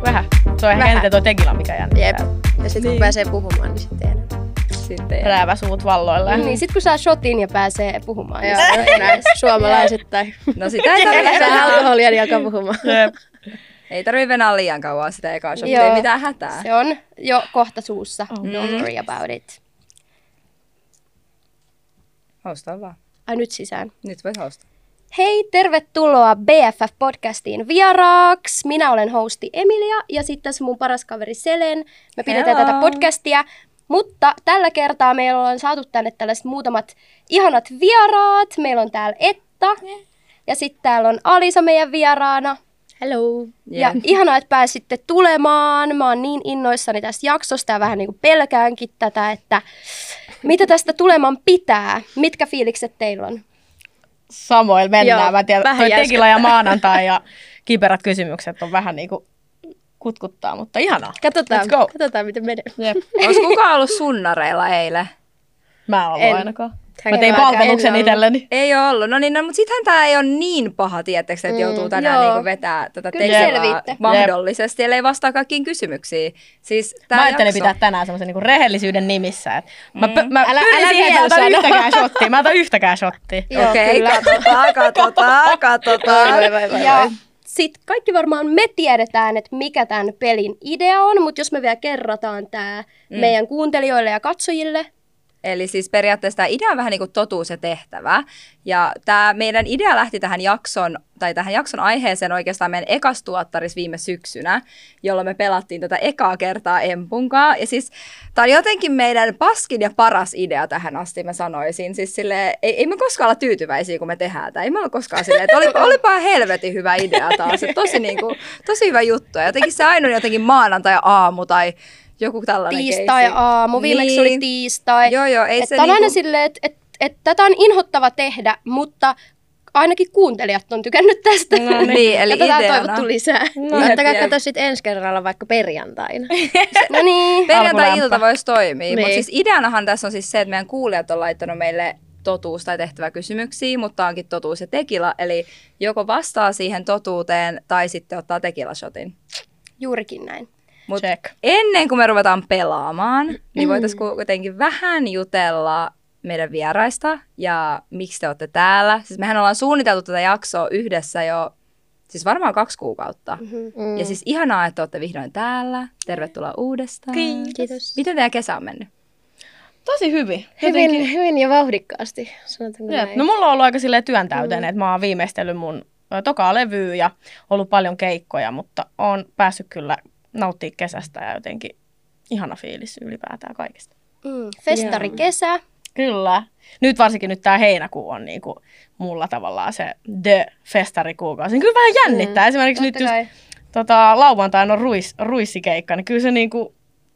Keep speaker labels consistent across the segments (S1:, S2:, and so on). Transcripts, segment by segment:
S1: se on ihan
S2: Vähän.
S1: jännitä tuo tekila, mikä jännitä.
S2: Jep. Ja sitten kun
S3: Niin.
S2: pääsee puhumaan, niin sitten enemmän.
S3: Sitten ja...
S1: Räävä suut valloilla.
S2: Mm.
S4: Niin, sit kun saa shotin ja pääsee puhumaan, niin
S2: Joo, nice. Suomalaiset tai
S3: No sitä ei tarvitse
S2: saa
S3: enää.
S2: alkoholia, niin alkaa puhumaan.
S1: Jep.
S3: Ei tarvii venää liian kauan sitä ekaa shottia,
S4: Joo.
S3: ei mitään hätää.
S4: niin se on jo kohta suussa.
S1: Oh.
S4: Don't worry about it.
S3: Haustaa vaan.
S4: Ai nyt sisään.
S3: Nyt voit haustaa.
S4: Hei, tervetuloa BFF-podcastiin vieraaksi. Minä olen hosti Emilia ja sitten tässä mun paras kaveri Selen. Me pidetään
S3: Hello.
S4: tätä podcastia, mutta tällä kertaa meillä on saatu tänne tällaiset muutamat ihanat vieraat. Meillä on täällä Etta ja sitten täällä on Alisa meidän vieraana.
S2: Hello.
S4: Ja
S3: Yeah.
S4: ihanaa, että pääsitte tulemaan. Mä oon niin innoissani tästä jaksosta ja vähän niin kuin pelkäänkin tätä, että mitä tästä tuleman pitää. Mitkä fiilikset teillä on?
S1: Samoin mennään.
S2: Joo,
S1: Mä tiedän,
S2: vähän
S1: toi
S2: jäyskät.
S1: tekila ja maanantai ja kiperät kysymykset on vähän niinku kutkuttaa, mutta ihanaa.
S2: Katsotaan,
S1: Let's go.
S2: katsotaan miten menee.
S1: Jep.
S3: Olis kukaan ollut sunnareilla eilen?
S1: Mä en ollut
S2: En.
S1: ainakaan. Mä
S2: Mäkään
S1: tein
S2: mäkään en
S1: palveluksen
S2: ollut.
S1: itselleni.
S3: Ei oo ollut. No niin, no, mutta sittenhän tää ei ole niin paha, tietysti, että joutuu tänään
S4: Mm, joo.
S3: niinku vetää tätä
S4: Kyllä
S3: tekevää
S4: selviitte.
S3: mahdollisesti, ellei vastaa kaikkiin kysymyksiin. Siis tää
S1: mä ajattelin
S3: jakso-
S1: pitää tänään semmoisen niinku rehellisyyden nimissä. Et mä, mm. mä
S2: Älä-
S1: älä, pyrin
S2: älä
S1: siihen, että
S2: vielä
S1: mä otan
S2: sano.
S1: yhtäkään shottia. Mä otan yhtäkään shottia.
S3: Okei,
S4: kyllä.
S3: katsotaan, katsotaan,
S2: Vai, vai,
S3: katsotaan.
S2: vai, vai, vai.
S4: Ja sitten kaikki varmaan me tiedetään, että mikä tämän pelin idea on, mutta jos me vielä kerrataan tämä mm. meidän kuuntelijoille ja katsojille.
S3: Eli siis periaatteessa tämä idea on vähän niin kuin totuus ja tehtävä. Ja tämä meidän idea lähti tähän jakson, tai tähän jakson aiheeseen oikeastaan meidän ekas tuottaris viime syksynä, jolloin me pelattiin tätä ekaa kertaa Empunkaa. Ja siis tämä on jotenkin meidän paskin ja paras idea tähän asti, mä sanoisin. Siis sille, ei, ei me koskaan olla tyytyväisiä, kun me tehdään tämä. Ei me olla koskaan silleen, että oli, olipa helvetin hyvä idea taas. Että tosi, niin kuin, tosi hyvä juttu. Ja jotenkin se aina on jotenkin maanantai-aamu tai joku tällainen keissi. Niin.
S4: Tiistai-aamu, viimeksi oli tiistai.
S3: Joo, joo, ei
S4: Et
S3: se
S4: tää on aina
S3: niinku-
S4: silleen, että et, et tätä on inhottava tehdä, mutta ainakin kuuntelijat on tykännyt tästä.
S3: No niin, eli
S4: ja tätä on
S3: ideana.
S4: toivottu lisää.
S2: No,
S3: Jep,
S2: ottakaa
S3: jep.
S2: kato sitten ensi kerralla vaikka perjantaina.
S4: No niin.
S3: Perjantai-ilta
S1: Alkulämpö.
S3: voisi toimia, niin. mutta
S2: Niin.
S3: siis ideanahan tässä on siis se, että meidän kuulijat on laittanut meille totuus- tai tehtäväkysymyksiä, mutta onkin totuus ja tekila, eli joko vastaa siihen totuuteen tai sitten ottaa tekilashotin.
S4: Juurikin näin.
S3: Mut
S1: Check.
S3: ennen kuin me ruvetaan pelaamaan, niin
S4: Mm.
S3: voitaisiin kuitenkin vähän jutella meidän vieraista ja miksi te olette täällä. Siis mehän ollaan suunniteltu tätä jaksoa yhdessä jo, siis varmaan kaksi kuukautta.
S2: Mm.
S3: Ja siis ihanaa, että olette vihdoin täällä. Tervetuloa uudestaan.
S2: Kiitos.
S3: Miten teidän kesä on mennyt?
S1: Tosi hyvin. Jotenkin-
S2: Hyvin, hyvin ja vauhdikkaasti, sanotaanko
S1: Jep.
S2: näin.
S1: No mulla on ollut aika silleen työn täyteen, että mä oon viimeistellyt mun ö, tokaa levyä ja ollut paljon keikkoja, mutta oon päässyt kyllä nauttii kesästä ja jotenkin ihana fiilis ylipäätään kaikesta.
S4: Mm. Festari kesä.
S1: Kyllä. Nyt varsinkin nyt tämä heinäkuu on niinku mulla tavallaan se the festarikuukausi. Niin Kyllä vähän jännittää. Mm, Esimerkiksi nyt
S4: Totta kai.
S1: just tota, lauantaina on ruis, ruissikeikka, niin kyllä se niinku...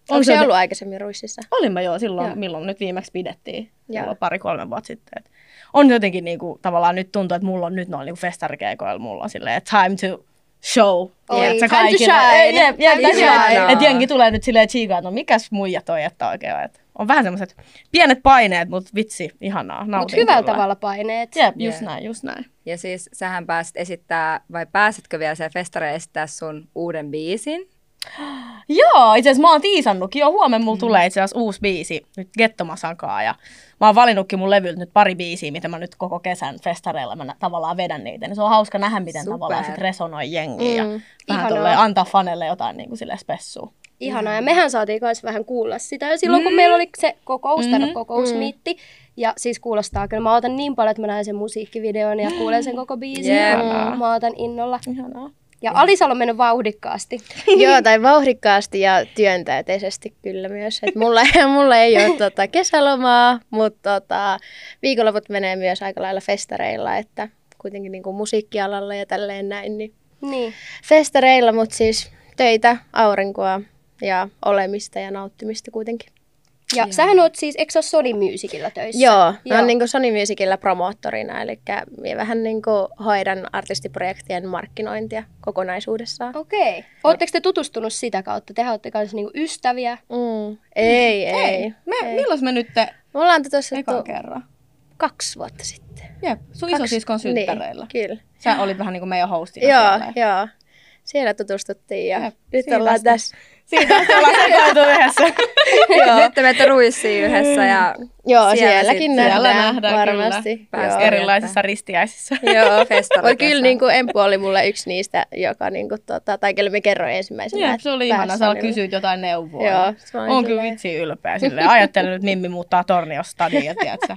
S2: Onko
S1: se
S2: se ollut aikaisemmin ruississa?
S1: Olin mä joo silloin,
S2: Joo.
S1: milloin nyt viimeksi pidettiin.
S2: Joo.
S1: Joo. Pari-kolme vuotta sitten. Et on jotenkin niinku, tavallaan nyt tuntuu, että mulla on nyt noin niinku festarikeikoilla, mulla on silleen time to show.
S4: Oi,
S1: tiedätkö,
S4: time to
S1: kaikille.
S4: shine.
S1: Ei, Jep, jep,
S4: Time to
S1: jep,
S3: shine.
S1: Että jengi tulee nyt silleen chiikaa, että no mikäs muija toi, että oikein on. Et on vähän semmoiset pienet paineet, mutta vitsi, ihanaa.
S4: Mutta
S1: Nautin
S4: hyvällä
S1: kyllä.
S4: tavalla paineet.
S1: Jep, just
S3: Jep.
S1: näin, just näin.
S3: Ja siis sähän pääsit esittää, vai pääsitkö vielä siellä festareilla esittää sun uuden biisin?
S1: Joo, itse asiassa mä oon tiisannutkin jo. Huomenna
S2: Mm.
S1: mulla tulee itse asiassa uusi biisi, nyt Gettomasankaa. Ja mä oon valinnutkin mun levyltä nyt pari biisiä, mitä mä nyt koko kesän festareilla mä nä- tavallaan vedän niitä. Niin se on hauska nähdä, miten
S3: Super.
S1: Super. tavallaan sit resonoi jengiin mm, ja vähän
S4: ihanaa.
S1: tolleen antaa fanelle jotain niin kuin sille spessua.
S4: Ihanaa,
S2: Mm-hmm.
S4: ja mehän saatiin myös vähän kuulla sitä jo silloin, kun meillä oli se kokous, mm-hmm. kokousmiitti.
S2: Mm-hmm.
S4: Ja siis kuulostaa kyllä, mä otan niin paljon, että mä näen sen musiikkivideon ja kuulen sen koko biisin.
S3: Jep.
S4: Mm. Mä otan innolla.
S1: Ihanaa.
S4: Ja Alisalla on mennyt vauhdikkaasti.
S2: Joo, tai vauhdikkaasti ja työntäyteisesti kyllä myös. Et mulla, mulla ei ole tota, kesälomaa, mutta tota, viikonloput menee myös aika lailla festareilla, että kuitenkin niin kuin musiikkialalla ja tälleen näin. Niin
S4: Niin.
S2: festareilla, mutta siis töitä, aurinkoa ja olemista ja nauttimista kuitenkin.
S4: Ja Joo. sähän oot siis, eikö sä oo Sony Musicilla töissä?
S2: Joo, mä
S4: Joo.
S2: oon niin Sony Musicilla promoottorina, eli minä vähän niin hoidan artistiprojektien markkinointia kokonaisuudessaan.
S4: Okei. Okay. Ootteko te tutustunut sitä kautta? Tehän ootte kanssa niinku ystäviä.
S2: Mm. Ei, ei. ei.
S1: Me, ei. Milloin me nyt te
S2: Me ollaan tutustuttu
S1: ekan kerran?
S2: kaksi vuotta sitten.
S1: Jep, sun
S2: Kaksi-
S1: isosiskon synttäreillä.
S2: Niin, kyllä.
S1: Sä olit vähän niin kuin niinku meidän hostina.
S2: Joo,
S1: silleen.
S2: joo. Siellä tutustuttiin ja
S1: Jep,
S2: nyt
S1: siinä
S2: ollaan
S1: sitä.
S2: tässä.
S1: Siitä asti ollaan sekoiltu yhdessä.
S2: Joo. Mm.
S3: Nyt te menette ruissiin yhdessä ja
S2: Joo,
S3: Siellä
S2: sielläkin
S3: sitten.
S2: nähdään,
S1: Siellä nähdään,
S2: varmasti.
S3: kyllä.
S2: Joo.
S3: Päästään
S1: Erilaisissa ristiäisissä.
S3: joo, festareita.
S2: Voi kyllä niin kuin Empu oli mulle yksi niistä, joka niin kuin, tota, tai kelle me kerroin ensimmäisenä.
S1: Jep,
S2: että
S1: se oli ihana, sä
S2: päässä oli-
S1: kysyit jotain neuvoa.
S2: Joo, se oli
S1: On kyllä
S2: silleen-
S1: vitsi ylpeä silleen. Ajattelen, että Mimmi muuttaa torniosta stadion, tiedätkö?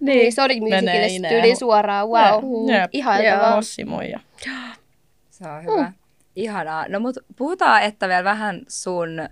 S4: Niin, Sonic
S1: Menee
S4: Musicille
S1: ineen.
S4: tyyli suoraan, wow. Mm,
S1: Jep.
S4: Ihailtavaa.
S1: Ossi muija.
S3: Se on hyvä. Ihanaa. No mut puhutaan, että vielä vähän sun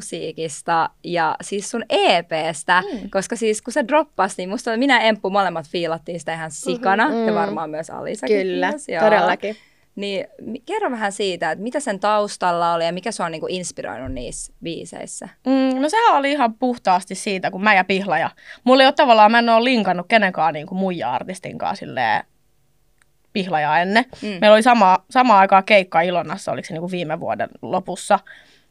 S3: musiikista ja siis sun EPstä, mm. koska siis kun se droppasi, niin musta minä ja Emppu molemmat fiilattiin sitä ihan sikana mm. ja
S2: Mm.
S3: varmaan myös Alisakin.
S2: Kyllä,
S3: fiilasi, joo.
S2: todellakin.
S3: Niin mi- kerro vähän siitä, että mitä sen taustalla oli ja mikä sua on niinku inspiroinut niissä biiseissä.
S1: Mm, no sehän oli ihan puhtaasti siitä, kun mä ja Pihlaja. Mulla ei ole tavallaan, mä en ole linkannut kenenkaan niin kuin muija artistin kanssa silleen Pihlajaa ennen. Mm. Meillä oli sama, samaan aikaan keikka Ilonassa, oliko se niin kuin viime vuoden lopussa.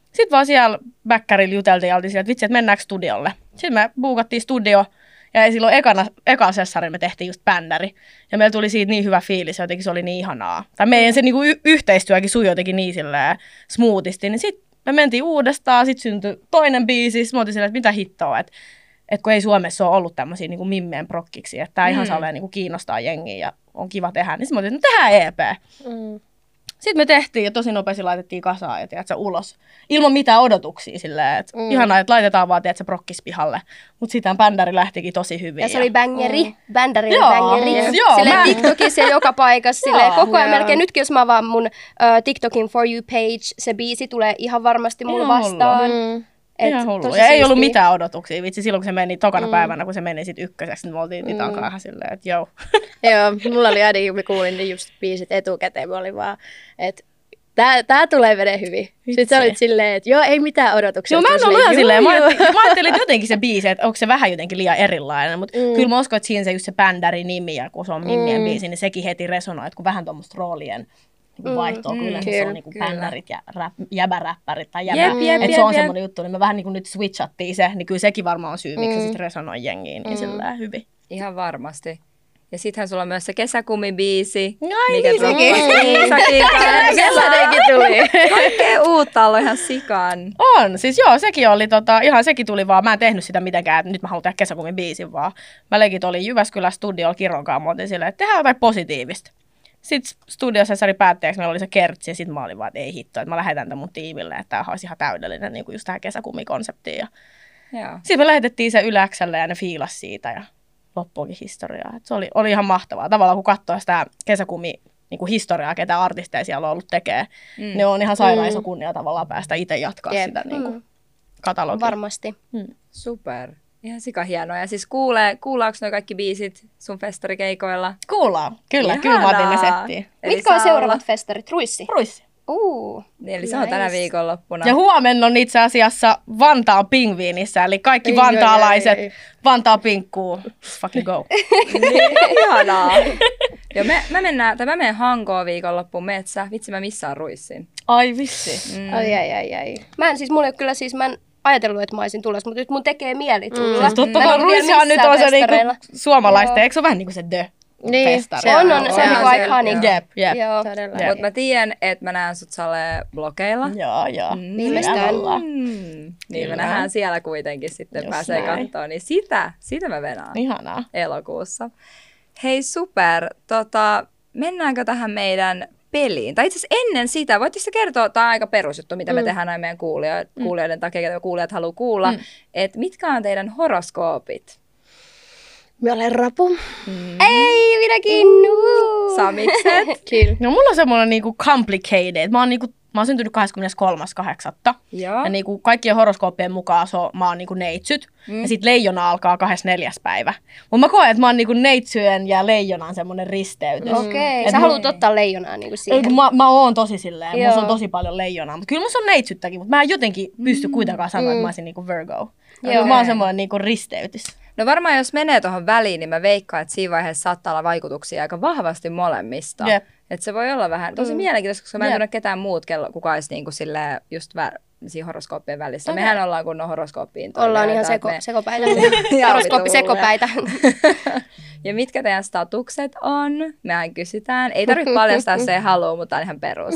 S1: Sitten vaan siellä väkkärillä juteltiin ja oltiin siellä, että vitsi, että mennäänkö studiolle. Sitten me buukattiin studio ja ei silloin ekana, eka sessari me tehtiin just bändäri. Ja meillä tuli siitä niin hyvä fiilis ja jotenkin se oli niin ihanaa. Tai meidän se niinku y- yhteistyökin sujui jotenkin niin silleen smoothisti. Niin sitten me mentiin uudestaan, sitten syntyi toinen biisi. Sitten me oltiin silleen, että mitä hittoa, että et kun ei Suomessa ole ollut tämmöisiä niinku mimmeen prokkiksi, että tämä ihan
S3: Mm.
S1: saa niinku kiinnostaa jengiä ja on kiva tehdä. Niin sitten me oltiin, että no tehdään EP.
S2: Mm.
S1: Sitten me tehtiin ja tosi nopeasti laitettiin kasaan ja tiedätkö, ulos. Ilman mitään odotuksia silleen, että mm.
S2: Mm.
S1: ihanaa, että laitetaan vaan tiedätkö, prokkis pihalle. Mutta sitten bändäri lähtikin tosi hyvin.
S4: Ja se oli bängeri, mm. bändärin
S1: Joo,
S4: bängeri.
S1: mm, joo,
S4: silleen
S1: mä-
S4: TikTokissa ja joka paikassa, silleen koko ajan
S2: Joo.
S4: melkein. Nytkin jos mä avaan mun ö, TikTokin For You page, se biisi tulee ihan varmasti mulla
S1: Ihan
S4: vastaan.
S2: Mm.
S1: Et, Ihan hullu. Ja ei ollut mitään odotuksia. Vitsi, silloin kun se meni tokana mm. päivänä, kun se meni sitten ykköseksi, niin me oltiin Titan kanssa ihan silleen, että joo.
S2: Joo, mulla oli ainakin, kun mä kuulin ne just biisit etukäteen, mä olin vaan, että tää, tää tulee menee hyvin. Sitten
S1: Vitsi.
S2: sä olit silleen, että joo, ei mitään odotuksia.
S1: Joo, mä en
S2: Sitten
S1: ollut ihan silleen. Mä
S2: juu, juu.
S1: ajattelin, mä ajattelin, että jotenkin se biisi, että onko se vähän jotenkin liian erilainen, mutta mm. kyllä mä uskon, että siinä se just se bändäri nimi ja kun se on Mimmien mm. biisi, niin sekin heti resonoi, että kun vähän tuommoista roolien niinku vaihtoa, mm,
S3: mm,
S1: kun yleensä se
S2: kyllä,
S1: on niinku
S3: kyllä.
S1: bändärit ja rap, jäbäräppärit tai jäbä,
S3: Jep,
S1: yep,
S3: jep,
S1: että se
S3: jep,
S1: on
S3: jep.
S1: semmoinen juttu, niin me vähän niinku nyt switchattiin se, niin kyllä sekin varmaan on syy, miksi mm. se sitten resonoi jengiin niin mm. sillä hyvin.
S3: Ihan varmasti. Ja sittenhän sulla on myös se kesäkumibiisi.
S1: No ei niin sekin.
S3: Niin, sekin.
S2: Sellainenkin tuli.
S3: Kaikkea uutta on ihan sikan.
S1: On, siis joo, sekin oli, tota, ihan sekin tuli vaan, mä en tehnyt sitä mitenkään, että nyt mä haluan tehdä kesäkumin biisin, vaan mä leikit oli Jyväskylän studiolla Kironkaan, mä oltiin silleen, että tehdään jotain positiivista. Sitten studiosessari päätteeksi meillä oli se kertsi, ja sitten mä olin vaan, että ei hitto, että mä lähetän tämän mun tiimille, että tämä olisi ihan täydellinen niin kuin just tähän kesäkumikonseptiin. Ja...
S3: Joo.
S1: Sitten me lähetettiin se Yläkselle ja ne fiilas siitä ja loppuukin historiaa. Et se oli, oli ihan mahtavaa. Tavallaan kun katsoo sitä kesäkumi niin kuin historiaa, ketä artisteja siellä on ollut tekee, mm. ne on ihan sairaan iso kunnia tavallaan päästä itse jatkaa
S2: Jep.
S1: sitä niin kuin, katalogia.
S4: Varmasti.
S3: Super. Ihan sika hienoa. Ja siis kuulee, kuullaanko nuo kaikki biisit sun festarikeikoilla?
S1: Kuullaan. Kyllä,
S3: Ihanaa.
S1: kyllä mä otin ne settiin.
S3: Eli
S4: Mitkä on
S3: saa
S4: seuraavat
S3: olla-
S4: festarit? Ruissi?
S1: Ruissi.
S4: Uu.
S3: Niin, Eli se on tänä
S4: Nice.
S3: viikonloppuna.
S1: Ja huomenna on itse asiassa Vantaan pingviinissä, eli kaikki
S2: Ei,
S1: vantaalaiset
S2: ei, ei,
S1: Vantaa pinkkuu. Fucking go.
S3: Niin, Ihanaa. Ja me, me mennään, tai mä menen Hankoon viikonloppuun metsä. Vitsi, mä missään ruissin. Mm.
S1: Ai vissi.
S2: Ai, ai, ai, ai.
S4: Mä en siis, mulla ei ole kyllä siis, mä en ajatellut, että mä olisin tulossa, mutta nyt mun tekee mieli tulla.
S1: Siis totta kai
S4: Mm. Mä en ole
S1: Ruissihan
S4: vielä
S1: nyt on se
S4: missään
S1: niinku
S4: festareilla.
S1: suomalaisten, eikö se ole vähän niinku se dö?
S2: Niin,
S1: Festari.
S2: se
S4: On, on, se
S3: Se
S4: on
S3: on
S4: niinku
S3: siellä,
S4: iconic.
S1: Jep, jep.
S4: Joo.
S2: Todella.
S1: Jep.
S3: Mutta mä tiedän, että mä näen sut sale blogeilla.
S1: Joo, joo.
S2: Viimeistään.
S1: Siinä ollaan.
S3: Mm. Niin
S1: Kyllä.
S3: me nähdään siellä kuitenkin sitten,
S1: Just
S3: pääsee
S1: näin. Niin.
S3: kattoon. Niin sitä, sitä mä venaan.
S1: Ihanaa.
S3: elokuussa. Hei super, tota, mennäänkö tähän meidän peliin? Tai itse asiassa ennen sitä, voitteko te kertoa, tämä on aika perusjuttu, mitä
S1: Mm.
S3: me tehdään aina meidän kuulijo- kuulijoiden takia, ketä kuulijat haluaa kuulla, että mitkä on teidän horoskoopit?
S2: Mä olen rapu.
S4: Ei, minäkin.
S1: Mm.
S4: Uu.
S3: Samikset?
S2: Kyllä.
S1: No mulla on semmoinen niinku complicated. Mä oon, niinku, mä oon syntynyt 23.8.
S3: Joo.
S1: Ja niin kuin kaikkien horoskooppien mukaan so, mä oon niinku neitsyt. Mm. Ja sit leijona alkaa 24. päivä. Mutta mä koen, että mä oon niinku neitsyön ja leijonan semmonen risteytys. Mm.
S4: Okei,
S1: Et
S4: sä
S1: mu-
S4: haluat ottaa leijonaa niinku
S1: Ei,
S4: siihen.
S1: kun mä, mä oon tosi silleen, Joo. mulla on
S4: Joo.
S1: tosi paljon leijonaa, mutta kyllä musta on neitsyttäkin, mutta mä en jotenkin pysty kuitenkaan sanoa, että mä olisin niinku Virgo. Joo.
S4: Joo.
S1: Mä oon semmoinen niinku risteytys.
S3: No varmaan jos menee tuohon väliin, niin mä veikkaan, että siinä vaiheessa saattaa olla vaikutuksia aika vahvasti molemmista.
S1: Jep. Mm.
S3: Että se voi olla vähän tosi mielenkiintoista, koska mä en
S1: Jep.
S3: tunne ketään muut, kello, kuka olisi niin kuin sille just vä- siinä horoskooppien välissä.
S1: Okei.
S3: Mehän ollaan kunnon horoskooppiin.
S4: Ollaan ihan
S3: toimijoita,
S4: seko,
S3: että me-
S4: sekopäitä.
S3: Jaa,
S4: Horoskooppi
S3: vittu, hulluja.
S4: sekopäitä.
S3: Ja mitkä teidän statukset on? Mehän kysytään. Ei tarvitse paljastaa, jos ei halua, mutta tämä on ihan perus.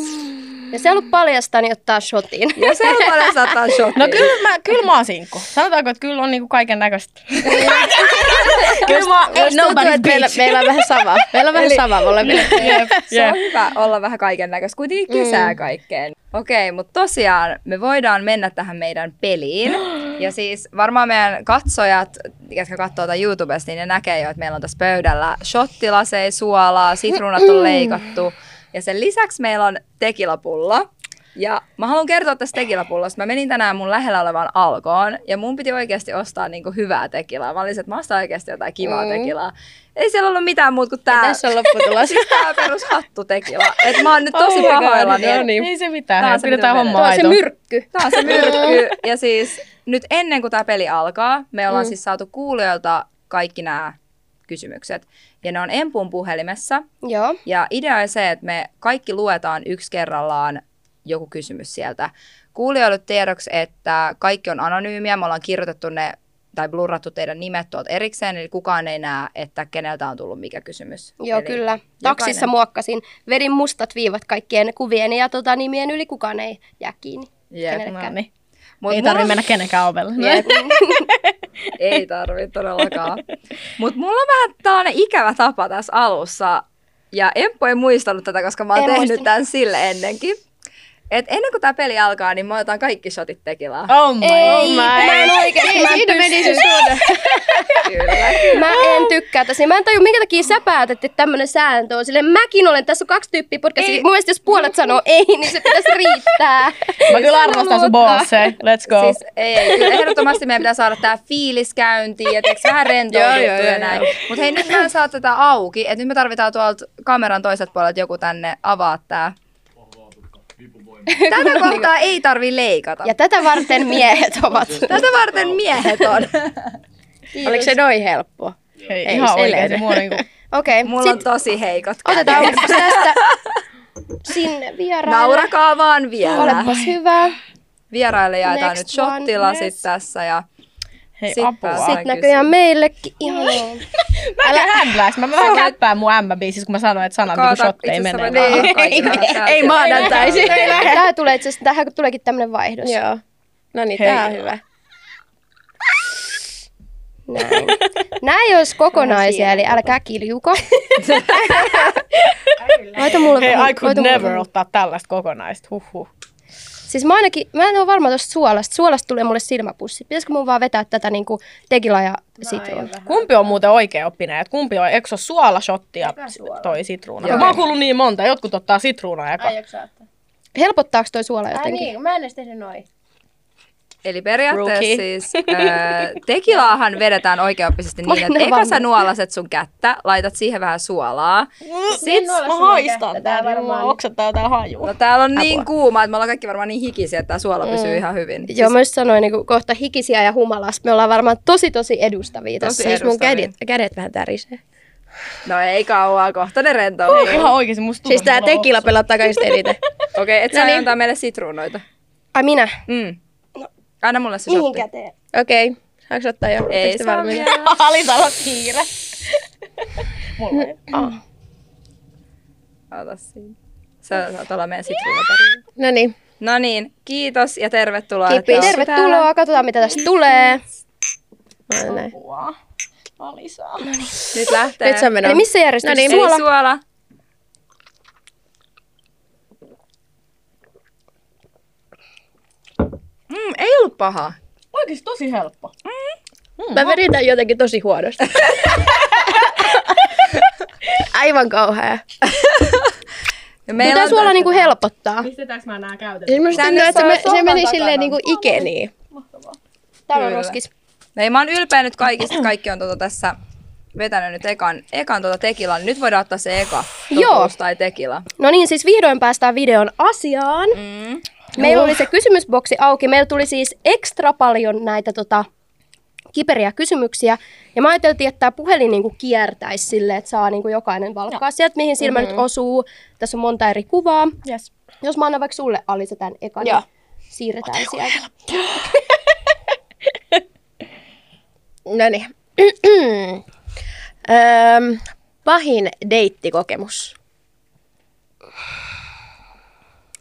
S4: Jos se ollut paljasta, niin ottaa shotin.
S3: Ja se on paljon saattaa shokkiin.
S1: No kyllä mä, kyllä mä oon sinkku. Sanotaanko, että kyllä on niinku kaiken näköistä. kyllä mä oon
S2: Musta tuntuu,
S1: nobody's
S2: että meillä,
S1: bitch.
S2: meillä on vähän sama. Meillä on vähän
S3: Eli-
S2: sama molemmille.
S1: Jep,
S3: Se on
S1: jep.
S3: hyvä olla vähän kaiken näköistä, kuitenkin kesää mm. kaikkeen. Okei, mutta tosiaan me voidaan mennä tähän meidän peliin. Ja siis varmaan meidän katsojat, jotka katsoo tätä YouTubesta, niin ne näkee jo, että meillä on tässä pöydällä shottilaseja, suolaa, sitruunat on leikattu. Ja sen lisäksi meillä on tekilapullo. Ja mä haluan kertoa tästä tekilapullosta. Mä menin tänään mun lähellä olevaan alkoon ja mun piti oikeasti ostaa niinku hyvää tekilaa. Mä olisin, että mä ostan oikeasti jotain kivaa mm. tekilaa. Ei siellä ollut mitään muuta kuin tää
S2: Tässä on lopputulos.
S3: siis tää perus hattu tekila. Et mä oon nyt tosi
S1: Oh my god,
S3: pahoillani.
S1: No niin. Ei se mitään,
S3: Tää on
S1: hei,
S3: se, mitä
S1: pidetään
S3: menee.
S1: homma
S4: Tuo on se
S1: aitoon.
S4: myrkky.
S3: Tää on se myrkky. Ja siis nyt ennen kuin tämä peli alkaa, me ollaan mm. siis saatu kuulijoilta kaikki nämä kysymykset. Ja ne on Empun puhelimessa.
S4: Joo.
S3: Ja idea on se, että me kaikki luetaan yksi kerrallaan joku kysymys sieltä. Kuulijoille tiedoksi, että kaikki on anonyymiä. Me ollaan kirjoitettu ne tai blurrattu teidän nimet tuolta erikseen, eli kukaan ei näe, että keneltä on tullut mikä kysymys.
S4: Joo,
S3: Eli
S4: kyllä. Taksissa
S3: jokainen-
S4: muokkasin. Vedin mustat viivat kaikkien kuvien ja tota, nimien yli. Kukaan ei jää kiinni.
S3: Jep.
S1: No
S4: Kenellekään.
S1: niin.
S3: Mut
S1: Ei
S3: mulla
S1: tarvi
S3: on-
S1: mennä kenenkään ovelle.
S3: Jep. Ei tarvi todellakaan. Mutta mulla on vähän tällainen ikävä tapa tässä alussa. Ja Emppu ei muistanut tätä, koska mä oon
S4: En
S3: tehnyt
S4: muistanut.
S3: tämän sille ennenkin. Et ennen kuin tämä peli alkaa, niin mä otan kaikki shotit tekilaa.
S1: Oh my
S4: Ei,
S1: god.
S4: mä en oikeasti. Mä, en
S2: Siinä meni
S4: pysty.
S2: se suora.
S3: Kyllä.
S4: mä en tykkää tässä. Mä en tajua, minkä takia sä päätät, että tämmönen sääntö on. Silleen, mäkin olen. Tässä on kaksi tyyppiä podcastia.
S3: Ei.
S4: Mun mielestä jos puolet sanoo ei, niin se pitäisi riittää.
S1: Mä kyllä arvostan sun
S4: luottaa.
S1: bossei. Let's go.
S3: Siis ei, ei, kyllä ehdottomasti meidän pitää saada tämä fiilis käyntiin, että vähän
S1: Joo,
S3: rentouduttu
S1: joo,
S3: ja
S1: joo,
S3: näin.
S1: joo.
S3: Mutta hei, nyt mä en saa tätä auki, että nyt me tarvitaan tuolta kameran toiselta puolelta joku tänne avaa tää. Tätä kohtaa ei tarvi leikata.
S4: Ja tätä varten miehet ovat.
S3: Tätä varten miehet on.
S2: Oliko se noin helppoa?
S1: Hei,
S2: ei,
S1: ihan
S2: se ei
S1: oikeesti.
S2: löydy.
S1: Mua niinku...
S4: Okei,
S3: Mulla
S4: sit
S3: on tosi heikot kädet.
S4: otetaan tästä sinne vieraille.
S3: Naurakaa vaan vielä.
S4: Olepas hyvä.
S3: Vieraille jaetaan
S4: Next
S3: nyt shottila
S4: one,
S3: sit
S4: yes.
S3: tässä ja
S1: Hei,
S3: Sit
S1: apua.
S3: pääsee.
S1: Sit,
S3: Sit-
S4: Näköjään meillekin ihan.
S1: mä älä hämläis. Mä, mä vähän käppään mun ämmä-biisissä, kun mä sanoin, että sanat niinku
S3: kaata
S1: shotteja
S3: itse
S1: menee.
S3: asiassa voit antaa kaikille
S2: Ei,
S3: täältä.
S2: ei maanantaisin.
S4: Tää tulee itse asiassa, tähän tuleekin tämmönen vaihdos.
S2: Joo. No niin,
S1: Hei.
S2: tää on hyvä.
S4: Näin. Nää ei olisi kokonaisia, eli älkää kiljuko. Voita mulle.
S1: Hei, I could
S4: voita mulle.
S1: never ottaa tällaista kokonaista. Huhhuh.
S4: Siis mä ainakin, mä en ole varma tuosta suolasta. Suolasta tulee mulle silmäpussi. Pitäisikö mun vaan vetää tätä niinku tekila ja sitruun?
S1: Kumpi on muuten oikea oppineet? Kumpi on? Eikö se ole suolashotti ja toi sitruuna? Mä oon kuullut niin monta. Jotkut ottaa sitruunaa eka.
S4: Helpottaako toi suola jotenkin?
S2: niin, mä en edes tehnyt noin.
S3: Eli periaatteessa
S1: Rookie.
S3: siis öö, tekilaahan vedetään oikeaoppisesti
S4: Mä
S3: niin, että
S4: en
S3: eka sä
S4: vaan-
S3: nuolaset sun kättä, laitat siihen vähän suolaa.
S1: niin
S3: Sit,
S1: Mm, Mä haistan tää varmaan. Oksettaa täällä hajuu.
S3: no täällä on niin kuuma, että me ollaan kaikki varmaan niin hikisiä, että tää suola pysyy ihan hyvin.
S4: Mm.
S3: Siis,
S4: Joo, mä just sanoin niinku, kohta hikisiä ja humalas. Me ollaan varmaan tosi tosi edustavia
S3: Tosi
S4: tässä.
S2: Siis mun
S3: Edustavia.
S2: kädet, kädet vähän tärisee.
S3: No ei kauaa, kohta ne Niin. rentoutuu.
S1: Ihan oikeesti musta tuntuu,
S2: Siis tää
S1: että mulla on
S2: tekila pelottaa kaikista eniten.
S3: Okei, et sä
S2: No
S3: niin.
S2: niin.
S3: antaa meille sitruunoita.
S4: Ai minä?
S3: Mm. Anna mulle se shotti.
S4: No. käteen?
S2: Okei. Saanko ottaa jo?
S3: Ei
S2: Ootteko te
S3: saa
S2: valmiita?
S3: vielä.
S1: Alisalla kiire. Mulla ei.
S3: Ota siinä. Sä saat olla meidän sitruunapari.
S2: No niin.
S3: No niin, kiitos ja tervetuloa. että
S4: Kiitos.
S3: olette täällä.
S4: Tervetuloa, katsotaan mitä tästä tulee.
S2: Mä olen näin.
S1: Apua. Alisaa.
S3: Nyt lähtee.
S2: Nyt se on
S4: Eli
S2: menossa.
S4: missä järjestyksessä?
S2: No
S3: Eli
S2: niin.
S3: suola.
S4: suola.
S3: suola. Mm, ei ollut paha.
S1: Oikeesti tosi helppo.
S2: Mä vedin jotenkin tosi huonosti. Aivan kauhea.
S3: Ja
S4: Meillä Mitä suola niinku helpottaa?
S1: Pistetäänkö mä nää käytetään?
S2: Siis musta
S3: Tänne
S2: tuntuu, että se,
S3: saa
S2: me, se
S3: sohvan
S2: meni
S3: takana.
S2: silleen niinku ikeniin.
S4: Täällä
S3: Kyllä.
S4: on roskis.
S3: Ei, mä oon ylpeä nyt kaikista. Kaikki on tota tässä vetänyt nyt ekan, ekan tota tekilan. Nyt voidaan ottaa se eka.
S4: Joo.
S3: totuus tai tekila.
S4: No niin, siis vihdoin päästään videon asiaan.
S3: Mm.
S4: Meillä oli se kysymysboksi auki. Meillä tuli siis ekstra paljon näitä tota, kiperiä kysymyksiä. Ja mä ajateltiin, että tämä puhelin niinku kiertäisi silleen, että saa niinku jokainen valkkaa sieltä, mihin silmä mm-hmm. nyt osuu. Tässä on monta eri kuvaa.
S1: Yes.
S4: Jos mä annan vaikka sulle Alisa tämän ekan,
S2: Joo.
S4: niin siirretään sieltä.
S2: No niin. Öm, pahin deittikokemus. kuka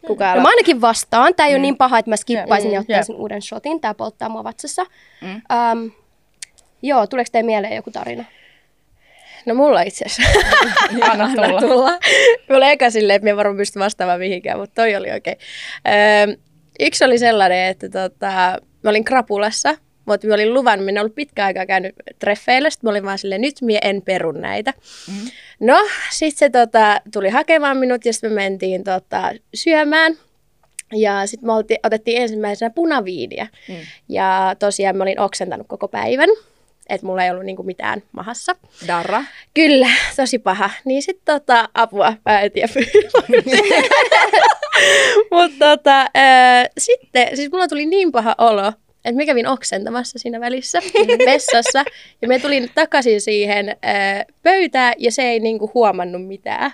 S4: No
S2: aloittaa.
S4: mä ainakin vastaan. Tämä ei ole niin paha, että mä skippaisin
S1: Mm,
S4: ja
S1: jep.
S4: ottaisin uuden shotin. Tämä polttaa mua vatsassa.
S3: Mm.
S4: Um, joo, tuleeko teidän mieleen joku tarina?
S2: No mulla itse asiassa.
S1: Anna tulla.
S2: tulla. Mulla eka silleen, että mä en varmaan pysty vastaamaan mihinkään, mutta toi oli oikein. Öö, yksi oli sellainen, että tota, mä olin krapulassa, mutta mä olin luvan, mä en ollut pitkään aikaa käynyt treffeillä, sitten mä olin vaan silleen, nyt mä en peru näitä.
S3: Mm.
S2: No, sitten se tota, tuli hakemaan minut ja sitten me mentiin tota, syömään. Ja sitten me oltiin, otettiin ensimmäisenä punaviiniä.
S3: Mm.
S2: Mm. Ja tosiaan mä olin oksentanut koko päivän, että mulla ei ollut niinku mitään mahassa.
S3: Darra.
S2: Kyllä, tosi paha. Niin sitten tota, apua, mä en tiedä Mutta tota, ää, sitten, siis mulla tuli niin paha olo, että mä kävin oksentamassa siinä välissä vessassa. Ja mä tulin takaisin siihen ää, pöytään ja se ei niinku huomannut mitään.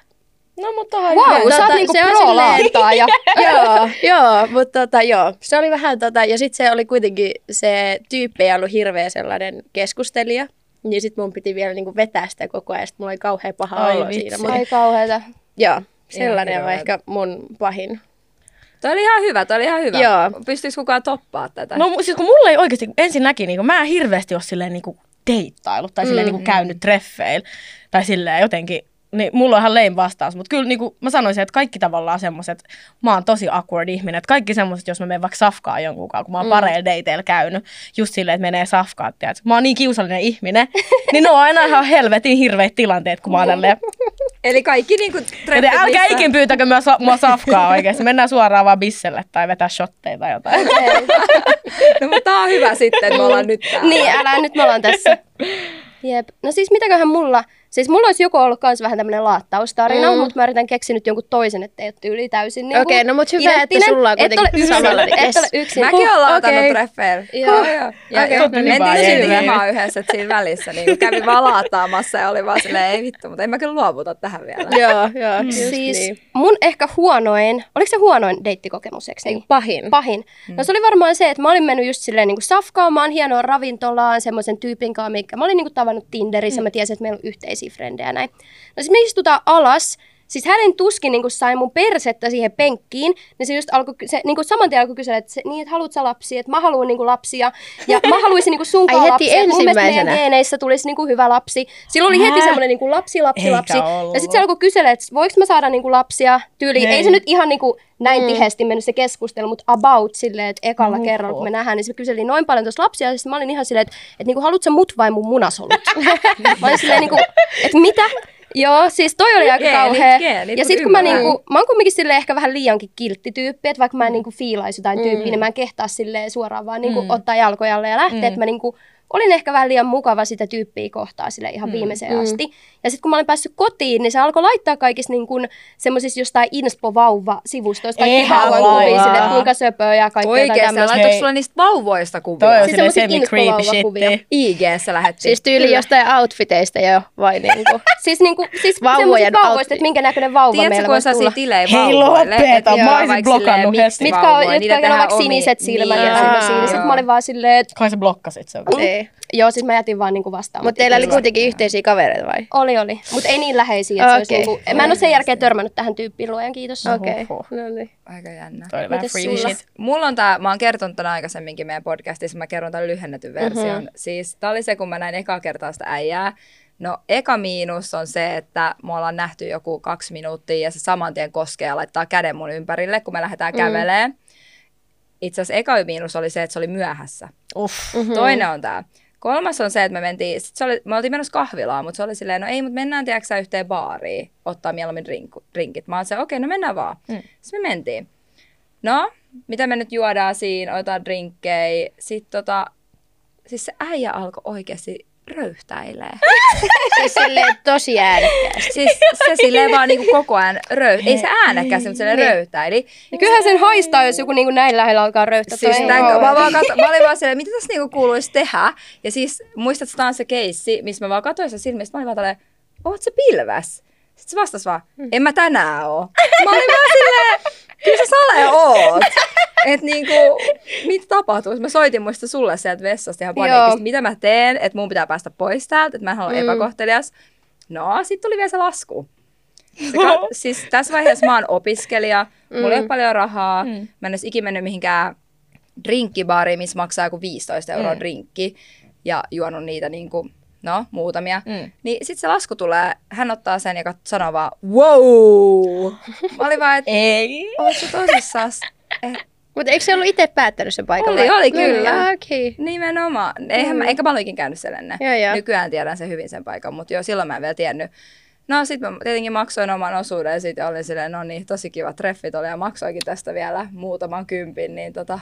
S1: No mutta onhan
S4: Wow,
S1: hyvä.
S4: sä oot
S2: Tota,
S4: niinku
S2: se on
S4: pro
S2: silleen-
S4: laantaaja.
S2: joo, joo, mutta tota, joo, se oli vähän tota, ja sitten se oli kuitenkin, se tyyppi ei ollut hirveä sellainen keskustelija. Niin sitten mun piti vielä niinku vetää sitä koko ajan, sit mulla oli kauhean paha
S1: Ai
S2: olo
S1: vitsi.
S2: siinä. Mutta,
S4: Ai kauheeta.
S2: joo, sellainen
S3: Ihan
S2: on
S3: hirveä.
S2: ehkä mun pahin.
S3: Toi oli ihan hyvä, toi oli ihan hyvä.
S2: Joo.
S3: Pystyykö kukaan toppaa tätä?
S1: No mu- siis kun mulla ei oikeasti, ensinnäkin niin mä en hirveästi ole silleen niin deittailut tai silleen mm. niin käynyt treffeillä tai silleen jotenkin, niin mulla on ihan lame vastaus, mutta kyllä niin kuin mä sanoisin, että kaikki tavallaan semmoiset, mä oon tosi awkward ihminen, että kaikki semmoiset, jos mä menen vaikka safkaan jonkun kanssa, kun mä oon mm. pareilla dateilla käynyt, just silleen, että menee safkaan, tiedätkö? mä oon niin kiusallinen ihminen, niin ne on aina ihan helvetin hirveät tilanteet, kun mä oon tälleen,
S3: Eli kaikki niinku
S1: joten
S3: treffit
S1: älkää
S3: missä-
S1: ikin pyytäkö mua, sa- mua safkaa oikeasti, mennään suoraan vaan bisselle tai vetää shotteja tai jotain.
S3: No mutta tää on hyvä sitten, että me ollaan nyt täällä.
S4: Niin, älä, nyt me ollaan tässä. Jep. No siis mitäköhän mulla, siis mulla olisi joku ollut kans vähän tämmönen laattaustarina, mm. mutta mä yritän keksiä nyt jonkun toisen, ettei ole tyyli täysin niin
S2: Okei, no mut hyvä, että sulla on
S4: et ole
S2: kuitenkin samalla,
S4: yksin,
S2: niin
S4: et ole
S1: Mm.
S4: yksin.
S3: Mäkin ollaan
S2: Okei.
S3: ottanut treffeillä.
S2: Joo.
S3: joo. Ja
S2: Okei,
S1: no
S3: ja
S1: niin, vaan
S3: mentiin silti
S1: jengiin.
S3: himaa yhdessä, että siinä välissä niin kävi vaan laataamassa ja oli vaan silleen, ei vittu, mutta en mä kyllä luovuta tähän vielä.
S2: joo, joo, just
S4: Siis
S2: niin.
S4: mun ehkä huonoin, oliko se huonoin deittikokemus, eikö niin?
S2: Pahin. Mm.
S4: Pahin. No se oli varmaan se, että mä olin mennyt just silleen niin kuin safkaamaan hienoon ravintolaan semmoisen tyypin kanssa, minkä mä olin niin kuin tavannut Tinderissä, mm. mä tiesin, että meillä on yhteisiä frendejä ja näin. No siis me istutaan alas, siis hänen tuskin niin kuin sai mun persettä siihen penkkiin, niin se just alkoi, ky- se niin kuin saman tien alkoi kysellä, että se, niin, että haluut sä lapsia, että mä haluan niin kuin lapsia, ja mä haluaisin niin kuin sun
S2: Ai
S4: kanssa
S2: heti
S4: lapsia, että mun mielestä meidän
S2: ensimmäisenä.
S4: geeneissä tulisi niin kuin hyvä lapsi. Silloin oli heti
S1: Hää?
S4: semmoinen niin kuin lapsi, lapsi,
S1: Eikä
S4: lapsi. Ja
S1: ollut.
S4: sitten se alkoi kyselemään, että voiko mä saada niinku lapsia tyyliin.
S1: Niin.
S4: Ei se nyt ihan niinku näin mm. tiheästi mennyt se keskustelu, mutta about silleen, että ekalla
S1: Oho.
S4: kerralla kun me nähdään, niin se kyseli noin paljon tuossa lapsia. Ja sitten mä olin ihan silleen, että, että niinku, haluatko sä mut vai mun munasolut? mä olin silleen, niinku, että mitä? Joo, siis toi oli aika
S3: Geenit,
S4: kauhea.
S3: geenit,
S4: ja sitten kun mä,
S3: ymmärrän.
S4: niinku, mä oon kumminkin sille ehkä vähän liiankin kiltti tyyppi, että vaikka
S3: Mm.
S4: mä en niinku fiilaisi jotain tyyppiä, niin mä en kehtaa silleen suoraan vaan niinku mm. ottaa jalkojalle ja lähteä. Mm. Että mä niinku, olin ehkä vähän liian mukava sitä tyyppiä kohtaa sille
S3: Mm.
S4: ihan viimeiseen asti. Ja sitten kun mä olin päässyt kotiin, niin se alkoi laittaa kaikissa niin kun, semmoisissa jostain inspo-vauva-sivustoissa kaikki
S1: Eihän
S4: hauvan kuvia
S1: laivaa.
S4: sille, että kuinka söpöä ja kaikkea jotain
S3: Oikeesti,
S4: tämmöistä.
S3: laitoiko
S1: Hei.
S3: sulla niistä vauvoista kuvia?
S1: Toi on
S4: Siis
S1: siis
S4: semmosia
S1: semmoinen creepy
S4: infovauvakuvia.
S1: shit.
S3: IG-ssä lähettiin.
S2: Siis tyyli
S4: Kyllä.
S2: jostain outfiteista jo, vai niinku.
S4: Siis, niin kuin, siis
S2: Vauvojen
S4: semmoisista
S2: outfit.
S4: vauvoista, että minkä näköinen vauva
S3: Tiedätkö,
S4: meillä
S3: kun on
S4: voisi tulla.
S3: sellaisia tilejä
S1: Hei,
S3: vauvoille?
S1: lopeta,
S3: että
S1: mä
S3: joo,
S1: olisin
S3: vaikka silleen,
S1: blokannut
S3: miksi
S1: heti.
S4: Mitkä on,
S3: vauvoja? Niitä
S4: jotka on
S3: tehdään
S4: vaikka
S3: omiin.
S4: siniset silmät ja
S3: Niin.
S4: semmoisia, niin
S3: Joo.
S4: sitten mä olin vaan silleen, että
S1: Kai sä blokkasit sen.
S2: Ei.
S4: joo, siis mä jätin vaan niinku vastaamaan.
S2: Mutta teillä oli kuitenkin yhteisiä kavereita vai?
S4: Oli, oli. Mutta ei niin läheisiä. Että okay. se
S2: Okei.
S4: olisi niinku, mä en ole sen jälkeen törmännyt tähän tyyppiin luojan, kiitos.
S2: Okei,
S1: Huhhuh.
S2: no niin.
S3: Aika jännä.
S1: Toi oli vähän
S4: Mites
S1: freaky
S4: sulla?
S1: shit.
S3: Mulla on tää, mä oon kertonut tän aikaisemminkin meidän podcastissa, mä kerron tän lyhennetyn version. Mm-hmm. Siis tää oli se, kun mä näin eka kertaa sitä äijää. No eka miinus on se, että me ollaan nähty joku kaksi minuuttia ja se saman tien koskee ja laittaa käden mun ympärille, kun me lähdetään käveleen. Itse asiassa eka miinus oli se, että se oli myöhässä.
S1: Uff.
S3: Mm-hmm. Toinen on tämä. Kolmas on se, että me mentiin, sit se oli, me oltiin menossa kahvilaan, mutta se oli silleen, no ei, mutta mennään tiedätkö yhteen baariin, ottaa mieluummin rink- rinkit. Mä oon se, okei, okay, no mennään vaan. Mm. Sitten me mentiin. No, mitä me nyt juodaan siinä, otetaan drinkkejä. Sitten tota, siis se äijä alkoi oikeasti röyhtäilee.
S2: Siis silleen tosi äänekkäästi.
S3: siis se silleen vaan niinku koko ajan röy, ei se äänekästi, mutta silleen röyhtäili.
S4: Ja kyllähän sen haistaa, jos joku niinku näin lähellä alkaa röyhtää.
S3: Siis
S4: Toi ei
S3: tämän,
S4: kauheeta.
S3: mä, vaan katso, mä olin vaan silleen, mitä tässä niinku kuuluisi tehdä? Ja siis muistatko, tämä on se keissi, missä mä vaan katsoin sen silmistä, mä olin vaan tälleen, oot sä pilväs? Sitten se vastasi vaan, en mä tänään oo. Mä olin vaan silleen, kyllä sä sale oot. Et niinku, mitä tapahtuu? Mä soitin muista sulle sieltä vessasta ihan paniikista,
S4: Joo.
S3: että mitä mä teen, että mun pitää päästä pois täältä, että mä en halua mm. epäkohtelias. No, sitten tuli vielä se lasku. Se ka- siis tässä vaiheessa mä oon opiskelija, mulla ei ole paljon rahaa, mm. mä en olisi ikinä mennyt mihinkään drinkkibaariin, missä maksaa joku 15 euroa mm. drinkki ja juonut niitä niin kuin, no, muutamia.
S1: Mm.
S3: Mm. Niin sitten se lasku tulee, hän ottaa sen ja kat- sanoo vaan, wow! Mä olin vaan, että
S1: Ei.
S3: ootko tosissaan? Eh,
S2: Mutta eikö se ollut itse päättänyt sen paikan?
S3: Oli,
S2: vai-
S3: oli kyllä.
S2: Niin, okei.
S3: Nimenomaan. Eihän mä, eikä mä ollut ikinä käynyt siellä ennen.
S2: Joo, joo.
S3: Nykyään tiedän sen hyvin sen paikan, mutta joo, silloin mä en vielä tiennyt. No sit mä tietenkin maksoin oman osuuden ja sitten olin silleen, no niin, tosi kiva treffit oli ja maksoikin tästä vielä muutaman kympin, niin tota,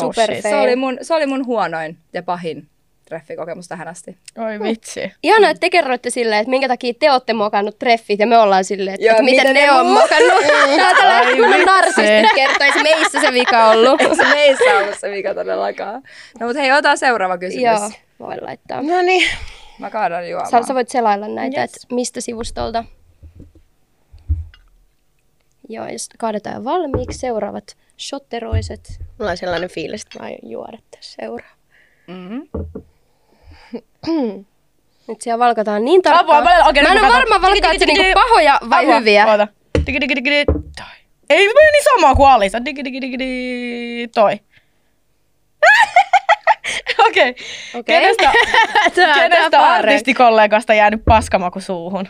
S2: Super
S1: shit.
S2: fail.
S3: se, oli mun, se oli mun huonoin ja pahin treffikokemus tähän asti.
S1: Oi vitsi.
S4: Ihanaa, että te kerroitte silleen, että minkä takia te olette mokannut treffit ja me ollaan silleen, että,
S3: Joo,
S4: että miten,
S3: miten
S4: ne
S3: ne
S4: on
S3: muu-
S4: mokannut. Tää on tällainen kunnon narsistit kertoisi, meissä se vika on ollut.
S3: Ei se meissä ollut se mikä todellakaan. No mut hei, ota seuraava kysymys.
S4: Joo, voi laittaa.
S2: No niin.
S3: Mä kaadan
S4: Sä,
S3: juomaan.
S4: sä voit selailla näitä, yes. että mistä sivustolta. Joo, jos kaadetaan jo valmiiksi seuraavat shotteroiset.
S2: Mulla on sellainen fiilis, että mä aion juoda tässä seuraa.
S3: mm-hmm.
S4: Nyt siellä valkataan niin tarkkaan.
S1: Apua, mä olen- niinku okei,
S4: mä
S1: nyt
S4: en
S1: mä
S4: ole
S1: katson.
S4: varma, valkaatko
S1: Digi, digi,
S4: niinku
S1: digi.
S4: pahoja vai
S1: Apua,
S4: hyviä.
S1: Oota. Digi, digi, digi, toi. Ei, mä niin samaa kuin Alisa. Digi, digi, digi, digi, toi. Okei.
S2: Okei.
S1: Kenestä, kenestä artistikollegasta jäänyt paskamaku suuhun?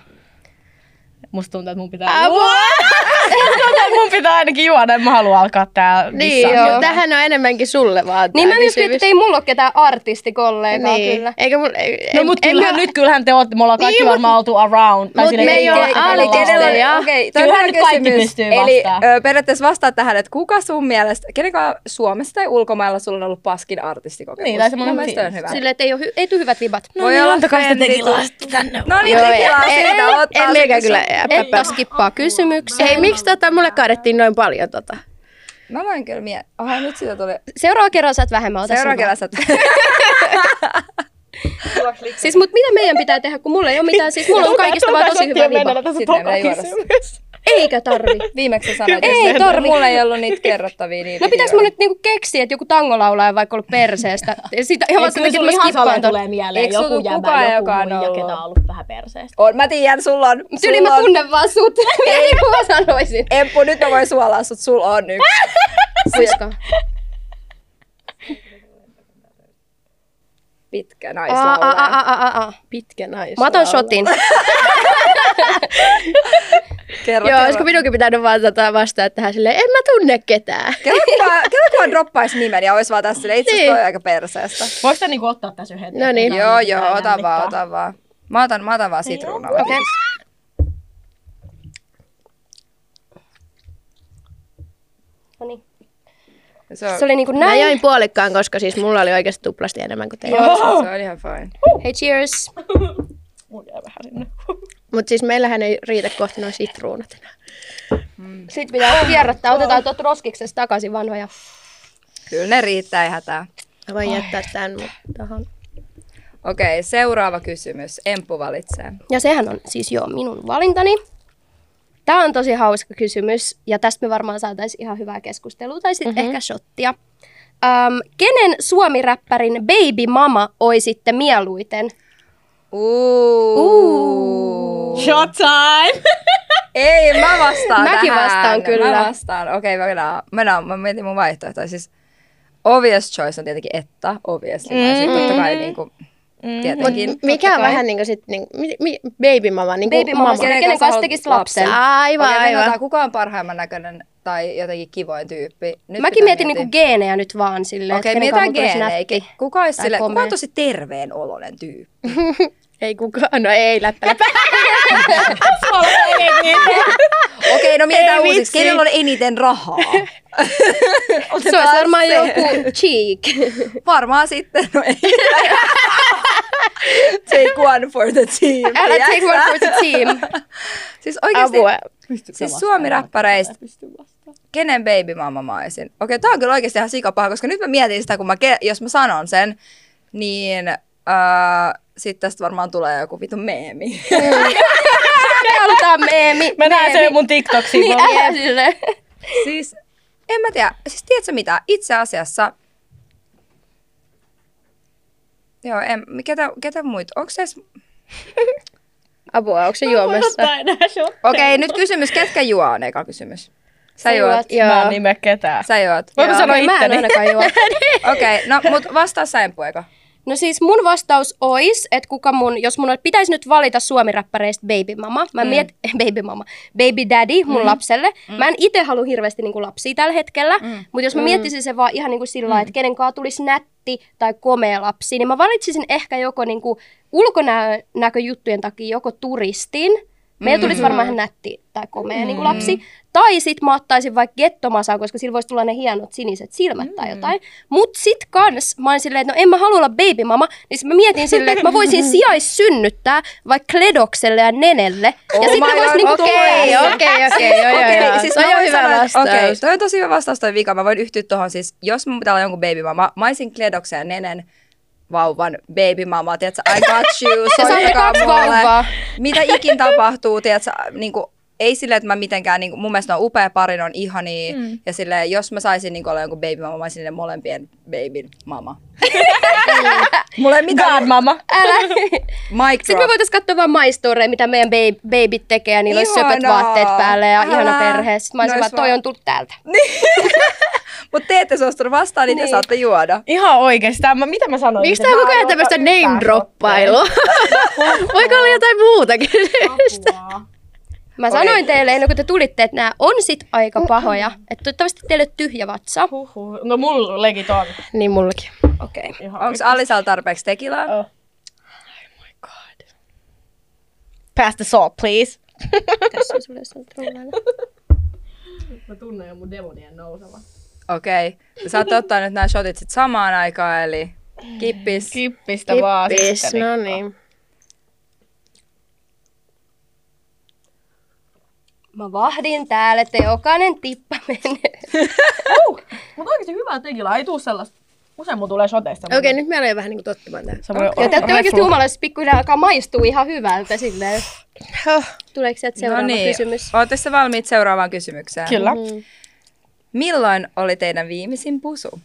S1: Musta tuntuu, että mun pitää...
S2: Apua!
S1: Musta tuntuu, että mun pitää ainakin juoda, en mä halua alkaa täällä
S2: Niin,
S1: dissaamaan.
S2: joo. Tähän on enemmänkin sulle vaan.
S4: Niin mä
S2: tää
S4: myös mietin,
S2: kysymys.
S4: että ei mulla ole ketään artistikollegaa
S2: niin.
S4: kyllä.
S2: Eikä mulla... ei-
S1: No
S2: en-
S1: mut
S2: en
S1: kyllähän
S2: mä-
S1: nyt, kyllähän te ootte, me ollaan kaikki niin,
S2: Niin, mut-
S1: varmaan oltu around. Tai
S2: mut
S1: silleen,
S2: me ei olla
S1: ketään
S2: Ali
S1: ollaan.
S2: Kenellä oli-
S3: Okei,
S1: Kyllähän
S3: toinen
S1: nyt kaikki
S3: kysymys.
S1: pystyy
S3: Eli
S1: vastaan.
S3: ö, periaatteessa vastaa tähän, että kuka sun mielestä, kenenkaan Suomessa tai ulkomailla sulla on ollut paskin artistikokemus?
S1: Niin, tai semmoinen
S3: Mun mielestä toi on
S1: fiilis.
S3: hyvä.
S4: Silleen, että ei, ole, hy- ei tule hyvät vibat.
S1: No niin, antakaa sitä
S3: friendit.
S1: tekilasta tänne.
S3: No niin,
S2: Joo, ei-
S3: tekilaa
S2: ei-
S3: siitä
S2: ei-
S3: ottaa.
S2: en
S3: se
S2: meikä
S3: kysy-
S2: kyllä, ei.
S4: Että skippaa kysymyksiä.
S2: Hei, miksi tota mulle kaadettiin noin paljon tota?
S3: Mä voin kyllä miettiä. Aha, nyt sitä tuli.
S4: Seuraava kerran saat vähemmän, ota
S3: Seuraava
S4: sun vaan.
S3: kerran sä...
S4: Siis, mut mitä meidän pitää tehdä, kun mulla ei ole mitään, siis mulla on kaikista vaan tosi hyvä viba.
S1: Tässä
S3: Sitten meillä ei juoda
S4: Eikä tarvi.
S3: Viimeksi sä sanoit,
S4: Ei
S3: että
S4: tarvi.
S3: mulla ei ollut niitä kerrottavia. Niin
S4: No
S3: piti
S4: pitäis mun
S3: juoda.
S4: nyt niinku keksiä, että joku tangolaulaja on vaikka ollut perseestä. Ja sitä ihan vaan sen takia, että mä skippaan ton.
S1: tulee mieleen
S3: Eikö sulla
S1: joku
S3: tullut
S1: jäbä,
S3: kukaan,
S1: joku
S3: joka on
S1: muija,
S3: ollut?
S1: ketä on ollut vähän perseestä.
S3: On, mä tiedän, sulla on...
S4: Tyli
S3: sulla
S4: mä
S3: on-
S4: tunnen vaan sut. Ei kun mä sanoisin.
S3: Emppu, nyt mä voin suolaa sut, sulla on yksi.
S4: Kuiska.
S3: Pitkä
S4: Aa,
S2: Ah,
S4: aa,
S3: naislaulaja.
S4: aa, aa, aa, aa.
S2: Pitkä nais.
S4: Mä otan shotin.
S3: Kerro,
S2: Joo,
S3: kerro.
S2: olisiko minunkin pitänyt vaan tota vastata tähän silleen, en mä tunne ketään.
S3: Kerro, kun vaan- kerro, kun vaan droppaisi nimen ja olisi vaan tässä silleen, itse asiassa
S2: Niin.
S3: toi on aika perseestä.
S1: Voiko tää niinku ottaa tässä yhden?
S2: No niin.
S3: Joo, joo, ota vaan, ota vaan. Mä otan, mä otan vaan sitruunalla.
S2: Okei.
S4: Noniin.
S3: Se, on,
S4: Se oli niinku
S2: Mä
S4: näin.
S2: join puolikkaan, koska siis mulla oli oikeasti tuplasti enemmän kuin teillä.
S3: se on ihan fine.
S4: Hei, cheers.
S1: Mun jää vähän sinne.
S2: Mutta siis meillähän ei riitä kohta noin sitruunat enää.
S4: Sitten pitää kierrättää. Otetaan tuot roskiksesta takaisin vanhoja.
S3: Kyllä ne riittää, ei hätää.
S2: Mä voin jättää tämän mut tohon.
S3: Okei, seuraava kysymys. Emppu valitsee.
S4: Ja sehän on siis jo minun valintani. Tämä on tosi hauska kysymys ja tästä me varmaan saataisiin ihan hyvää keskustelua tai
S3: Mhm.
S4: sitten mm-hmm. ehkä shottia. Öm, kenen suomiräppärin Baby Mama oisitte mieluiten?
S3: Uuu.
S1: Shot time!
S3: Ei, mä vastaan
S2: Mäkin
S3: tähän.
S2: vastaan kyllä.
S3: Mä vastaan. Okei, okay, mä, mä, mä mietin mun vaihtoehtoja. Siis obvious choice on tietenkin että, obviously. Mm-hmm. Mä
S4: Mm.
S3: sitten totta kai niinku, tietenkin.
S2: Mut mikä on vähän niinku sit, niinku, mi, mi, baby mama, niinku
S4: Baby Mama,
S3: Kenen kanssa haluat
S4: kenen, kenen kanssa tekisit
S3: lapsen?
S4: lapsen?
S2: Aivan,
S3: Okei,
S2: aivan.
S3: okay, kuka on parhaimman näköinen tai jotenkin kivoin tyyppi. Nyt
S4: Mäkin
S3: pitää miettiä.
S4: mietin niinku geenejä nyt vaan silleen,
S3: Okei,
S4: että kenen kanssa
S3: mietitään
S4: mulla tulisi nätti.
S3: geeneikin. Kuka olisi
S4: tai
S3: sille, kuka
S4: komea.
S3: on tosi terveen oloinen tyyppi?
S2: Ei kukaan, no ei läppä. läppä.
S3: Okei, no mietitään
S2: Ei
S3: uusiksi.
S2: vitsi.
S3: Kenellä on eniten rahaa?
S4: Se olisi varmaan
S3: se.
S4: joku cheek.
S3: Varmaan sitten. No ei. take one for the team.
S4: Älä take
S3: tiedätkö?
S4: one for the team.
S3: Siis oikeasti,
S2: Apua.
S3: siis suomiräppäreistä, kenen baby mama mä olisin? Okei, tää on kyllä oikeasti ihan sikapaha, koska nyt mä mietin sitä, kun mä, ke- jos mä sanon sen, niin äh, sitten tästä varmaan tulee joku vitun meemi.
S4: Me halutaan meemi.
S1: Mä näen sen mun TikToksiin.
S4: Niin, älä silleen.
S3: siis, en mä tiedä. Siis tiedätkö mitä? Itse asiassa... Joo, en, ketä, ketä muita? Onko se edes...
S2: Apua, onko se juomassa?
S1: Mä en enää shotteja.
S3: Okei, okay, nyt kysymys, ketkä juo on eka kysymys? Sä juot.
S2: Joo.
S1: Mä en nimeä ketään.
S3: Sä juot.
S1: Voiko
S3: Joo.
S1: sanoa
S4: Okei, mä en
S1: itteni?
S4: ainakaan juo.
S3: Okei, okay, no mut vastaa sä Empu eka.
S4: No siis mun vastaus olisi, että kuka mun, jos mun pitäisi nyt valita suomiräppäreistä baby mama, mä mm. miet, baby mama, baby daddy mun mm. lapselle. Mm. Mä en itse halua hirveästi niinku lapsia tällä hetkellä, mm. mutta jos mä miettisin se vaan ihan niinku sillä mm. että kenen kaa tulisi nätti tai komea lapsi, niin mä valitsisin ehkä joko niinku ulkonäköjuttujen takia joko turistin, Meillä tulisi varmaan ihan nätti tai komea mm. niin lapsi. Tai sit mä ottaisin vaikka gettomasaa, koska sillä voisi tulla ne hienot siniset silmät
S3: Mm.
S4: tai jotain. Mut sit kans mä olin silleen, että no en mä halua olla baby mama. Niin sit mä mietin silleen, että mä voisin sijaissynnyttää vaikka kledokselle ja nenelle. Ja
S3: Oh
S4: sit
S3: my
S4: ne vois
S3: God,
S4: niinku
S3: okei,
S2: Okei,
S4: tulla.
S2: okei, okei, joo, joo, joo.
S3: siis
S2: Toi
S3: mä
S2: on
S3: voin
S2: hyvä
S3: sanoa, että-
S2: vastaus.
S3: Okei, toi on tosi hyvä vastaus toi vika. Mä voin yhtyä tohon siis, jos mun pitää olla jonkun baby mama, mä olisin Kledoksen ja Nenen vauvan baby mama, tiedätkö, I got you,
S2: saatte
S3: soittakaa
S2: kaksi
S3: mulle.
S2: vauvaa.
S3: Mitä ikin tapahtuu, tiedätkö, niin kuin, ei silleen, että mä mitenkään, niin kuin, mun mielestä ne on upea pari, ne on ihania, mm. ja silleen, jos mä saisin niin kuin, olla jonkun baby mama, mä olisin niiden molempien babyn mama. Mulla ei mitään,
S1: Godmama.
S3: mic
S4: Sitten me
S3: drop.
S4: voitaisiin katsoa vaan maistoreja, mitä meidän babe- babit tekee. Ja niillä olisi söpöt
S3: Ihanaa.
S4: vaatteet päälle ja ihana
S3: Älä.
S4: perhe. Sitten mä olisin
S3: Nois
S4: vaan, toi
S3: vaan.
S4: on tullut täältä.
S3: Mutta te ette suostunut vastaan, niin, niin te saatte juoda.
S1: Ihan oikeesti. Tää- mä- Mitä mä sanoin?
S2: Miksi tää on koko ajan tämmöistä name droppailua? Voiko olla jotain muutakin?
S4: Mä sanoin teille ennen kuin te tulitte, että nämä on sit aika pahoja. Että toivottavasti teille on tyhjä vatsa.
S1: Huhhuh. No mulla legit on.
S2: niin mullakin.
S4: Okei. Okay.
S1: Ihan
S3: Onko Alisalla tarpeeksi tekilaa?
S1: Oh. Pass the salt, please.
S4: Tässä on sulle jossain trulleilla.
S1: Mä tunnen jo mun demonien nouseva.
S3: Okei. Okay. Saatte ottaa nyt nämä shotit sit samaan aikaan, eli kippis.
S1: Kippistä vaan.
S2: Kippis,
S1: sitteri.
S2: no niin.
S4: Mä vahdin täällä, että jokainen tippa menee.
S1: Uh, mutta oikeesti hyvää tekilaa. Ei tuu sellaista. Usein mun tulee shoteista.
S2: Okei, nyt mä aloin vähän niinku tottumaan tää.
S1: Okay.
S4: Ja te olette oikeasti humalaiset pikkuhiljaa alkaa maistua ihan hyvältä silleen. Tuleeko sieltä seuraava
S3: no niin.
S4: kysymys?
S3: Ootte sä valmiit seuraavaan kysymykseen?
S1: Kyllä.
S3: Milloin oli teidän viimeisin pusu?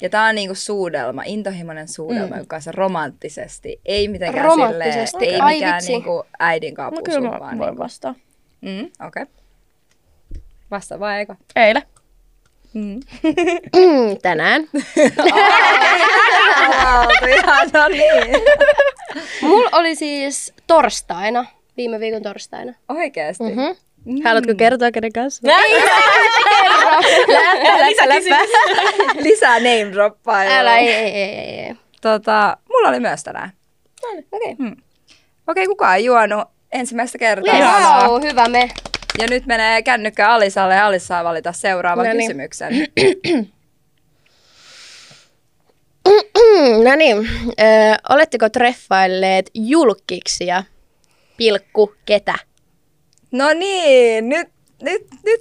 S3: Ja tää on niinku suudelma, intohimoinen suudelma, mm. joka on se romanttisesti, ei mitenkään
S4: Romanttisesti,
S3: silleen,
S4: ai
S3: ei mikään
S4: vitsi.
S3: niinku äidin
S1: No
S3: kanssa pusu,
S1: kyllä mä
S3: vaan
S1: voin vastaa.
S3: niin. mm, okei. Okay. Vasta vaan eka.
S1: Eilen.
S2: Mm,
S3: Mm.
S2: tänään.
S3: no niin.
S4: Mulla oli siis torstaina, viime viikon torstaina.
S3: Oikeesti. Mm-hmm.
S2: Haluatko kertoa kenen kanssa?
S1: Lisäkysymys.
S3: Lisää name droppaa.
S4: Älä, ei, ei, ei, ei. ei.
S3: Tota, mulla oli myös tänään. Hmm.
S4: Okei.
S3: Okei, kukaan ei juonut ensimmäistä kertaa.
S4: Wow, hyvä me.
S3: Ja nyt menee kännykkä Alisalle ja Alis saa valita seuraavan
S2: No niin.
S3: kysymyksen.
S2: Mm, no niin, öö, oletteko treffailleet julkiksi ja pilkku ketä?
S3: No niin, nyt, nyt, nyt.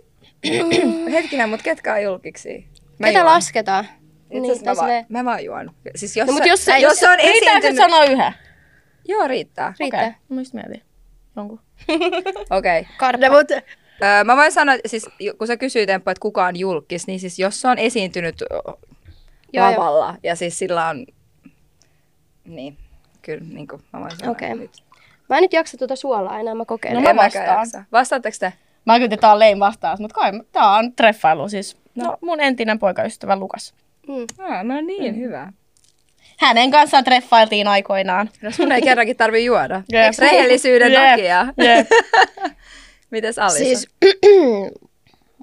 S3: Hetkinen, mutta ketkä on julkiksi? Mä
S4: Ketä
S3: juon.
S4: lasketaan?
S3: Itse asiassa
S4: tai
S3: mä, vaan,
S4: silleen-
S3: mä vaan juon. Siis jos,
S4: No, mut
S3: se-
S4: jos se-
S3: jos,
S4: jos
S3: se on
S1: Riittääkö
S3: esiintynyt...
S1: sanoa yhden?
S3: Joo, riittää.
S4: Riittää.
S1: Okei. Mä just mietin. Jonkun.
S3: Okei. Okay.
S2: Karda, No, mut...
S3: Öö, mä voin sanoa, siis ju- kun sä kysyit Temppu, että kuka on julkis, niin siis jos se on esiintynyt ö,
S4: Joo, joo.
S3: lavalla ja siis sillä on... Niin, kyllä niin kuin mä voin sanoa.
S4: Okei.
S3: nyt.
S4: Mä en nyt jaksa tuota suolaa enää, mä kokeilen.
S1: No
S3: En
S1: mä
S3: mäkään
S1: vastaan.
S3: jaksa. Vastaatteko te?
S1: Mä kyllä tää on lein vastaus, mutta kai tää on treffailu siis. No. no mun entinen poikaystävä Lukas.
S3: Ah, no niin, mm. hyvä.
S1: Hänen kanssaan treffailtiin aikoinaan.
S3: No sun ei kerrankin tarvi juoda.
S1: Jep.
S3: Eikö rehellisyyden
S1: Jep.
S3: takia?
S1: Jep.
S3: Mites Alisa?
S2: Siis,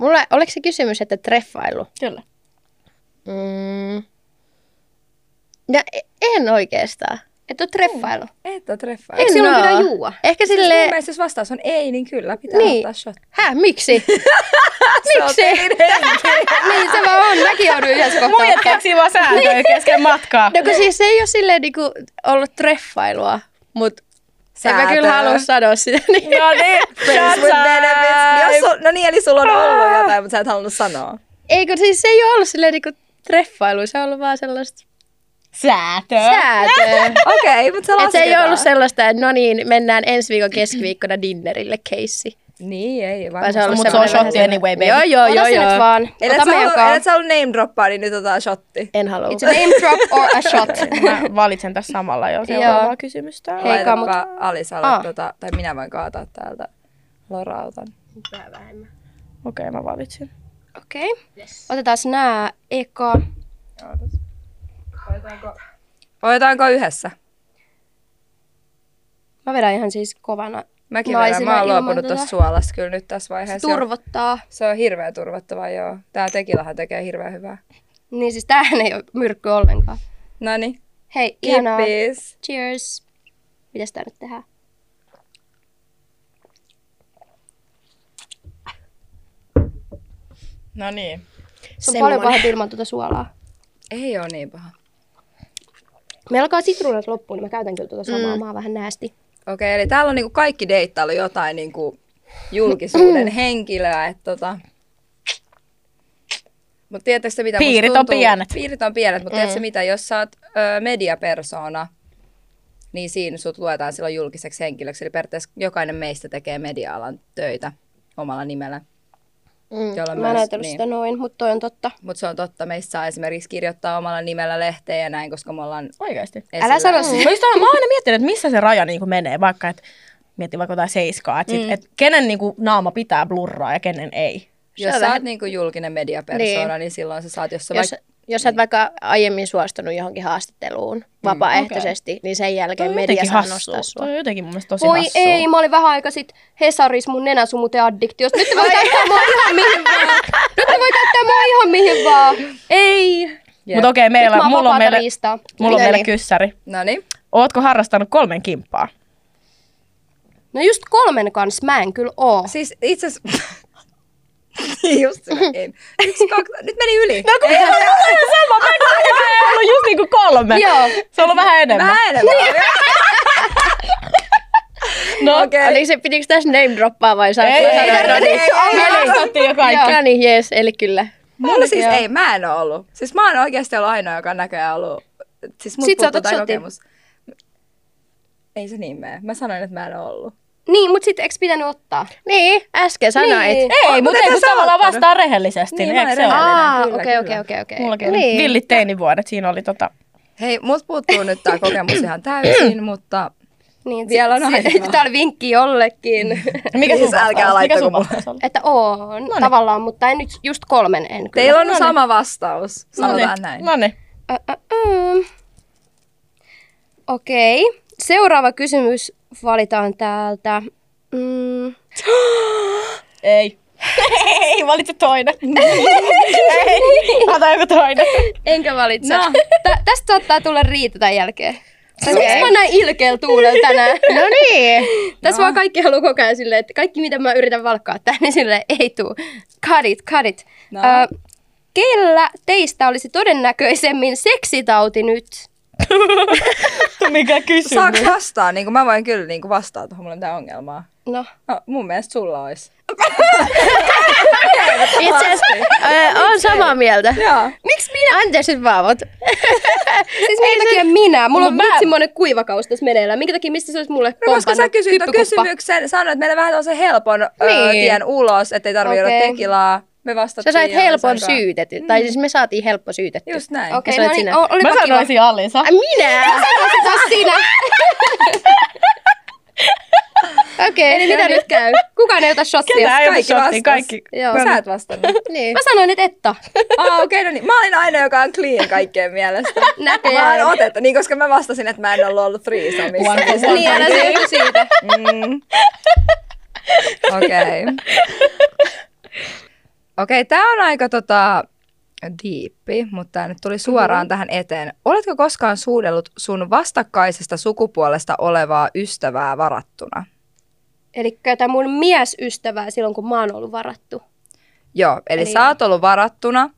S2: mulla, oliko se kysymys, että treffailu?
S1: Kyllä.
S2: Mm. No, e- en oikeastaan.
S4: Et oo treffailu.
S3: Et ole treffaa.
S4: Mm. Eikö
S2: En
S4: silloin
S2: oo.
S4: pidä juua?
S2: Ehkä
S3: Siis mun
S2: sille,
S3: mielestä jos vastaus on ei, niin kyllä pitää
S2: Niin.
S3: ottaa shot.
S2: häh, miksi? miksi?
S4: niin se vaan on, mäkin jouduin yhdessä kohtaa.
S1: Muijat keksii vaan sääntöjä kesken matkaa.
S2: No kun siis se ei ole silleen niinku ollut treffailua, mut en mä
S3: Säätöä.
S2: kyllä halua sanoa sitä. Niin.
S1: No niin,
S3: Friends
S1: shut
S3: with benefits. Jos
S1: up.
S3: sul- no niin, eli sulla on ollut jotain, mutta sä et halunnut sanoa.
S2: Ei kun siis se ei ole ollut silleen niinku treffailu, se on ollut vaan sellaista
S1: Säätöä.
S2: säätöä.
S3: Okei, okay, mutta se
S2: Et se ei
S3: lasketaan.
S2: ollut sellaista, että no niin, mennään ensi viikon keskiviikkona dinnerille keissi.
S3: Niin, ei
S2: Vai se on ollut
S1: Mut se on
S2: semmoinen
S1: shotti
S2: vähän
S1: anyway,
S2: semmoinen-
S1: baby.
S2: Joo, joo,
S4: Ota
S2: joo,
S4: se nyt
S2: joo.
S4: vaan.
S3: Elet
S4: Ota
S3: sä,
S4: me
S3: ollut,
S4: joka.
S3: elet sä ollut name droppaa, niin nyt otetaan shotti.
S2: En halua.
S4: It's a name drop or a shot.
S1: Mä valitsen tässä samalla jo seuraavaa
S4: Joo.
S1: kysymystä.
S4: Hei. Heikka, mut-
S3: Laitapa Alisalle,
S4: Aa.
S3: tota, tai minä voin kaataa täältä Lorautan.
S1: Okei, mä valitsin.
S4: Okei. Okay. Otetaan nää eka.
S3: Voitaanko yhdessä?
S4: Mä vedän ihan siis kovana.
S3: Mäkin
S4: Naisena
S3: vedän, mä oon
S4: ilman
S3: luopunut
S2: tota-
S4: tätä.
S3: tuosta suolasta kyllä nyt tässä
S4: Se
S3: vaiheessa. jo.
S4: turvottaa.
S3: Se on hirveä turvattava, joo. Tää tekilahan tekee hirveän hyvää.
S4: Niin siis tämähän ei ole myrkky ollenkaan.
S3: Noniin,
S4: Hei, ihanaa.
S3: kippis.
S4: Cheers. Mitäs tää nyt tehdään?
S1: No niin.
S4: Se on paljon pahempi ilman tuota suolaa.
S3: Ei oo niin paha.
S4: Me alkaa sitruunat loppuun, niin mä käytän kyllä tuota samaa. Mm. Mä oon vähän näästi.
S3: Okei, eli täällä on niinku kaikki deittailu jotain niinku julkisuuden henkilöä. Että tota... Mutta tiedätkö mitä musta
S1: Piirit on
S3: tuntuu?
S1: pienet.
S3: Piirit on pienet, mutta mm. tiedätkö mitä, jos sä oot ö, mediapersona, niin siinä sut luetaan silloin julkiseksi henkilöksi. Eli periaatteessa jokainen meistä tekee media-alan töitä omalla nimellä.
S2: Mm.
S3: jolloin
S4: Mä en
S3: myös-
S4: ajatellut sitä noin, mutta toi on totta.
S3: Mutta se on totta, meistä saa esimerkiksi kirjoittaa omalla nimellä lehteen ja näin, koska me ollaan
S1: Oikeasti.
S3: esillä.
S4: sano
S1: Mm. Mä, just aina, mä oon aina miettinyt, että missä se raja niin menee, vaikka että mietin vaikka jotain seiskaa, että, sit, mm. että kenen niin kuin, naama pitää blurraa ja kenen ei.
S3: Jos sä oot niinku julkinen mediapersona, niin. niin silloin sä saat, jos sä
S2: Jos,
S3: vaikka
S2: jos sä oot vaikka aiemmin suostunut johonkin haastatteluun vapaaehtoisesti, okay. niin sen
S1: Toi
S2: jälkeen
S1: on
S2: media
S1: jotenkin
S2: saa
S1: hassu.
S2: nostaa sua.
S1: Toi on jotenkin mun mielestä tosi
S4: Voi
S1: hassua.
S4: ei, mä olin vähän aika sit Hesaris mun nenäsumuteaddiktiosta. Nyt ne voi käyttää mua ihan mihin vaan. Nyt ne voi käyttää mua ihan mihin vaan. Ei.
S3: Jep.
S1: Mutta okei,
S4: Meillä,
S1: meillä,
S4: Nyt mä oon
S1: mulla on
S4: vapaata
S1: meillä,
S4: riistaa.
S1: mulla on
S2: Noniin.
S1: meillä kyssäri.
S3: No niin,
S1: Ootko harrastanut kolmen kimppaa?
S4: No just kolmen kanssa mä en kyllä oo.
S3: siis itse asiassa... Niin Just se, en. Yksi, kaksi, nyt meni yli.
S1: No kun ei, sama, mä en ollut just niinku kolme.
S4: Joo.
S1: Se on ollut vähän enemmän.
S3: Vähän enemmän.
S1: No,
S3: Okei.
S2: Oliko se, pitikö tässä name droppaa vai saanko
S1: ei,
S2: mä
S1: ei,
S2: sanoa?
S1: ei, no niin, me vastattiin jo kaikki.
S2: No niin, jees, eli kyllä.
S3: Mulla siis ei, mä en oo ollut. Siis mä oon oikeasti ollut ainoa, joka on näköjään ollut. Siis mut
S4: Sit sä
S3: puuttuu
S4: otat
S3: tää
S4: shotin.
S3: kokemus. Ei se niin mene. Mä sanoin, että mä en oo ollut.
S4: Niin, mut sit eiks pitänyt ottaa?
S2: Niin, äsken sanoit.
S4: Niin.
S1: Ei,
S3: Mut
S1: mutta
S3: et
S1: ei, kun
S3: sä
S1: tavallaan
S3: ottanut.
S1: vastaa rehellisesti. Niin, niin
S3: Niin, mä
S1: eikö
S3: olen
S1: se ole?
S3: rehellinen.
S4: Aa,
S3: kyllä,
S4: okei,
S3: kyllä.
S4: okei, okei, okei.
S1: Mullakin oli
S2: Niin.
S1: villit teinivuodet. Siinä oli tota...
S3: Hei, mut puuttuu nyt tää kokemus ihan täysin, mutta...
S4: Niin,
S3: Vielä on aikaa.
S4: se, Tää oli vinkki jollekin.
S1: Mikä
S3: Siis
S1: sun vastaus?
S3: älkää
S1: Mikä sun
S3: laittako
S1: vastaus oli?
S4: että oon no niin. tavallaan, mutta en nyt just kolmen en kyllä.
S3: Teillä on sama vastaus,
S1: niin. No
S3: sanotaan
S1: niin,
S3: näin.
S1: No niin.
S4: Ö, ö, ö. Okei. Seuraava kysymys valitaan täältä. Mm.
S1: Ei. Ei, valitse toinen. Ei, ota joku toinen.
S4: Enkä valitse.
S3: No.
S4: Tä- tästä saattaa tulla riita tämän jälkeen. Okay. Miksi mä oon näin ilkeällä tuulella tänään?
S2: No niin.
S4: Tässä vaan kaikki haluaa koko ajan silleen, että kaikki mitä mä yritän valkkaa tänne, niin silleen ei tuu. Cut it, cut it.
S3: No.
S4: Ö, kellä teistä olisi todennäköisemmin seksitauti nyt?
S1: Mikä
S3: Saaks
S1: kysymys?
S3: vastaa? Niin kuin mä voin kyllä niin kuin vastaa tuohon, mulla on tää ongelmaa.
S4: No,
S3: No, mun mielestä sulla olisi.
S2: Itse asiassa öö, on samaa mieltä.
S3: Joo.
S2: Miksi minä? Anteeksi nyt vaan, mut.
S4: Siis minkä takia minä? Mulla on
S1: Mut mä-
S4: vitsi monen kuivakaus tässä meneillään. Minkä takia, mistä se olisi mulle
S3: No, koska sä
S4: kompannut?
S3: kysyit ton
S4: Hyppykoppa.
S3: kysymyksen, sanoit, että meillä vähän on se helpon niin. ö,
S2: Niin.
S3: tien ulos, ettei tarvii okay. olla
S4: Okei.
S3: tekilaa. Me vastattiin.
S2: Sä sait
S3: ja me
S2: helpon
S3: saikaan.
S2: syytetty. Tai siis me saatiin helppo syytetty.
S3: Just näin. Okay.
S4: Okei,
S2: Ja sä
S4: no
S2: oot
S4: niin,
S2: sinä.
S4: o- olipa
S1: Mä
S4: kiva.
S1: sanoisin Alisa.
S2: Ai, Minä?
S4: Sä oot sinä.
S2: Okei,
S4: Eli mitä nyt käy? no niin. Kukaan ei ota shottia.
S1: Ketä ei
S3: kaikki
S1: ollut shottiin,
S3: vastas.
S1: kaikki.
S4: Joo.
S3: Sä et vastannut.
S2: niin.
S4: Mä sanoin, että etta.
S3: Aa, okei, okay, no niin. Mä olin aina, joka on clean kaikkien mielestä. Mä
S4: Näköjään.
S3: olen otettu, niin koska mä vastasin, että mä en ollut ollut threesomissa.
S1: One for
S4: Niin, älä se johtu siitä.
S3: Mm. Okei. Okei, tämä on aika tota, diippi, mutta tämä nyt tuli suoraan tähän eteen. Oletko koskaan suudellut sun vastakkaisesta sukupuolesta olevaa ystävää varattuna?
S4: Eli tätä mun miesystävää silloin, kun mä oon ollut varattu.
S3: Joo, eli, eli sä oot ollut varattuna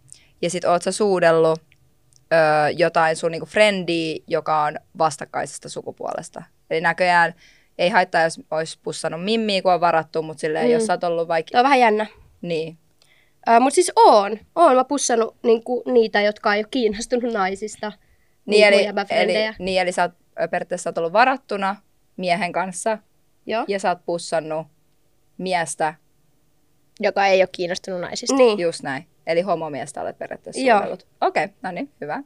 S3: ja sit oot sä suudellut ö, jotain sun niinku frendiä, joka on vastakkaisesta sukupuolesta. Eli näköjään ei haittaa, jos olisi pussannut mimmiä, kun on varattu, mutta silleen, mm. jos sä oot ollut vaikka...
S4: Tämä on vähän jännä.
S3: Niin.
S4: Äh, Mutta siis oon. Oon mä pussannut niinku, niitä, jotka ei ole kiinnostunut naisista. Niinku
S3: Niin, eli, eli,
S4: jäbäfrendejä.
S3: niin, eli sä oot, ö, periaatteessa sä oot ollut varattuna miehen kanssa
S4: Joo.
S3: ja sä oot pussannut miestä,
S2: joka ei ole kiinnostunut naisista.
S4: Niin.
S3: just näin. Eli homomiestä olet periaatteessa
S4: Joo.
S3: suunnellut. Okei, okay, no niin, hyvä.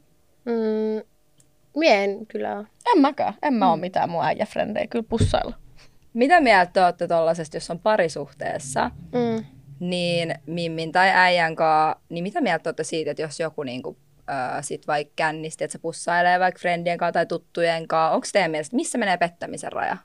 S2: Mm, mie en kyllä ole.
S1: En mäkään. En mä oo mitään mun äijäfrendejä kyllä pussailla.
S3: Mitä mieltä te olette tollasesta, jos on parisuhteessa,
S2: Mm.
S3: niin Mimmin tai äijän kaa, niin mitä mieltä te olette siitä, että jos joku niinku, äh, sit vaikka kännisti, että se pussailee vaikka friendien kanssa tai tuttujen kanssa, onko teidän mielestä, missä menee pettämisen raja?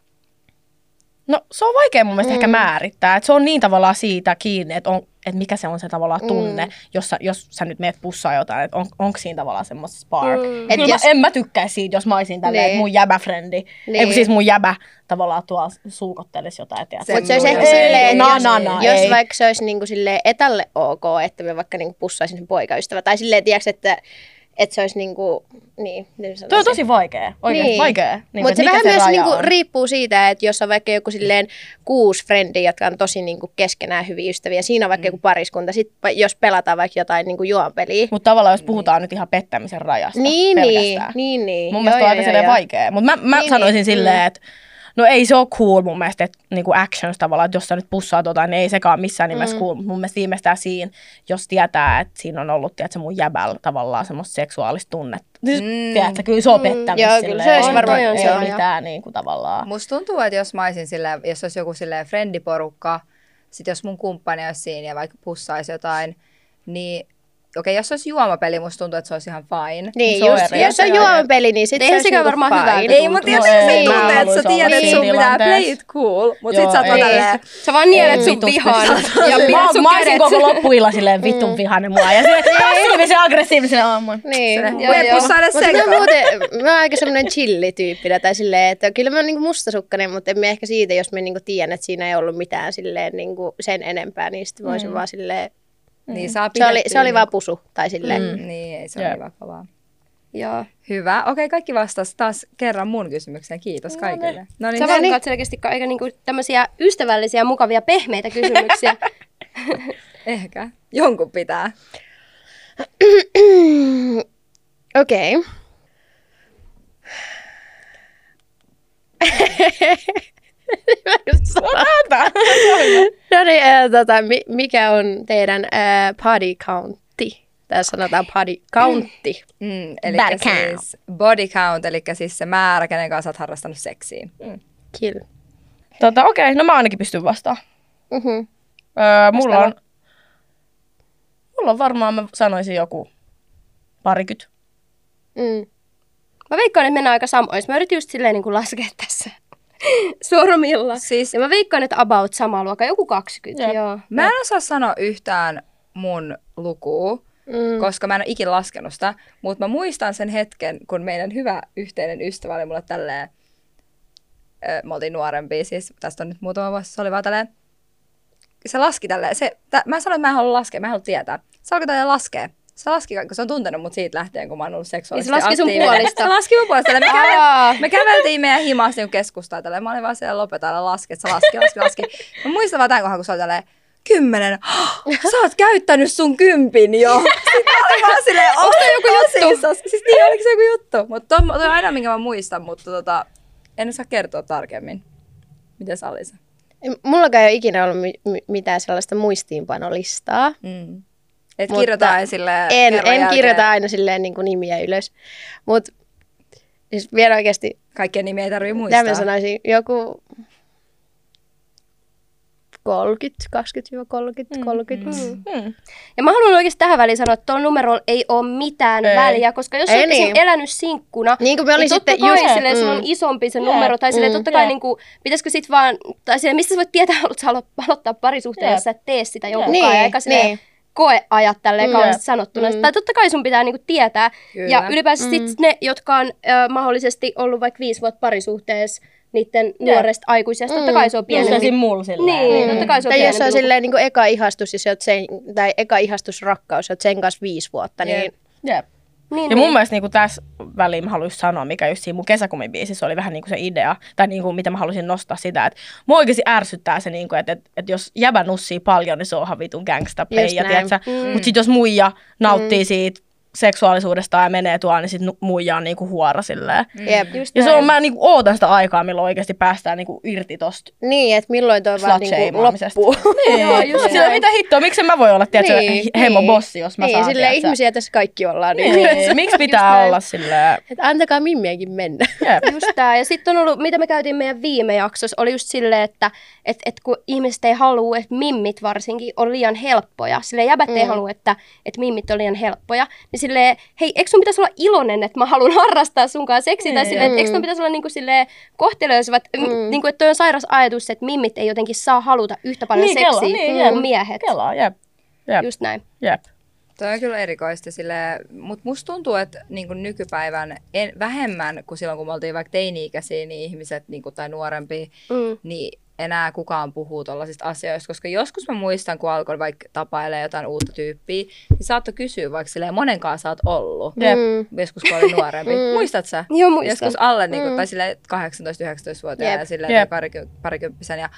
S1: No se on vaikea mun mielestä mm. ehkä määrittää. Et se on niin tavallaan siitä kiinni, että on, et mikä se on se tavallaan tunne, mm. jos, sä, jos sä nyt meet pussaa jotain, että on, onko siinä tavallaan semmoista spark. Mm. Et
S2: Et
S1: jos... mä,
S2: jos-
S1: en mä tykkää siitä, jos mä olisin tälleen,
S2: Niin.
S1: että mun jäbäfrendi, niin. ei kun
S2: Niin.
S1: siis mun jäbä tavallaan tuolla suukottelisi jotain. tiedätkö?
S3: Se-
S2: Mutta se olisi
S3: Ei,
S2: ehkä
S3: ei,
S2: silleen,
S3: ei,
S2: että
S3: no,
S2: jos,
S3: no, no,
S2: jos
S1: ei.
S2: vaikka se olisi niinku silleen etälle ok, että me vaikka niinku pussaisin sen poikaystävä. Tai silleen, tiiäks, että, että se olisi niinku, niin, miten
S1: Toi
S2: mä
S1: on
S2: sanoisin?
S1: tosi vaikea, oikein niin. vaikea. Niin,
S2: Mutta se vähän
S1: se
S2: myös
S1: raja
S2: niinku
S1: on.
S2: riippuu siitä, että jos on vaikka joku silleen kuusi frendi, jotka on tosi niinku keskenään hyviä ystäviä, siinä on vaikka mm. joku pariskunta, sit va- jos pelataan vaikka jotain niinku juonpeliä.
S1: Mutta tavallaan jos puhutaan niin. nyt ihan pettämisen rajasta
S2: Niin, niin,
S1: pelkästään.
S2: niin, niin.
S1: Mun mielestä on aika silleen vaikea. Mutta mä, mä niin,
S2: Niin,
S1: sanoisin niin,
S2: niin,
S1: silleen, että no ei se ole cool mun mielestä, että niinku actions tavallaan, että jos sä nyt pussaat jotain, niin ei sekaan missään nimessä mm. cool. Mut Mun mielestä viimeistään siinä, jos tietää, että siinä on ollut, tiedätkö, mun jäbällä tavallaan semmoista seksuaalista tunnetta. Siis, mm. tiedätkö, kyllä se on pettämys
S2: Joo, kyllä
S1: silleen.
S2: se olisi
S1: On,
S2: varmaan-
S1: toi on
S2: joo,
S1: se
S2: joo.
S1: on mitään niinku tavallaan.
S3: Musta tuntuu, että jos mä olisin silleen, jos olisi joku silleen frendiporukka, sit jos mun kumppani olisi siinä ja vaikka pussaisi jotain, niin okei, okay, jos olisi juomapeli, musta tuntuu, että se olisi ihan fine.
S2: Niin,
S1: Se on
S2: just,
S1: eri
S2: jos on
S1: asia, joo.
S2: juomapeli, niin sitten
S4: Eihän
S2: se olisi
S4: sekään
S2: niinku
S4: varmaan hyvältä
S2: fine.
S3: Ei, mutta
S1: No
S3: jos
S1: ei,
S3: se
S1: mä
S3: tuntuu, että
S1: haluaisin
S3: sä
S1: olla
S3: tiedät, että
S1: siinä
S3: sun pitää play
S1: tilanteessa.
S3: it cool, mutta
S1: Joo,
S3: sit sä oot
S1: ei.
S3: tälleen,
S4: Sä vaan nielet
S1: Ei,
S4: sun
S1: vitus
S4: vihaan
S1: pitäisi.
S4: ja
S1: Mä,
S4: pidät sun
S1: mä olisin
S4: kädet.
S1: koko loppuilla silleen vitun vihainen mua. Ja se passiivisen aggressiivisen on mun.
S2: Niin,
S3: Sille,
S2: joo,
S3: "Voi
S2: joo.
S3: pussaile
S2: Mutta
S3: sekaan."
S2: mä muuten, mä oon aika semmoinen chillityyppinä tai silleen, että kyllä mä oon niinku mustasukkainen, mutta en mä ehkä siitä, jos mä niinku tiedän, että siinä ei ollut mitään silleen niinku sen enempää, niin sitten voisin vaan silleen,
S3: niin saa
S2: se oli, se
S3: Mm. pidettyä
S2: oli vaan pusu tai silleen. Mm.
S3: niinku- Niin, ei se
S1: Jep.
S3: ole vakavaa.
S4: Joo.
S3: Hyvä. Okei, okay, kaikki vastas taas kerran mun kysymykseen. Kiitos kaikille. No niin,
S4: Sä vaan katsot selkeästi ka- aika niinku tämmöisiä ystävällisiä, mukavia, pehmeitä kysymyksiä.
S3: ehkä. Jonkun pitää. Mm.
S2: Mm. Okei. Okay. No niin, äh, tota, mi- mikä on teidän äh, body countti? Tai sanotaan body countti.
S3: Mm, eli
S2: Body count.
S3: siis body count, eli siis se määrä, kenen kanssa olet harrastanut seksiä.
S2: Kill.
S1: Tota, okei, no mä ainakin pystyn vastaan.
S2: Mhm.
S1: Öö, mulla on... Mulla on varmaan, mä sanoisin joku parikyt.
S2: Mm.
S4: Mä veikkaan, että mennään aika samoissa. Mä yritin just silleen niinku laskea tässä sormilla.
S3: Siis
S4: Ja mä veikkaan, että about sama luokka, joku 20.
S1: Jep.
S4: Joo.
S3: Mä en osaa sanoa yhtään mun lukua, mm. koska mä en ole ikin laskenut sitä, mutta mä muistan sen hetken, kun meidän hyvä yhteinen ystävä oli mulle tälleen, ö, mä oltiin nuorempi, siis tästä on nyt muutama vuosi, se oli vaan tälleen, se laski tälleen, se, tä, mä sanoin, että mä en halua laskea, mä en halua tietää. Se alkoi tälleen laskea. Se laski, kun se on tuntenut mut siitä lähtien, kun mä oon ollut seksuaalisesti
S4: Niin se laski sun
S3: aktiivinen.
S4: puolista.
S3: Se laski mun puolesta. Me,
S4: Aa.
S3: käve, me käveltiin meidän himaasti niin keskustaa tälleen. Mä olin vaan siellä lopetella laski, että se laski, laski, laski. Mä muistan vaan tämän kohan, kun se oli tälleen, kymmenen. Sä oot käyttänyt sun kympin jo. Sitten mä olin vaan silleen, onko joku juttu? Siis niin, oliko se joku juttu? Mutta toi, toi on aina, minkä mä muistan, mutta tota, en osaa kertoa tarkemmin. Miten sä Alisa?
S2: Mullakaan ei ole ikinä ollut mi- mi- mitään sellaista muistiinpanolistaa.
S3: Mm. Et
S2: Mutta
S3: kirjoita esille
S2: En, en kirjoita aina silleen niin kuin nimiä ylös. Mutta siis vielä oikeasti,
S3: Kaikkia nimiä ei tarvii muistaa.
S2: tämä sanoisin, joku 30, 20-30, 30. Mm.
S1: Hmm.
S4: Ja mä haluan oikeasti tähän väliin sanoa, että tuolla numerolla ei ole mitään
S1: Ei.
S4: ei. väliä, koska jos
S2: Ei
S4: ei niin.
S2: niin.
S4: elänyt sinkkuna,
S2: Niin kuin me oli
S4: totta
S2: sitten
S4: kai
S2: just-
S4: silleen,
S2: mm.
S4: sulla on isompi se numero, tai silleen,
S2: Mm.
S4: totta kai
S1: Jep.
S4: niin kuin, pitäisikö sit vaan, tai silleen, mistä sä voit tietää, haluatko sä alo- aloittaa parisuhteen,
S1: Jep.
S4: jos sä et tee sitä jonkun
S2: Niin,
S4: niin, kanssa, eikä silleen
S2: niin.
S4: niin. koeajat tälleen
S1: Mm.
S4: kauniisti
S1: Jep.
S4: sanottuna. Mm. Tai totta kai sun pitää niinku tietää,
S3: Kyllä.
S4: ja ylipäänsä mm. sit ne, jotka on ö, mahdollisesti ollut vaikka viisi vuotta parisuhteessa, niiden nuoresta aikuisesta, totta kai se on
S1: Jos Mm. se
S4: pienempi.
S1: mulla silleen.
S4: Niin, totta kai se on
S2: Tai jos
S4: pienempi
S2: on
S4: luku.
S2: silleen niin kuin eka ihastus ja sä oot sen, tai eka ihastusrakkaus, sä oot sen kanssa viisi vuotta, niin
S3: Jep.
S1: Jep.
S4: Niin,
S1: Ja
S4: niin.
S1: mun mielestä niin tässä väliin mä haluaisin sanoa, mikä just siinä mun kesäkumibiisissä oli vähän niin kuin se idea, tai niin kuin mitä mä halusin nostaa sitä, että mua oikeasti ärsyttää se, niin kuin, että, että, että jos jäbä nussii paljon, niin se on ihan vitun gangsta play,
S2: Just
S1: ja
S2: näin.
S1: tiiäksä, mm. mutta sit jos muija nauttii mm. siitä seksuaalisuudesta ja menee tuolla, niin sitten muijaa niinku huora silleen.
S4: Mm.
S2: Jep.
S1: Ja se on, mä niinku ootan sitä aikaa, milloin oikeasti päästään niinku irti tosta
S2: Niin, että milloin toi vaan niinku
S1: slut-shameaamisesta.
S2: loppuu.
S1: Niin,
S4: Joo, just
S1: sillä
S4: näin.
S1: mitä hittoa, miksi mä voi olla tietysti
S2: Niin,
S1: niin, hemo
S2: niin.
S1: bossi, jos mä
S2: niin,
S1: saan.
S2: silleen
S1: tiedätkö?
S2: ihmisiä tässä kaikki ollaan. Niin.
S1: Niin, miksi pitää
S2: näin.
S1: olla silleen,
S2: Et antakaa mimmiäkin mennä.
S1: jep.
S4: Just tää. Ja sitten on ollut, mitä me käytiin meidän viime jaksossa, oli just silleen, että et, et kun ihmiset ei halua, että mimmit varsinkin on liian helppoja. Sille jäbät mm. ei
S2: Mm.
S4: halua, että et mimmit on liian helppoja. Niin silleen, hei, eikö sun pitäisi olla iloinen, että mä haluan harrastaa sunkaan seksiä? Tai
S1: Niin.
S4: silleen, että eikö sun pitäisi olla niinku silleen kohteleisivat, mm. niinku, että toi on sairas ajatus, että mimmit ei jotenkin saa haluta yhtä paljon
S1: Niin,
S4: seksiä
S1: kello, niin, jep.
S4: kuin miehet.
S1: Kelaa, jep. Jep,
S4: Just näin.
S1: jep.
S3: Toi on kyllä erikoista, sille, mutta musta tuntuu, että niin nykypäivän en, vähemmän kuin silloin, kun me oltiin vaikka teini-ikäisiä, niin ihmiset niin kuin, tai nuorempi,
S4: Mm.
S3: niin enää kukaan puhuu tuollaisista asioista, koska joskus mä muistan, kun alkoi vaikka tapailee jotain uutta tyyppiä, niin saattoi kysyä vaikka silleen, monenkaan sä oot ollut,
S2: Mm.
S1: Jep.
S3: joskus kun oli nuorempi. Muistat sä?
S4: Mm. Joo, muistan.
S3: Joskus alle, niin kuin, tai sille 18-19-vuotiaana ja
S2: Jep.
S3: sille
S1: Jep.
S3: pariky- parikymppisen. Ja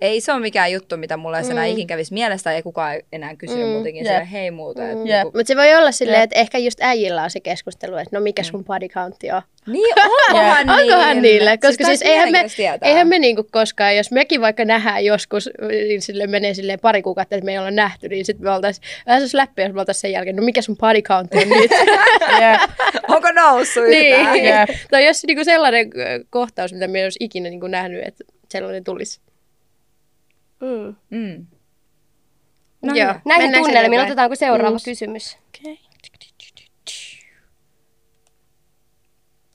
S3: ei se ole mikään juttu, mitä mulla ei enää ikin kävisi mielestä, ja kukaan ei enää kysyy mm. muutenkin
S1: Jep.
S3: sille, hei muuta. Et,
S1: Jep. Mm.
S3: niinku-
S2: Mutta se voi olla silleen, että ehkä just äijillä on se keskustelu, että no mikä sun body countti on.
S3: Niin, onkohan,
S2: Niin. Onkohan niillä? Koska siis,
S3: olisi
S2: eihän me,
S3: mielenkiintoista tietää.
S2: eihän me niinku koskaan, jos mekin vaikka nähdään joskus, niin sille menee silleen pari kuukautta, että me ei olla nähty, niin sitten me oltaisiin vähän se olisi läppiä, jos me oltaisiin sen jälkeen, no mikä sun body countti on nyt?
S1: Jep.
S3: Onko noussut yhtään?
S2: niin.
S1: Jep.
S2: tai jos niinku sellainen ö, kohtaus, mitä me ei olisi ikinä niinku nähnyt, että sellainen tulisi.
S4: Mm.
S3: Mm.
S2: No
S3: joo.
S4: Näihin
S2: mennäänkö
S4: tunnelmiin
S2: eteenpäin?
S4: otetaanko seuraava
S2: Mm.
S4: kysymys?
S1: Okei.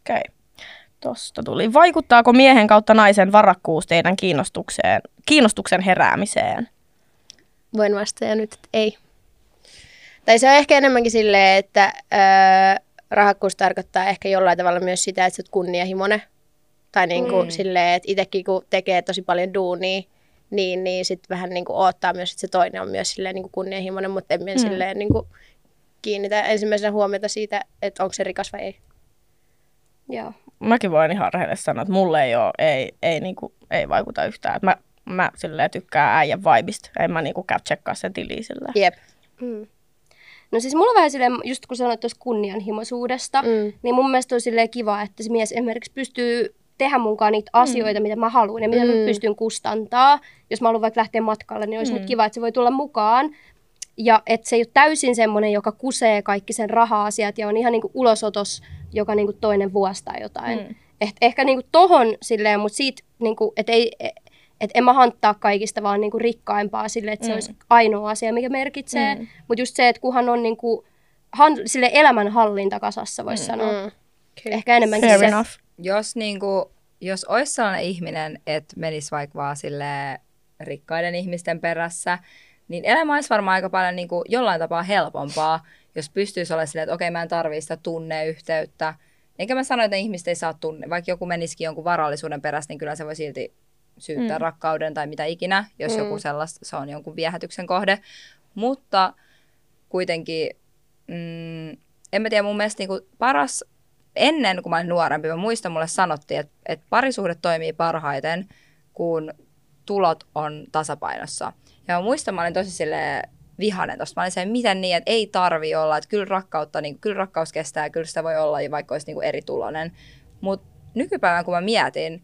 S1: Okei. Tosta tuli. Vaikuttaako miehen kautta naisen varakkuus teidän kiinnostukseen, kiinnostuksen heräämiseen?
S2: Voin vastata nyt, että ei. Tai se on ehkä enemmänkin silleen, että öö, rahakkuus tarkoittaa ehkä jollain tavalla myös sitä, että sä oot kunnianhimoinen. Tai niin kuin mm. silleen, että itsekin kun tekee tosi paljon duunia, niin, niin sitten vähän niin kuin oottaa myös, että se toinen on myös silleen niin kuin kunnianhimoinen, mutta en mm. silleen niin kuin kiinnitä ensimmäisenä huomiota siitä, että onko se rikas vai ei.
S4: Joo.
S1: Mäkin voin ihan rehellisesti sanoa, että mulle ei, oo, ei, ei, niinku, ei vaikuta yhtään. Et Mä, mä silleen tykkään äijän vibista. En mä niinku käy tsekkaa sen tiliä silleen.
S2: Jep.
S4: Mm. No siis mulla on vähän silleen, just kun sanoit tuosta kunnianhimoisuudesta,
S2: Mm.
S4: mm. niin mun mielestä on silleen kiva, että se mies esimerkiksi pystyy tehdä munkaan niitä asioita, mitä mä haluan ja mitä mm. mä pystyn kustantaa. Jos mä haluan vaikka lähteä matkalle, niin olisi mm. nyt kiva, että se voi tulla mukaan. Ja että se ei ole täysin semmoinen, joka kusee kaikki sen raha-asiat ja on ihan niinku ulosotos joka niinku toinen vuosi tai jotain. Mm. Et ehkä niinku tohon silleen, mutta siitä, niinku, että ei, et en mä hanttaa kaikista vaan niinku rikkaimpaa sille, että se mm. olisi ainoa asia, mikä merkitsee. Mm. Mutta just se, että kunhan on niinku, han, sille elämänhallinta kasassa, voisi mm. sanoa. Mm. Ehkä enemmänkin
S1: Fair
S4: se.
S1: enough.
S3: Jos, niin kuin, jos olisi sellainen ihminen, että menisi vaikka vaan sille rikkaiden ihmisten perässä, niin elämä olisi varmaan aika paljon niin kuin, jollain tapaa helpompaa, jos pystyisi olemaan silleen, että okei, mä en tarvii sitä tunneyhteyttä. Enkä mä sano, että ne ihmiset ei saa tunne. Vaikka joku menisikin jonkun varallisuuden perässä, niin kyllä se voi silti syyttää mm. rakkauden tai mitä ikinä, jos mm. joku sellaista, se on jonkun viehätyksen kohde. Mutta kuitenkin, mm, en mä tiedä, mun mielestä niinku paras, ennen kuin mä olin nuorempi, mä muistan, mulle sanottiin, että, että parisuhde toimii parhaiten, kun tulot on tasapainossa. Ja mä muistan, mä olin tosi sille vihanen tosta. Mä olin se, miten niin, että ei tarvi olla, että kyllä rakkautta, niin kyllä rakkaus kestää, kyllä sitä voi olla, vaikka olisi niin eri tulonen. Mutta nykypäivän, kun mä mietin,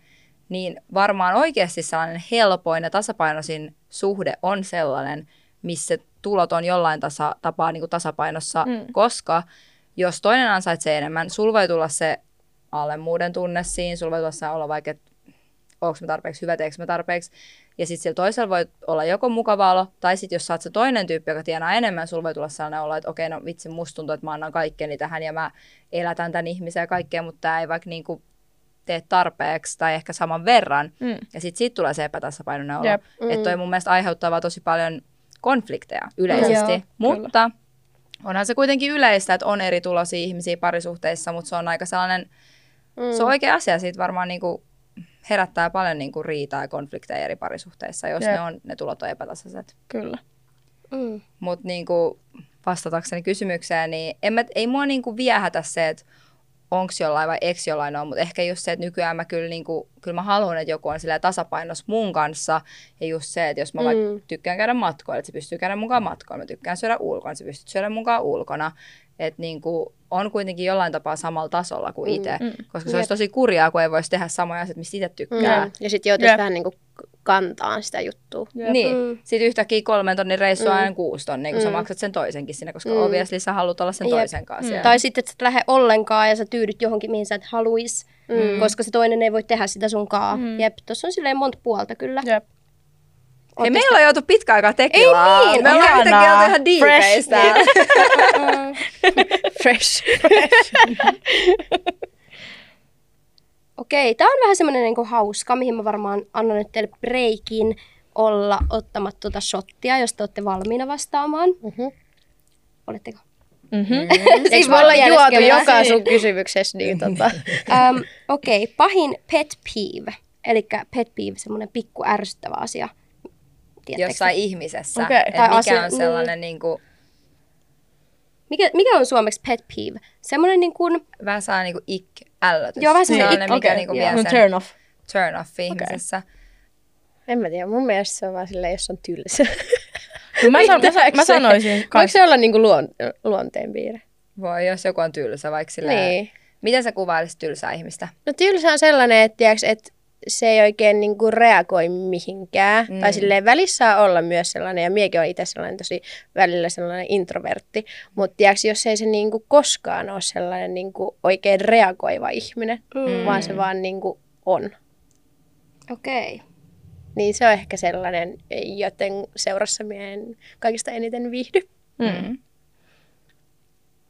S3: niin varmaan oikeasti sellainen helpoin ja tasapainoisin suhde on sellainen, missä tulot on jollain tasa, tapaa niin kuin tasapainossa, mm. koska jos toinen ansaitsee enemmän, sul voi tulla se alemmuuden tunne siinä, sul voi tulla se olla vaikka, että onko mä tarpeeksi hyvä, teekö mä tarpeeksi. Ja sitten sillä toisella voi olla joko mukava olo, tai sitten jos sä oot se toinen tyyppi, joka tienaa enemmän, sulla voi tulla sellainen olo, että okei, no vitsi, musta tuntuu, että mä annan kaikkeni tähän ja mä elätän tämän ihmisen ja kaikkea, mutta tämä ei vaikka niinku tee tarpeeksi tai ehkä saman verran.
S1: Mm.
S3: Ja sitten siitä tulee se epätasapainoinen olo.
S1: Jep.
S3: Että toi mun mielestä aiheuttaa vaan tosi paljon konflikteja yleisesti.
S4: Joo,
S3: mutta onhan se kuitenkin yleistä, että on eri tulosia ihmisiä parisuhteissa, mutta se on aika sellainen, mm. se on oikea asia. Siitä varmaan niinku herättää paljon niinku riitaa ja konflikteja eri parisuhteissa, jos
S1: Jep.
S3: ne, on, ne tulot on epätasaiset.
S1: Kyllä.
S4: Mm.
S3: Mutta niinku, vastatakseni kysymykseen, niin en mä, ei mua niinku viehätä se, että onko jollain vai eks jollain on, mutta ehkä just se, että nykyään mä kyllä, niin kuin, kyllä mä haluan, että joku on sillä tasapainossa mun kanssa ja just se, että jos mä mm. vaikka tykkään käydä matkoilla, että se pystyy käydä mukaan matkoilla, mä tykkään syödä ulkona, se pystyy syödä mukaan ulkona, että niin kuin, on kuitenkin jollain tapaa samalla tasolla kuin itse, mm, mm. koska se olisi tosi kurjaa, kun ei voisi tehdä samoja asioita, mistä itse tykkää.
S2: Mm. Ja sitten joutuisi
S1: Jep.
S2: vähän niin kuin kantaan sitä juttua.
S1: Jep.
S3: Niin, mm. sitten yhtäkkiä kolmen tonnin reissu on aina kuusi tonnia, kun mm. sä maksat sen toisenkin sinne, koska mm. obviously sä haluat olla sen
S4: Jep.
S3: toisen kanssa. siellä.
S4: Tai sitten, että sä et lähde ollenkaan ja sä tyydyt johonkin, mihin sä et haluis, mm. koska se toinen ei voi tehdä sitä sunkaan. Mm. Jep, tuossa on silleen monta puolta kyllä.
S1: Jep.
S3: Ei meillä on joutu pitkä aikaa tekilaa.
S4: Ei niin,
S3: Me ollaan
S1: ihanaa.
S3: jotenkin oltu ihan
S1: Fresh.
S3: diipeistä.
S2: Fresh.
S4: Okei, tämä on vähän semmoinen niin hauska, mihin mä varmaan annan nyt teille breikin olla ottamatta tuota shottia, jos te olette valmiina vastaamaan. Mm-hmm. Oletteko?
S1: Mm-hmm.
S2: Eikö me olla juotu joka sun kysymyksessä? Niin, tota.
S4: Öm, Okei, pahin pet peeve. Eli pet peeve, semmoinen pikku ärsyttävä asia. Tiedättekö?
S3: Jossain ihmisessä.
S1: Okei.
S3: Okay.
S4: Tai
S3: Mikä
S4: asia- Mm.
S3: on sellainen niin kuin,
S4: Mikä, mikä on suomeksi pet peeve? Semmoinen niin kuin,
S3: vähän saa niin kuin ik ällötys.
S4: Joo, vähän semmoinen
S3: sellainen, mikä okay. niin kuin vie sen turn,
S1: No turn off.
S3: off ihmisessä.
S2: En mä tiedä, mun mielestä se on vaan silleen, jos on tylsä.
S1: Kyllä mä, san, mä, san, mä sanoisin
S2: Voiko
S1: kans.
S2: se olla niinku luon, luonteen piirre?
S3: Voi, jos joku on tylsä, vaikka silleen.
S2: Niin.
S3: Miten sä kuvailisit tylsää ihmistä?
S2: No tylsä on sellainen, että, tiiäks, että se ei oikein niinku reagoi mihinkään. Mm. Tai silleen välissä saa olla myös sellainen, ja miekin on itse sellainen tosi välillä sellainen introvertti. Mutta tiiäks, jos ei se niinku koskaan ole sellainen niinku oikein reagoiva ihminen, mm. vaan se vaan niinku on.
S4: okei.
S2: Niin se on ehkä sellainen, joten seurassa minä en kaikista eniten viihdy.
S3: Mm.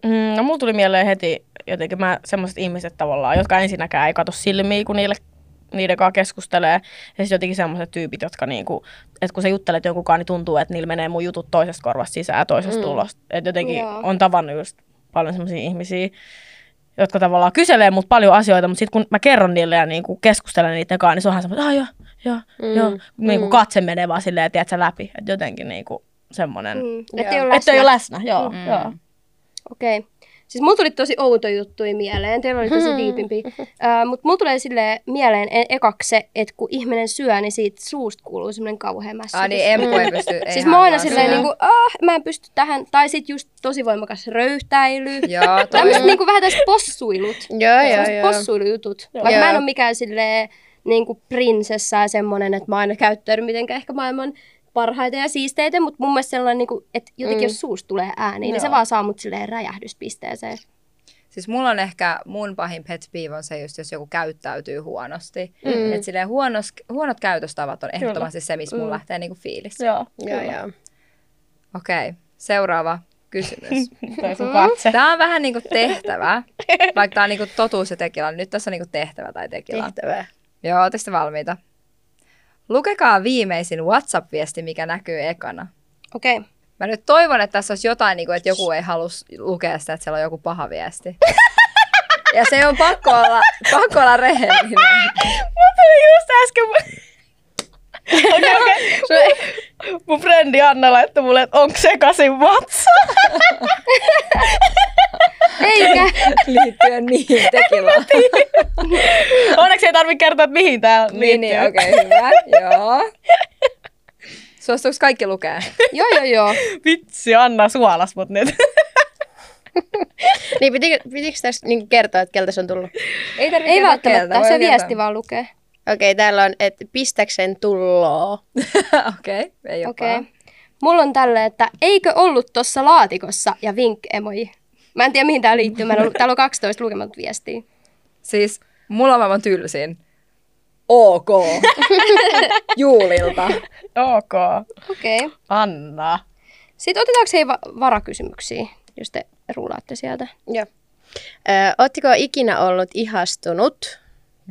S1: Mm, no mulla tuli mieleen heti jotenkin mä semmoiset ihmiset tavallaan, jotka ensinnäkään ei kato silmiä, kun niille, niiden kanssa keskustelee. Ja sitten jotenkin semmoiset tyypit, jotka niinku, että kun sä juttelet jonkun kanssa, niin tuntuu, että niillä menee mun jutut toisesta korvasta sisään ja toisesta mm. ulos. Että jotenkin
S4: Joo.
S1: on tavannut just paljon semmoisia ihmisiä, jotka tavallaan kyselee mut paljon asioita, mutta sitten kun mä kerron niille ja niinku keskustelen niiden kanssa, niin se onhan semmoinen, että joo, joo, mm. joo. Niinku katse menee vaan silleen, tiedätkö, läpi. Että jotenkin niinku semmoinen, mm.
S4: Mm, Että ei ole
S1: että ei ole
S4: läsnä.
S1: läsnä, joo, mm. joo.
S4: Okei. Siis mulla tuli tosi outo juttuja mieleen, teillä oli tosi diipimpi. Uh, Mutta mulla tulee sille mieleen e- ekaksi se, että kun ihminen syö, niin siitä suusta kuuluu semmoinen kauhean mässytys.
S3: Ah, niin, empu ei pysty. ei
S4: Siis mä oon aina
S3: halua
S4: silleen
S3: sitä.
S4: niinku, ah, mä en pysty tähän. Tai sit just tosi voimakas röyhtäily.
S3: Joo, toi.
S4: Tämmöiset niinku vähän tästä possuilut.
S2: Joo, joo,
S4: Semmoiset
S2: joo.
S4: possuilujutut. Vaikka mä en
S2: Joo.
S4: ole mikään silleen niinku prinsessa ja semmonen, että mä aina käyttäydyn mitenkään ehkä maailman parhaita ja siisteitä, mutta mun mielestä sellainen, niinku, että jotenkin mm. jos suus tulee ääni, niin se vaan saa mut silleen räjähdyspisteeseen.
S3: Siis mulla on ehkä, mun pahin pet peeve on se just, jos joku käyttäytyy huonosti. Mm. Et silleen huonos, huonot käytöstavat on ehdottomasti se, missä mulla lähtee niinku fiilis.
S1: Joo.
S2: Joo, joo.
S3: Okei, okay. seuraava kysymys.
S1: Tai sun katse.
S3: Tämä on vähän niinku tehtävä, vaikka tämä on niinku totuus ja tekila. niin Nyt tässä on niinku tehtävä tai tekila. Tehtä.
S2: Tehtävää.
S3: Joo, ootteko te valmiita? Lukekaa viimeisin WhatsApp-viesti, mikä näkyy ekana.
S4: Okei. Okay.
S3: Mä nyt toivon, että tässä olisi jotain, niinku, että joku ei halus lukea sitä, että siellä on joku paha viesti. Ja se on pakko olla, pakko olla rehellinen.
S1: Mä tuli just äsken... Okei, okei. Mun- Mun frendi Anna laittoi mulle, että onko sekasin vatsa?
S4: Eikä.
S3: liittyen niihin tekilaan.
S1: Onneksi ei tarvitse kertoa, että mihin tää liittyy.
S3: niin, niin, okei, okay, hyvä. Joo. Suostuuko kaikki lukea?
S4: joo, joo, joo.
S1: Vitsi, Anna suolas mut nyt.
S2: Niin, pitikö, pitikö tässä niinku kertoa, että keltä se on tullut?
S3: Ei tarvitse
S4: Ei
S3: kertoa keltä,
S4: välttämättä,
S3: voi
S4: se
S3: kertoa.
S4: viesti vaan lukee.
S2: Okei, täällä on, että pistäksen tulloo.
S3: Okei, okay, ei ole
S4: Okei.
S3: okay.
S4: Okay. Mulla on tälle, että eikö ollut tuossa laatikossa ja vink-emoji. Mä en tiedä, mihin tää liittyy. Mä en ollut, täällä on 12 lukemat viestiä.
S3: Siis mulla on maailman tylsin. Ok. Juulilta.
S1: ok.
S4: Okei. Okay.
S1: Anna.
S4: Sitten otetaanko hei va- varakysymyksiä, jos te rullaatte sieltä?
S2: Joo. Ö, ootteko ikinä ollut ihastunut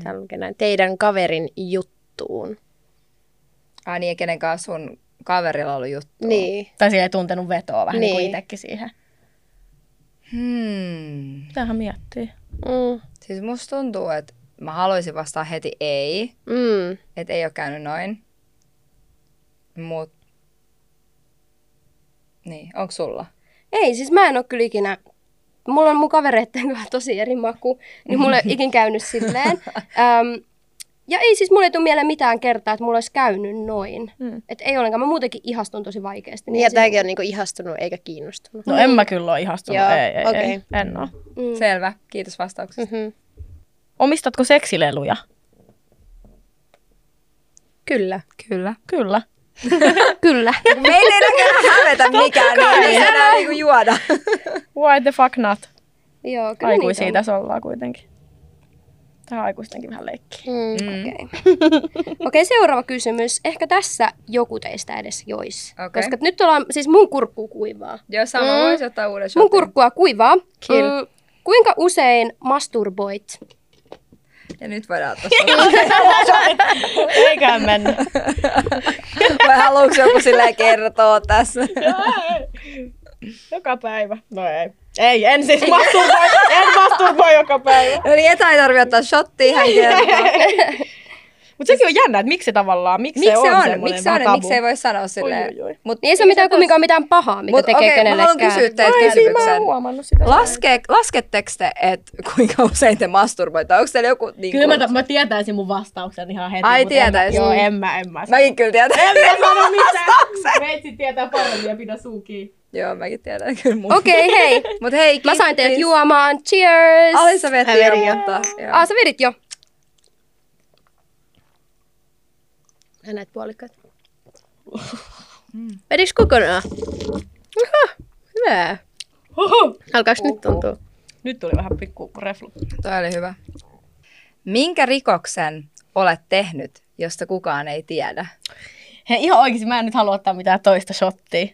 S2: täällä lukee näin, teidän kaverin juttuun?
S3: Ai niin, ja kenen kanssa sun kaverilla oli juttu.
S2: Niin.
S1: Tai sillä ei tuntenut vetoa vähän niin, niin
S2: Niin.
S1: kuin itekin siihen.
S3: Hmm.
S1: Mitähän miettii?
S2: Mm.
S3: Siis musta tuntuu, että mä haluaisin vastaa heti ei.
S2: Mm.
S3: Että ei ole käynyt noin. Mut. Niin, onko sulla?
S4: Ei, siis mä en ole kyllä ikinä mulla on mun kavereitten kanssa tosi eri maku, niin mulla ei ole ikin käynyt silleen. Öm, ja ei siis, mulle ei tule mieleen mitään kertaa, että mulla olisi käynyt noin. Mm. Et ei ollenkaan, mä muutenkin ihastun tosi vaikeasti.
S2: Niin,
S4: ei
S2: ja
S4: se-
S2: tämäkin on niinku ihastunut eikä kiinnostunut.
S1: No en mä kyllä ole ihastunut.
S2: Joo,
S1: Joo, ei, ei, okay.
S2: okei.
S1: ei, en ole.
S4: Mm.
S3: Selvä, kiitos vastauksesta.
S2: Mm-hmm.
S1: Omistatko seksileluja?
S2: Kyllä.
S3: Kyllä.
S1: Kyllä.
S4: Kyllä.
S3: Meillä ei näköjään hävetä mikään, niin ei enää niinku juoda.
S1: Why the fuck not?
S4: Joo, kyllä
S1: Aikuisia
S4: niitä
S1: tässä ollaan kuitenkin. Tähän aikuistenkin vähän leikki.
S4: on. Mm, Okei, okay. okay, seuraava kysymys. Ehkä tässä joku teistä edes jois.
S3: Okei.
S4: Koska nyt ollaan, siis mun kurkku kuivaa.
S3: Joo, sama mm. voisi ottaa uuden
S4: Mun
S3: shotin.
S4: kurkkua kuivaa.
S2: Kill.
S4: Mm, kuinka usein masturboit? Niin
S3: Ja nyt voidaan ottaa shotin.
S1: Eiköhän mennä.
S3: Vai haluatko joku silleen kertoa tässä?
S1: joka päivä. No ei. Ei, en siis masturboi. en masturboi joka päivä.
S3: No niin, etä ei tarvitse ottaa shottia, hän kertoo.
S1: Mutta sekin on jännä, että miksi tavallaan, miksi,
S3: Miksi se on?
S1: semmoinen
S3: Miksi se on?
S1: vähän
S3: että
S1: niin tabu?
S3: Miksi se ei voi sanoa silleen?
S1: Oi, oi, oi.
S3: Mut,
S4: Niin ei se ole mitään kumminkaan mitään pahaa, mitä
S3: mut
S4: tekee
S3: okei, mä haluan
S4: kenellekään.
S3: kysyä teiltä
S1: Ai, siinä mä en
S3: kysymyksen.
S1: huomannut sitä.
S3: Laske, lasketteko te, että kuinka usein te masturboitte? Onko teillä joku... Niin
S1: Kyllä mä, mä tietäisin mun vastauksen ihan heti.
S3: Ai,
S1: mut en mä-
S3: tietäis.
S1: Joo, en mä, en mä.
S3: Mäkin kyllä tiedän.
S1: en mä sano mitään. Veitsi tietää paremmin ja pidä suu kiinni.
S3: Joo, mäkin tiedän kyllä mun.
S4: Okei, okay, hei.
S3: Mut hei,
S4: Mä sain teidät
S3: kiitos.
S4: juomaan. Cheers!
S3: Ai sä
S2: Mä
S3: vettiin jo,
S2: vedin jo.
S3: mutta... joo.
S4: Ah, sä vedit jo.
S2: Mä näet puolikkaat. Vedis kokonaan. Aha, hyvä. Alkaaks nyt tuntua?
S1: Nyt tuli vähän pikku reflu.
S3: Toi oli hyvä. Minkä rikoksen olet tehnyt, josta kukaan ei tiedä?
S1: Hei, ihan oikeesti mä en nyt halua ottaa mitään toista shottia.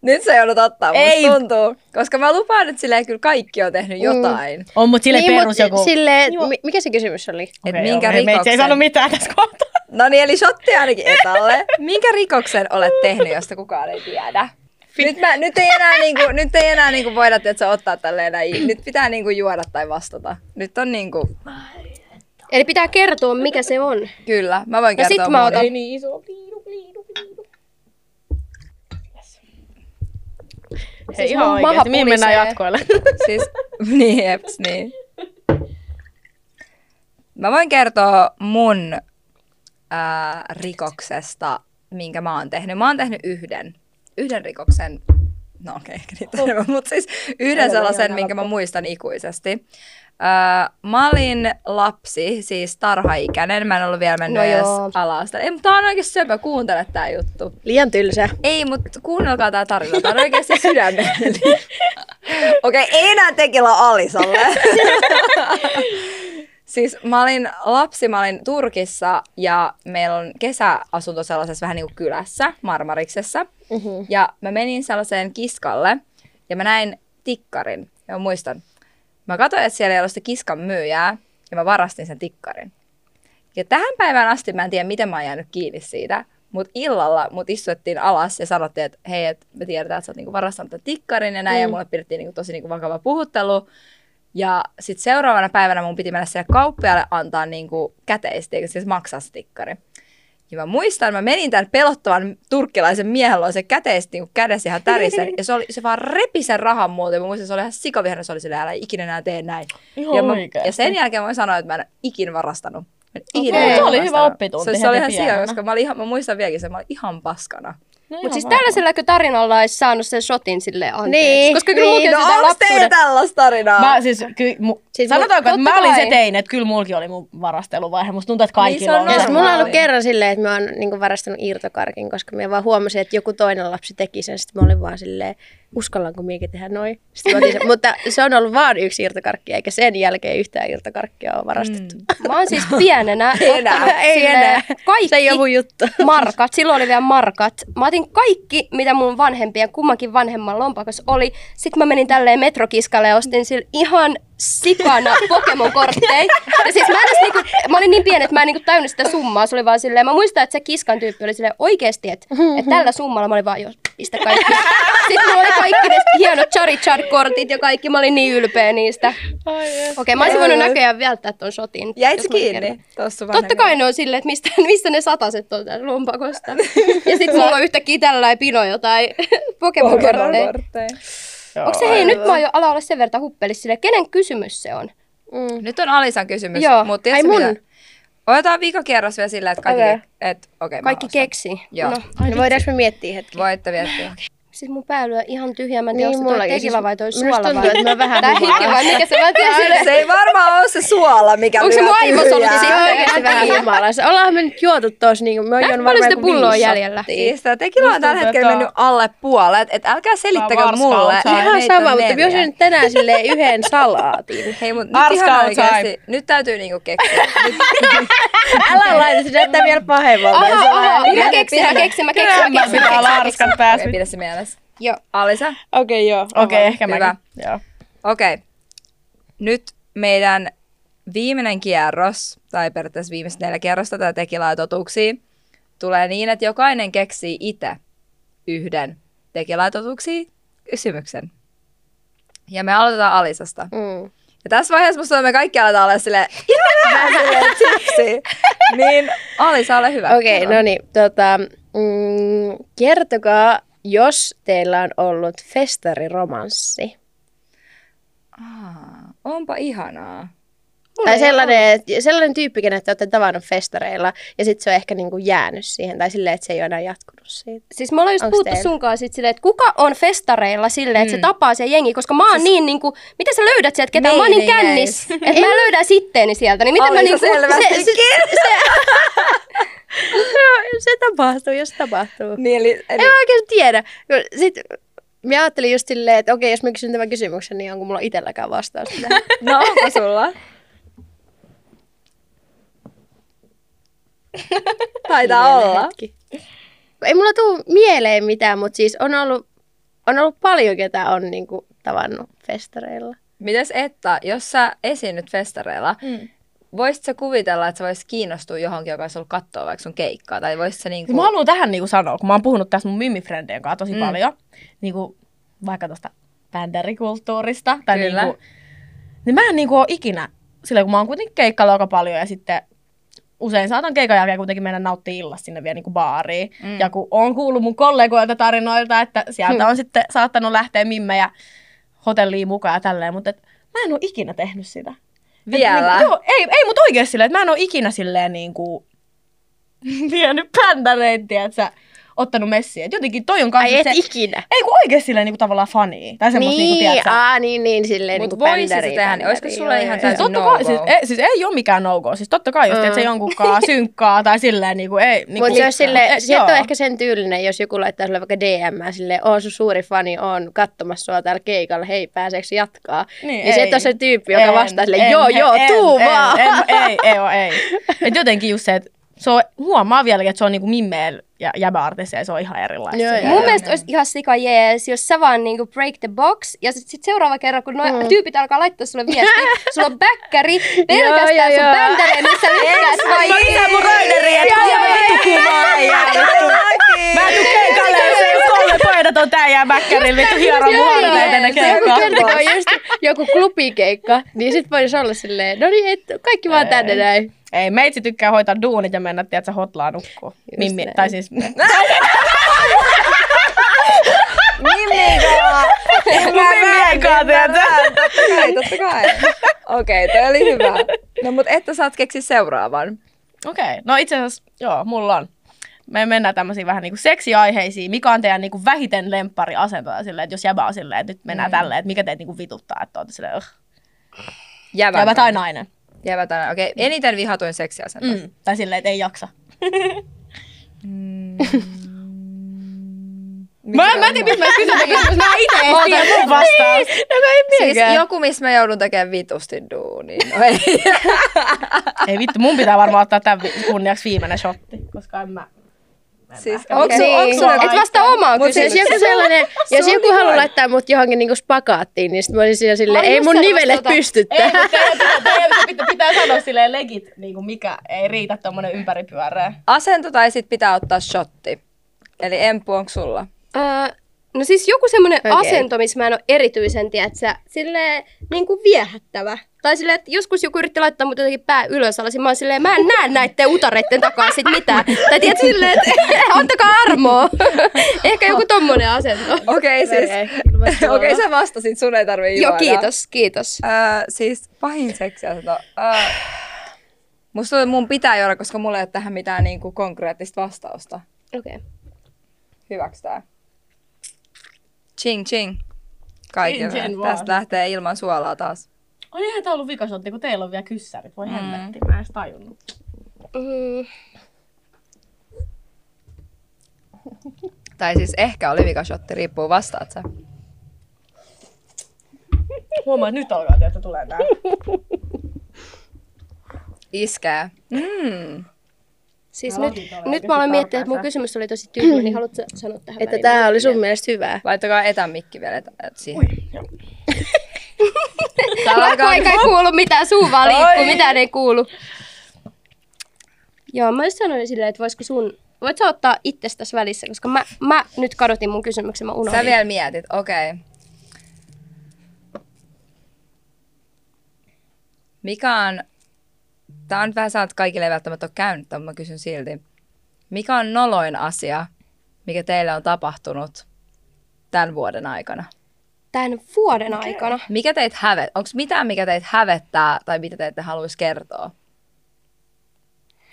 S3: Nyt se joudut ottaa,
S1: Ei.
S3: musta tuntuu. Koska mä lupaan, että silleen kyllä kaikki on tehnyt jotain. Mm.
S1: On, mut sille niin, perus
S2: mut
S1: joku...
S2: Sille, mi- mikä se kysymys oli?
S3: Et
S1: Okei,
S3: minkä
S1: joo, me- me itse
S3: rikoksen?
S1: ei sano mitään tässä kohtaa.
S3: No niin, eli shotti ainakin etalle. Minkä rikoksen olet tehnyt, josta kukaan ei tiedä? Nyt, mä, nyt ei enää, niinku, nyt ei enää niinku voida että ottaa tälleen näin. Nyt pitää niinku juoda tai vastata. Nyt on niinku,
S4: Eli pitää kertoa, mikä se on.
S3: kyllä, mä voin
S4: No
S3: kertoa
S4: sit mä
S3: muuten.
S4: otan.
S1: niin iso. Liidu, liidu, liidu. Yes. Hei,
S4: Siis
S1: ihan
S4: mun maha
S1: oikeesti. Mihin mennään
S4: pulisee.
S1: jatkoille?
S3: Siis, niin, jeps, niin. Mä voin kertoa mun ää, rikoksesta, minkä mä oon tehnyt. Mä oon tehnyt yhden, yhden rikoksen, no okei, okay, niitä enemmän, mutta siis yhden sellaisen, minkä mä muistan ikuisesti. Ää, mä olin lapsi, siis tarhaikäinen, mä en ollut vielä mennyt
S4: No
S3: no edes
S4: joo.
S3: alasta. Ei, mutta tää on oikein söpö, kuuntele tää juttu.
S2: Liian tylsä.
S3: Ei, mutta kuunnelkaa tämä tarina. Tämä on oikeasti sydämellinen. Okei, ei enää tekillä Alisalle. siis mä olin lapsi, mä olin Turkissa ja meillä on kesäasunto sellaisessa vähän niin kuin kylässä, Marmariksessa. Mm-hmm. Ja mä menin sellaiseen kiskalle ja mä näin tikkarin. Ja mä muistan, mä katsoin, että siellä ei ollut sitä kiskan myyjää ja mä varastin sen tikkarin. Ja tähän päivään asti mä en tiedä, miten mä oon jäänyt kiinni siitä, mutta illalla mut istutettiin alas ja sanottiin, että hei, et me tiedetään, että sä oot niinku varastanut tän tikkarin ja näin, mm. ja mulle pidettiin niinku tosi niinku vakava puhuttelu. Ja sitten seuraavana päivänä mun piti mennä sille kauppiaalle antaa niinku käteistä, eikä siis maksaa se tikkari. Ja mä muistan, mä menin tämän pelottavan turkkilaisen miehen luo se käteistä niin kädessä ihan tärisen. Ja se, oli, se vaan repi sen rahan muuta. Ja mä muistan, se oli ihan sikavihainen. Se oli silleen, älä ikinä enää tee näin.
S1: Ihan
S3: ja, mä,
S1: oikeesti.
S3: ja sen jälkeen mä voin sanoa, että mä en ikin varastanut. Mä en ikinä
S1: Okei.
S3: enää
S1: Se oli hyvä
S3: varastanut.
S1: oppitunti
S3: Se, se
S1: heti
S3: oli ihan sika,
S1: pienenä.
S3: koska mä, olin ihan, mä muistan vieläkin sen, mä olin ihan paskana.
S4: Mutta siis tällaiselläkö tarinalla olisi saanut sen shotin silleen anteeksi?
S2: Niin,
S4: Koska kyllä
S2: niin.
S4: niin, on sitä lapsuuden...
S3: No, tällaista tarinaa?
S1: Mä siis, ky, mu,
S2: Siis
S1: siis
S2: mut-
S1: sanotaanko, että mä
S4: totta
S1: olin
S4: kai.
S1: se tein, että kyllä mulki oli mun varasteluvaihe. Musta tuntuu, että
S3: Niin, se on
S1: kaikilla
S2: Ja
S1: on.
S2: siis mulla on ollut
S3: Normaali.
S2: kerran silleen, että mä oon niinku varastanut irtokarkin, koska mä vaan huomasin, että joku toinen lapsi teki sen. Sitten mä olin vaan silleen, uskallanko minäkin tehdä noin. Sitten mä otin sen. Mutta se on ollut vaan yksi irtokarkki, eikä sen jälkeen yhtään irtokarkkia ole varastettu. Mm.
S4: Mä oon siis pienenä
S3: Ei enää,
S4: ottanut
S2: ei
S4: silleen
S2: enää. Se ei
S4: Mm. Kaikki
S2: ole mun juttu.
S4: markat, silloin oli vielä markat. Mä otin kaikki, mitä mun vanhempien, kummankin vanhemman lompakossa oli. Sitten mä menin tälleen metrokiskalle ja ostin sillä ihan sikana Pokemon-kortteja. Ja siis mä, en edes niinku, mä olin niin pieni, että mä en niinku täynnä sitä summaa. Se oli vaan silleen, mä muistan, että se kiskan tyyppi oli silleen oikeesti, että, että tällä summalla mä olin vaan, jos pistä kaikki. Sitten mulla oli kaikki ne hienot Charizard-kortit ja kaikki. Mä olin niin ylpeä niistä. Okei, mä olisin voinut näköjään välttää ton shotin.
S3: Jäit
S4: jos
S3: sä
S4: mä olisin kerran.
S3: kiinni? Tossa
S4: Totta kai ne on silleen, että mistä, mistä ne sataset on täällä lompakosta. ja sitten mulla on yhtäkkiä tällä pino jotain pokemon
S3: niinku Pokemon-kortteja.
S1: Joo,
S4: Onko se, hei, nyt
S2: aivan.
S4: mä jo ala olla sen verran huppelissa sille, kenen kysymys se on?
S2: Mm.
S3: Nyt on Alisan kysymys.
S4: Joo.
S3: Mut
S4: Ai
S3: tiedätkö
S4: mun.
S3: mitä? Otetaan viikokierros vielä silleen, että kaikki,
S2: Okei.
S3: okay. et, okay, mä
S4: Kaikki
S3: vastaan.
S4: keksii.
S3: Joo.
S4: No,
S2: No voidaanko me miettiä hetki?
S3: Voitte viettiä.
S4: siis mun pääly on ihan tyhjä, mä en tiedä, niin, onko se toi
S2: mullakin.
S4: tekila vai toi
S2: Minusta
S4: suola
S2: tuntuu,
S4: vai...
S2: että mä vähän
S4: Tää
S2: humaan.
S4: hiki vai mikä se mä tiedän sille-
S3: Se ei varmaan ole se suola, mikä
S4: Onko se
S3: lyö
S4: mun niin aivosolut
S3: tyhjää.
S4: sitten?
S2: Se on oikeasti
S4: Oikeesti.
S2: siis vähän humalassa. Ollaanhan me nyt juotu tuossa, niin kuin me on
S4: Näin
S2: juonut
S4: paljon
S2: varmaan
S4: sitä
S2: joku viisi
S4: pulloa
S2: shottia.
S4: jäljellä.
S3: Niistä. Tekillä on
S1: Musta
S3: tällä
S1: tuntuu,
S3: hetkellä
S1: että-
S3: mennyt alle puolet, et älkää
S1: Tää
S3: selittäkö
S1: on
S3: mulle.
S1: varskautta.
S2: Ihan
S3: Meitä
S2: sama,
S3: on
S2: mutta
S3: neljä.
S2: jos nyt tänään sille yhden salaatin.
S3: Hei, mut nyt
S1: Varskautta
S3: ihan
S1: time.
S3: oikeesti, nyt täytyy niinku keksiä. Nyt
S2: Älä laita, se näyttää vielä pahemmalta.
S4: Aha, aha,
S3: Pidä-
S4: mä keksin, mä keksin, mä keksin, mä
S1: Kyllä,
S4: keksin.
S1: pitää larskat päässä.
S3: Okei, pidä se mielessä.
S4: Joo.
S3: Alisa,
S2: Okei, joo.
S1: Okei, ehkä
S3: Hyvä.
S1: mäkin. Joo.
S3: okei. Nyt meidän viimeinen kierros, tai periaatteessa viimeiset neljä kierrosta tätä tekilaa ja totuuksia, tulee niin, että jokainen keksii itse yhden tekilaa ja totuuksia kysymyksen. Ja me aloitetaan Alisasta.
S2: Mm.
S3: Ja tässä vaiheessa musta tuntuu, että me kaikki aletaan olla silleen, ihan vähän silleen tipsi. Niin Alisa, ole hyvä.
S2: Okei, no niin. Tota, mm, kertokaa, jos teillä on ollut festariromanssi.
S3: Aa, onpa ihanaa.
S2: tai sellainen, sellainen tyyppi, kenet te olette tavannut festareilla, ja sitten se on ehkä niinku jäänyt siihen, tai silleen, että se ei ole enää jatkunut siitä.
S4: Siis me ollaan just
S2: Onks
S4: puhuttu
S2: teillä? Mm.
S4: sunkaan sit silleen, että kuka on festareilla silleen, että se tapaa sen jengi, koska mä oon
S2: Siis-
S4: niin niinku, mitä sä löydät sieltä ketään, mä oon niin kännis,
S3: Meiningeistä.
S4: että mä löydän sitteeni sieltä, niin miten mä
S3: Alisa
S4: niinku...
S3: selvästikin.
S2: No, se tapahtuu, jos tapahtuu.
S3: Niin, eli, eli
S2: En mä oikein tiedä. kun Sit, mä ajattelin just silleen, että okei, jos mä kysyn tämän kysymyksen, niin onko mulla itselläkään vastaus tähän.
S3: no onko sulla? Taitaa olla.
S2: Hetki. Ei mulla tuu mieleen mitään, mutta siis on ollut, on ollut paljon, ketä on niinku tavannut festareilla.
S3: Mites Etta, jos sä esiinnyt festareilla, mm. voisit sä kuvitella, että sä voisit kiinnostua johonkin, joka olisi ollut kattoa vaikka sun keikkaa? Tai voisit sä niinku...
S1: Siis mä haluan tähän niinku sanoa, kun mä oon puhunut tässä mun mimmifrendien kanssa tosi
S3: Mm.
S1: mm. paljon, niinku, vaikka tuosta bändärikulttuurista. Tai
S3: Kyllä.
S1: niinku, niin mä en niinku oo ikinä, sillä kun mä oon kuitenkin keikkailla aika paljon ja sitten usein saatan keikan jälkeen kuitenkin mennä nauttimaan illasta sinne vielä niinku baariin.
S3: Mm. Hmm.
S1: Mm. Ja kun on kuullut mun kollegoilta tarinoilta, että sieltä on sitten saattanut lähteä mimmejä hotelliin mukaan ja tälleen, mutta et, mä en oo ikinä tehnyt sitä. Et
S3: Vielä?
S1: Niinku, joo, ei, ei mut oikeesti silleen, että mä en oo ikinä silleen niinku vienyt pändäreittiä, että sä ottanut messiä. Et jotenkin toi on kans
S2: Ai
S1: nyt
S2: et
S1: se...
S2: ikinä.
S1: Ei kun oikeesti silleen niinku tavallaan fanii. Tai semmos niinku,
S2: Niin,
S1: tiedätkö,
S2: aa, niin, niin, silleen
S3: Mut
S2: niinku
S3: voisi se
S2: bändäri,
S3: tehdä,
S2: bändäri,
S3: olisiko sulla
S2: joo,
S3: ihan
S2: joo,
S3: täysin-
S1: Siis
S2: joo.
S1: totta
S3: no
S1: kai,
S3: go.
S1: siis ei, siis ei ole mikään no-go. Siis totta kai, jos teet se jonkunkaan synkkaa tai silleen niinku ei. Niinku,
S2: Mutta jos sille,
S1: Ei,
S2: Mm. se
S1: joo.
S2: on ehkä sen tyylinen, jos joku laittaa sulle vaikka DM sille, oon sun suuri fani, on katsomassa sua täällä keikalla, hei pääseekö jatkaa? Niin, niin se et
S1: ei.
S2: ole se tyyppi, joka
S1: En,
S2: vastaa sille,
S1: en,
S2: joo
S1: en,
S2: joo,
S1: en,
S2: tuu
S1: en,
S2: vaan.
S1: en, Ei, ei, oo, ei. Et jotenkin just se, että se on, huomaa vieläkin, että se on niinku mimmeel ja jäbäartiseja, ja se on ihan erilaista.
S2: Joo, joo.
S4: Mun mielestä olisi ihan sika jees, jos sä vaan niinku break the box, ja sit, sit seuraava kerran, kun noi mm. tyypit alkaa laittaa sulle viestiä, sulla on bäkkäri pelkästään
S2: Joo,
S4: sun
S2: joo.
S4: bändäreen, missä lykkäät
S1: Mä
S4: vai
S1: lisään mun raideriin, että
S4: Joo,
S1: kyllä mä vittu kuvaa ja Mä en tuu keikalle, jos ei ole kolme paidat on tää jää mäkkärillä, vittu hieroa mun harteita ennen
S2: Joku
S1: keikkaa.
S2: kerta, kun on just joku klubikeikka, niin sit voisi olla silleen, no niin, et, kaikki vaan tänne näin.
S1: Ei, meitsi tykkää hoitaa duunit ja mennä, tiedätkö, hotlaa nukkuu. Mimmi,
S2: näin.
S1: tai siis...
S3: Mimmikaa!
S1: Mimmien kanssa, tiedätkö?
S3: Totta kai, totta kai. Okei, toi oli hyvä. No mut Etta, sä oot keksi seuraavan.
S1: Okei, okay. no itse asiassa, joo, mulla on. Me mennään tämmöisiin vähän niinku seksiaiheisiin. Mikä on teidän niinku vähiten lemppari asentoja silleen, että jos jäbä on silleen, että nyt mennään mm. tälleen, että mikä teitä niinku vituttaa, että ootte silleen, "Ugh,
S3: Jävä.
S1: jäbä tai nainen.
S3: Jävä tai nainen.
S4: Mm.
S3: Okei, eniten vihatuin seksiasento. Mm.
S1: Mm. Tai silleen, että ei jaksa. Mm. Mä, mä en tiedä, mistä mä kysyn, tätä kysymystä. mä itse en tiedä Niin. mun vastaus.
S2: No kun ei
S3: Siis
S2: miekään.
S3: joku, missä mä joudun tekemään vitusti duunia. No ei.
S1: Ei vittu, mun pitää varmaan ottaa tämän vi- kunniaksi viimeinen shotti, koska en mä...
S3: siis,
S2: Onks
S3: okei.
S2: sun-
S3: onks
S2: onks
S3: sulla-
S2: sun-
S4: Et vastaa omaa
S3: Mut
S2: Siis
S4: kysymykseen.
S2: jos joku sellainen, jos
S1: niinku
S3: on
S2: joku
S3: niin
S2: haluaa
S3: hyvä.
S2: laittaa mut johonkin niinku spagaattiin, niin sit mä olisin siinä silleen,
S4: Mä olin
S2: ei
S4: just
S2: mun
S4: sanomassa
S2: nivelet
S4: tota-
S2: pysty
S1: Ei,
S2: tähän.
S1: mutta teidän pitää, teidän pitää, pitää sanoa silleen legit, niin kuin mikä ei riitä tommonen ympäripyöreä.
S3: Asento tai sit pitää ottaa shotti. Eli Empu, onko sulla?
S4: Öö, No siis joku semmoinen
S2: Okei.
S4: asento, missä mä en ole erityisen, tiedätkö, silleen niin kuin viehättävä. Tai silleen, että joskus joku yritti laittaa mut jotenkin pää ylös alas, ja mä oon silleen, mä en näe näiden utareiden takaa sit mitään. Tai tiedätkö silleen, että antakaa armoa. Ehkä joku tommonen asento.
S3: Okei, okay,
S2: Ei,
S3: siis.
S2: kyllä mä tuolla.
S3: Okei, sä vastasit, sun ei tarvii
S4: Joo,
S3: juoda.
S4: kiitos, kiitos.
S3: Öö, siis pahin seksiasento. Öö, musta tuntuu, että mun pitää juoda, koska mulla ei ole tähän mitään niinku konkreettista vastausta.
S4: Okei. Okay.
S3: Hyväks tää? Ching ching. Kaikille.
S1: Ching, ching vaan.
S3: Tästä lähtee ilman suolaa taas.
S1: On ihan tää ollut vikasotti, kun teillä on vielä kyssärit. Voi hemmetti, mä en edes tajunnut.
S4: Mm,
S3: Tai siis ehkä oli vikashotti, riippuu vastaat sä.
S1: Huomaa, että nyt alkaa teiltä tulee tää.
S3: Iskee. Mm.
S4: siis
S1: Mä
S4: nyt,
S1: lohdin tuolla
S4: nyt
S1: oikeesti
S4: mä olen miettinyt, että mun
S1: tarpeeseen.
S4: kysymys oli tosi tyhmä, niin haluatko sä sanoa tähän
S2: Että
S4: väliin
S2: tämä
S4: mitä
S2: oli sun
S4: mieltä?
S2: mielestä hyvää.
S3: Laittakaa etämikki vielä et, et siihen.
S1: joo.
S3: Täällä alkaa...
S4: Vaikka ei kuulu mitään, suu vaan
S3: Oi.
S4: liikkuu, mitään ei kuulu. Joo, mä just sanoin silleen, että voisiko sun... Voit sä ottaa itsestäsi välissä, koska mä, mä nyt kadotin mun kysymyksen, mä unohdin.
S3: Sä vielä mietit, okei. Okay. Mikä on... Tää on nyt vähän sanottu, että kaikille ei välttämättä ole käynyt, mutta mä kysyn silti. Mikä on noloin asia, mikä teille on tapahtunut tämän vuoden aikana?
S4: Tämän vuoden aikana.
S3: Mikä teitä hävet? Onko mitään, mikä teitä hävettää tai mitä te ette haluaisi kertoa?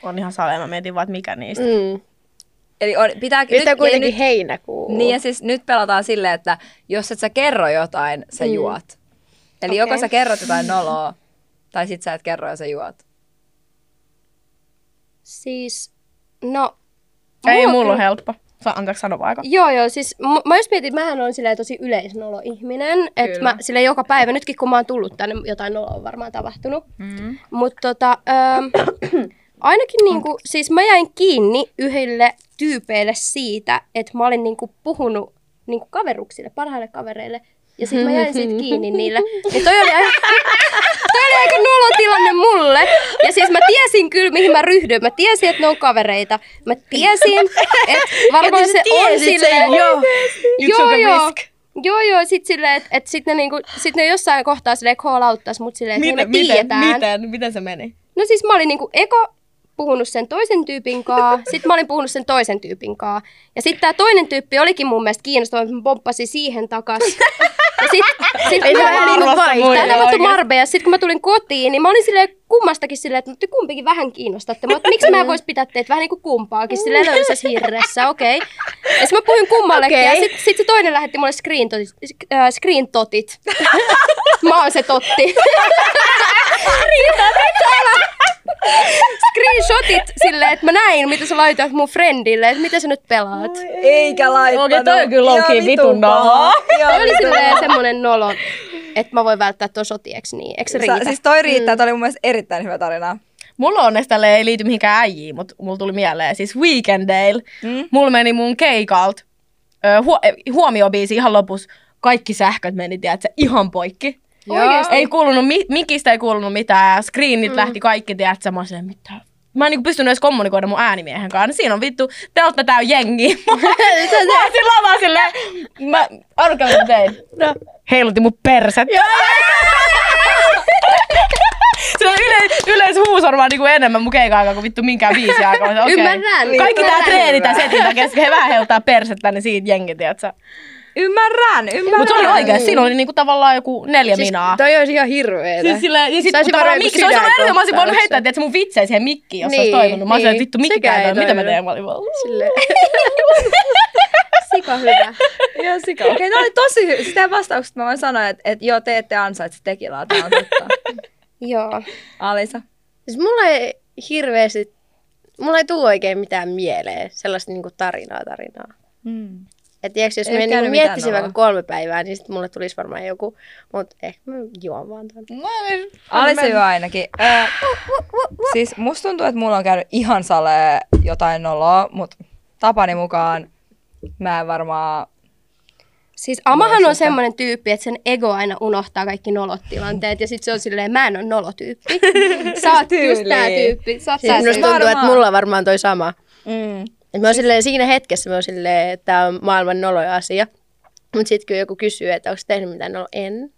S1: On ihan sale, mä mietin vaan, että mikä niistä.
S2: Mm.
S3: Eli on, pitää,
S2: Nyt on kuitenkin
S3: ja
S2: heinäkuu.
S3: Niin ja siis nyt pelataan silleen, että jos et sä kerro jotain, sä
S1: Niin.
S3: mm. juot. Eli okay. joko
S4: Okei.
S3: sä kerrot jotain noloa, tai sit sä et kerro ja sä juot.
S4: Siis, no...
S1: Ei
S4: on
S1: mulla
S4: kyllä-
S1: on helppo. Sa- anteeksi, sano vaan.
S4: Joo, joo, siis mu- mä just mietin, mähän on silleen tosi yleisnolo ihminen, että
S3: Kyllä.
S4: mä silleen joka päivä, nytkin kun mä oon tullut tänne, jotain noloa on varmaan tapahtunut.
S3: Mm.
S4: Mutta tota, ähm, ainakin niinku, siis mä jäin kiinni yhdelle tyypeille siitä, että mä olin niinku puhunut niinku kaveruksille, parhaille kavereille. Ja sitten mä jäin siitä kiinni niille. Ja toi oli aika, toi oli aika nolo tilanne mulle. Ja siis mä tiesin kyllä, mihin mä ryhdyin. Mä tiesin, että ne on kavereita. Mä tiesin, että varmaan
S1: Joten
S4: se
S1: niin sä
S4: on
S1: tiesit sen,
S4: silleen...
S1: joo. You took a
S4: joo.
S1: risk.
S4: Joo, joo, sit silleen, että et sit, ne niinku, sit ne jossain kohtaa silleen koolauttais mut silleen, että
S1: Miten,
S4: hei me
S1: miten,
S4: tiedetään.
S1: miten, miten se meni?
S4: No siis mä olin niinku eko puhunut sen toisen tyypin kaa, sit mä olin puhunut sen toisen tyypin kaa. Ja sitten tää toinen tyyppi olikin mun mielestä kiinnostava, että mä pomppasin siihen takas. Ja sit, sit
S2: Ei se
S4: mä
S2: vähän
S4: olin-
S2: niinku
S1: Kuulostaa
S2: vaihtaa.
S1: muille
S4: Tää tapahtui
S1: oikeesti.
S4: Marbeja. Sitten kun mä tulin kotiin, niin mä olin silleen kummastakin silleen, että no, te kumpikin vähän kiinnostatte. Mä oon, että miksi mä en vois pitää teitä vähän niin kuin kumpaakin silleen löysässä hirressä, okei. Okay. Ja sitten mä puhuin kummallekin okay. ja
S2: Okei.
S4: sitten sit se toinen lähetti mulle screen totit. Äh, screen totit. mä oon se totti. Screenshotit silleen, että mä näin, mitä sä laitoit mun friendille, että mitä sä nyt pelaat.
S3: Eikä laittanut.
S1: Okei, toi on kyllä low-key
S3: Ihan
S1: vitun noloa.
S3: Joo,
S4: Tämä oli
S3: vitun
S4: silleen semmonen nolo, että mä voin välttää tuon soti, eikö niin? Eikö se
S3: Sä-
S4: riitä?
S3: Siis toi
S1: Mm.
S3: riittää, toi oli mun mielestä erittäin hyvä tarina.
S1: Mulla onneksi tälle ei liity mihinkään äijiin, mutta mulla tuli mieleen siis Weekendale.
S3: Mm.
S1: Mm. Mulla meni mun keikalt ö, huo, eh, huomiobiisi ihan lopussa. Kaikki sähköt meni, tiedätkö, ihan poikki.
S4: Oikeesti?
S1: Ei kuulunut, mi- mikistä ei kuulunut mitään, screenit mm. lähti kaikki, tiedätkö, mä olin silleen, mitä? Mä en niinku pystynyt edes kommunikoida mun äänimiehen kanssa. Siinä on vittu, teltta tää on jengi. Mä oon sillä lavaa silleen, mä, arvokaa mitä mä tein. No. Heilutin mun persettä. Sillä yle, yleis huusormaa niinku enemmän mun keikan aikaa kuin vittu minkään viisi aikaa. Mä olin, okei.
S4: Ymmärrän,
S1: Kaikki tää
S4: ymmärrän.
S1: treeni tää setin tää kesken, he vähän heiluttaa persettä, niin siitä jengi, tiedätkö?
S3: Ymmärrän, ymmärrän.
S1: Mut se oli oikein,
S3: niin.
S1: siinä oli niinku tavallaan joku neljä
S2: siis
S1: minaa.
S2: toi olisi ihan hirveetä.
S1: Siis silleen, ja sit
S2: Se
S1: kun
S2: olisi
S1: tavallaan
S2: varmaan
S1: mikki, se olisi ollut eri, mä olisin voinut
S2: sydänkohtaus.
S1: heittää, tiedätkö, mun vitsejä siihen mikkiin, jos se olisi
S2: Niin,
S1: toiminut. Mä olisin, että
S2: niin.
S1: vittu, mikki
S2: Sekään ei
S1: käy mitä mä
S2: toiminut.
S1: teen? Mä olin vaan,
S2: Silleen.
S4: Sika hyvä.
S3: Ihan sika. Okei, okay, oli tosi hyvä. Sitä vastauksesta mä voin sanoa, että, että joo, te ette ansaitse tekilaa, tää on totta.
S4: Joo.
S3: Alisa.
S2: Siis mulla ei hirveästi, mulla ei tule oikein mitään mieleen sellaista niinku tarinaa tarinaa.
S3: Mm.
S2: Et tiiäks, jos
S3: Ei
S2: mä
S3: ole
S2: niinku
S3: käynyt mitään
S2: miettisin
S3: noloa.
S2: vaikka kolme päivää, niin sitten mulle tulisi varmaan joku, mutta ehkä mä juon vaan ton.
S3: Mm, Alisa jo ainakin. Ö, siis musta tuntuu, että mulla on käynyt ihan salee jotain noloa, mutta tapani mukaan mä en varmaan...
S4: Siis Amahan on semmoinen tyyppi, että sen ego aina unohtaa kaikki nolot tilanteet. Ja sit se on silleen, mä en ole nolotyyppi. Sä oot just tää
S3: Tyyliin.
S4: tyyppi. Sä oot
S2: Siis
S4: tää
S2: minusta tuntuu,
S3: varmaan.
S2: että mulla on varmaan toi sama.
S3: Mm.
S2: Et mä oon silleen, siinä hetkessä mä oon silleen, että tää on maailman noloja asia. Mut sit kun joku kysyy, että onko tehnyt mitään, no en.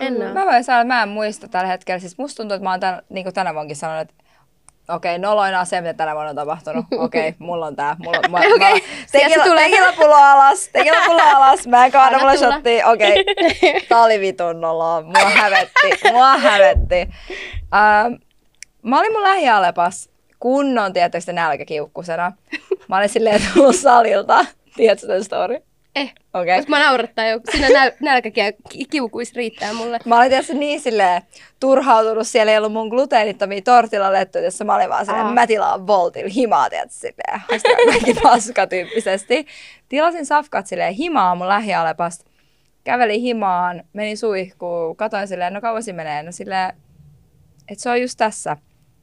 S2: En oo.
S3: Mä voin sanoa, että mä en muista tällä hetkellä. Siis musta tuntuu, että mä oon tän, niin kuin tänä vuonnakin sanonut, että okei, noloin asia, mitä tänä vuonna on tapahtunut. Okei, mulla on tää. Mulla, mä, okay. mä, tekila,
S2: tulee.
S3: tekila pulo alas, tekila pulo alas. Mä en kaada
S2: Anna
S3: mulle
S2: tulla.
S3: shottia. Okei, tää oli vitun noloa. Mua hävetti, mua hävetti. Ähm, mä olin mun lähialepas kunnon, tietysti nälkäkiukkusena. Mä olin silleen tullut salilta. Tiedätkö tämän story?
S4: Eh.
S3: Okei.
S4: Jos mä naurattaa jo, sinä näl- nälkäkiä kiukuis riittää mulle.
S3: Mä olin tietysti niin silleen turhautunut, siellä ei ollut mun gluteenittomia tortilalettuja, jossa mä olin vaan silleen,
S4: Aa.
S3: mä tilaan voltin himaa, tietysti silleen, haistakaa kaikki paska tyyppisesti. Tilasin safkat silleen himaa mun lähialepasta, kävelin himaan, menin suihkuun, katsoin silleen, no kauan siinä menee, no silleen, että se on just tässä.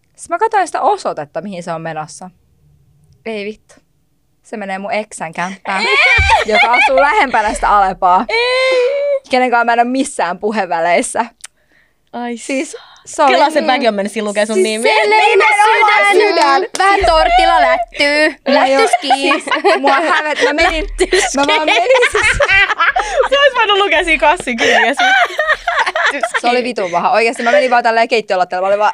S3: Sitten mä katsoin sitä osoitetta, mihin se on menossa. Ei vittu. Se menee mun eksän kämppään, joka asuu lähempänä sitä Alepaa kenenkaan mä en ole missään puheväleissä.
S1: Ai
S3: Siis se oli... Siis
S1: Kela se bägi on mennyt silloin, sun nimi.
S4: Selena
S3: Nimenomaan sydän.
S4: Vähän tortilla lättyy.
S3: No
S4: Lättyskiis.
S3: siis Mua hävet, mä menin, mä vaan menin, siis,
S1: Se olisi voinut lukea siinä kassin kylkessä.
S3: se oli vitun paha. Oikeasti mä menin vaan tälleen keittiölattialla, mä olin vaan,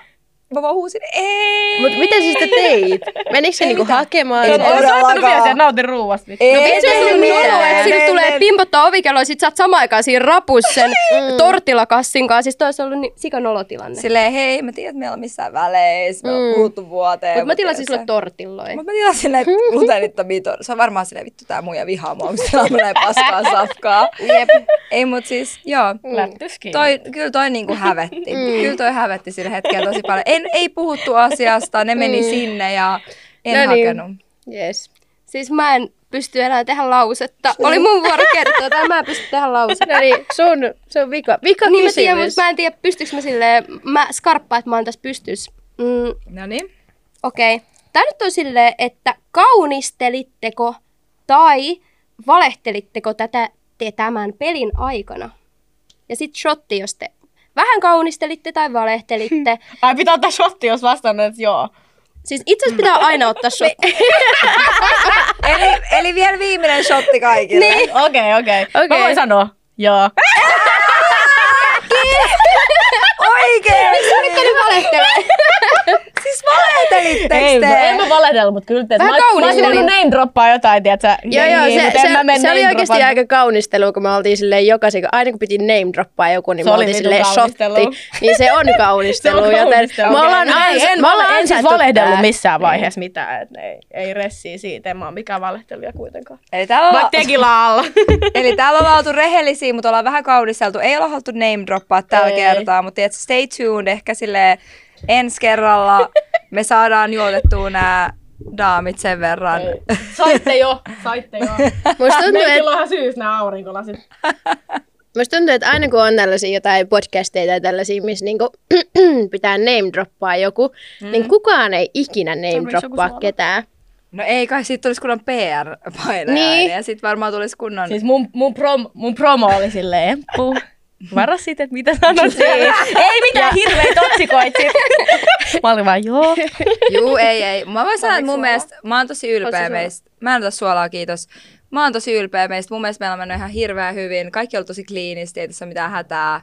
S3: mä vaan huusin, ei.
S2: Mutta mitä sä sitten teit? Menikö se niinku hakemaan?
S3: Ei
S1: Olet
S3: mitään.
S1: soittanut
S3: todellakaan.
S1: vielä sieltä nautin ruuasta. niin nyt.
S3: ei,
S4: No ei se
S3: tehnyt
S4: sun
S3: mitään.
S4: nolo, että sille tulee pimpottaa ovikello, ja sit sä oot samaan aikaan siinä rapus sen tortilakassin kanssa. Siis toi olisi ollut niin sikan olotilanne.
S3: Silleen, hei, mä tiedän, että meillä on missään väleissä, me ollaan
S2: Mm.
S3: puhuttu vuoteen.
S4: Mutta mä tilasin
S3: jos-
S4: sulle tortilloja.
S3: Mutta mä tilasin näitä gluteenittomia tor- Se on varmaan silleen, vittu tää muija vihaa mua, kun sillä on näin paskaa safkaa. Jep. Ei, mut siis, joo.
S1: Lättyski.
S3: Toi, kyllä toi niinku hävetti. Mm. Kyllä toi hävetti sillä hetkellä tosi paljon. En, ei puhuttu asiasta, ne meni mm. sinne ja en
S2: No
S3: no
S2: niin.
S3: hakenut. Niin.
S2: Yes.
S4: Siis mä en pysty enää tehdä lausetta. Oli mun vuoro kertoa, tai mä en pysty tehdä lausetta.
S2: No niin, sun, sun vika, vika
S4: Niin mä
S2: kysymys.
S4: tiedän, mutta mä en tiedä, pystyykö mä silleen, mä skarppaan, että mä oon tässä pystys. Mm,
S3: No niin.
S4: Okei. Okay. Tämä nyt on silleen, että kaunistelitteko tai valehtelitteko tätä te tämän pelin aikana? Ja sitten shotti, jos te vähän kaunistelitte tai valehtelitte.
S1: Ai pitää ottaa shotti, jos vastaan, että joo.
S4: siis itse asiassa pitää aina ottaa shotti.
S3: Eli, eli vielä viimeinen shotti kaikille. Niin.
S1: Okei, okei. Mä
S2: Okei.
S1: voin sanoa. Joo.
S3: Oikeesti.
S4: Nyt valehtelee.
S3: Siis valehtelitteks
S1: Ei, mä-
S3: te?
S1: en mä valehdellut, mutta kyllä te... Mä,
S4: Vähän
S1: ois- mä olisin
S4: kaunisteli.
S1: voinut name droppaa jotain, tiedätkö?
S2: Joo, joo, se,
S1: mutta Niin,
S2: se,
S1: en mä mene
S2: se oli
S1: name
S2: oikeasti
S1: droppaan.
S2: aika kaunistelua, kun me oltiin silleen jokaisen, kun aina kun piti name droppaa joku, niin
S1: Se
S2: me
S1: oli
S2: oltiin
S1: vitun
S2: silleen
S1: kaunistelu.
S2: shotti. Niin se on kaunistelu,
S1: Se on
S2: joten
S1: kaunistelu.
S2: me
S1: Okei,
S2: ollaan
S1: no ei,
S2: ansa-
S1: en,
S2: me ollaan
S1: en siis
S2: ansaittu
S1: valehdellut
S2: tää.
S1: missään vaiheessa mitään, et ei, ei ressiä siitä, en mä oo mikään valehtelija kuitenkaan.
S3: Eli
S2: Oh.
S3: täällä,
S1: Vaikka
S3: olla,
S1: tekila alla.
S3: eli täällä ollaan oltu rehellisiä, mutta ollaan vähän kaunisteltu. Ei olla haluttu name droppaa tällä
S1: Ei.
S3: kertaa, mutta tiedätkö, stay tuned. Ehkä silleen ensi kerralla me saadaan juotettua nämä daamit sen verran.
S1: Saitte jo, saitte jo.
S2: Niin. Musta tuntuu, että
S1: Meillä on syys nämä aurinkolasit.
S2: Musta tuntuu, että aina kun on tällaisia jotain podcasteja tai tällaisia, missä niinku pitää name droppaa joku, mm. niin kukaan ei ikinä name droppaa ketään.
S3: No ei kai, siitä tulisi kunnon PR-painajainen
S2: Niin.
S3: niin. ja sitten varmaan tulisi kunnon...
S1: Siis mun, mun, prom, mun promo oli silleen, Emppu, varo siitä, että mitä sanot. ei mitään hirveitä otsikoita. Mä olin vaan, joo.
S3: Juu, ei, ei. Mä voin sanoa, että mun
S4: suolaa?
S3: mielestä mä oon tosi ylpeä
S4: suolaa?
S3: meistä. Mä en ota suolaa, kiitos. Mä oon tosi ylpeä meistä. Mun mielestä meillä on mennyt ihan hirveän hyvin. Kaikki on ollut tosi kliinisti, ei tässä ole mitään hätää.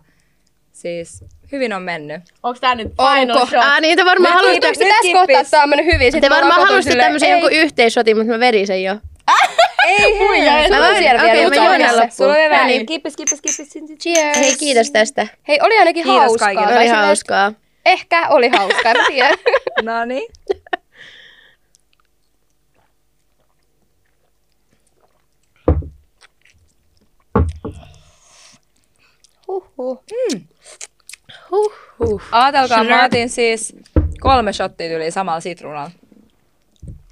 S3: Siis hyvin on mennyt.
S1: Onks tää nyt final
S2: Onko?
S1: shot?
S2: Ah, niin te varmaan halusitte,
S4: Kiitoksia tässä kohtaa, että tää on mennyt hyvin.
S2: te
S4: Sitten
S2: varmaan halusitte tämmöisen
S4: tämmöisen
S2: jonkun yhteissotin, mutta mä vedin sen jo.
S3: Ei, hei.
S4: Mä
S2: Mä
S4: voin
S2: voin-
S4: siellä
S2: okei,
S4: vielä
S2: mä
S4: jotain.
S2: juon vielä loppuun.
S3: Sulla on vielä
S2: No niin.
S3: niin. Kippis, kippis, kippis.
S4: Cheers.
S2: Hei, kiitos tästä.
S4: Hei, oli ainakin
S3: Kiitos
S4: hauskaa.
S3: kaikille.
S4: Tai
S2: Oli
S4: silleen,
S2: hauskaa.
S4: Ehkä oli hauskaa, en mä tiedä.
S3: No niin.
S4: Huhhuh.
S2: Huh, huh.
S3: Aatelkaa, mä otin siis kolme shottia yli samalla sitruunalla.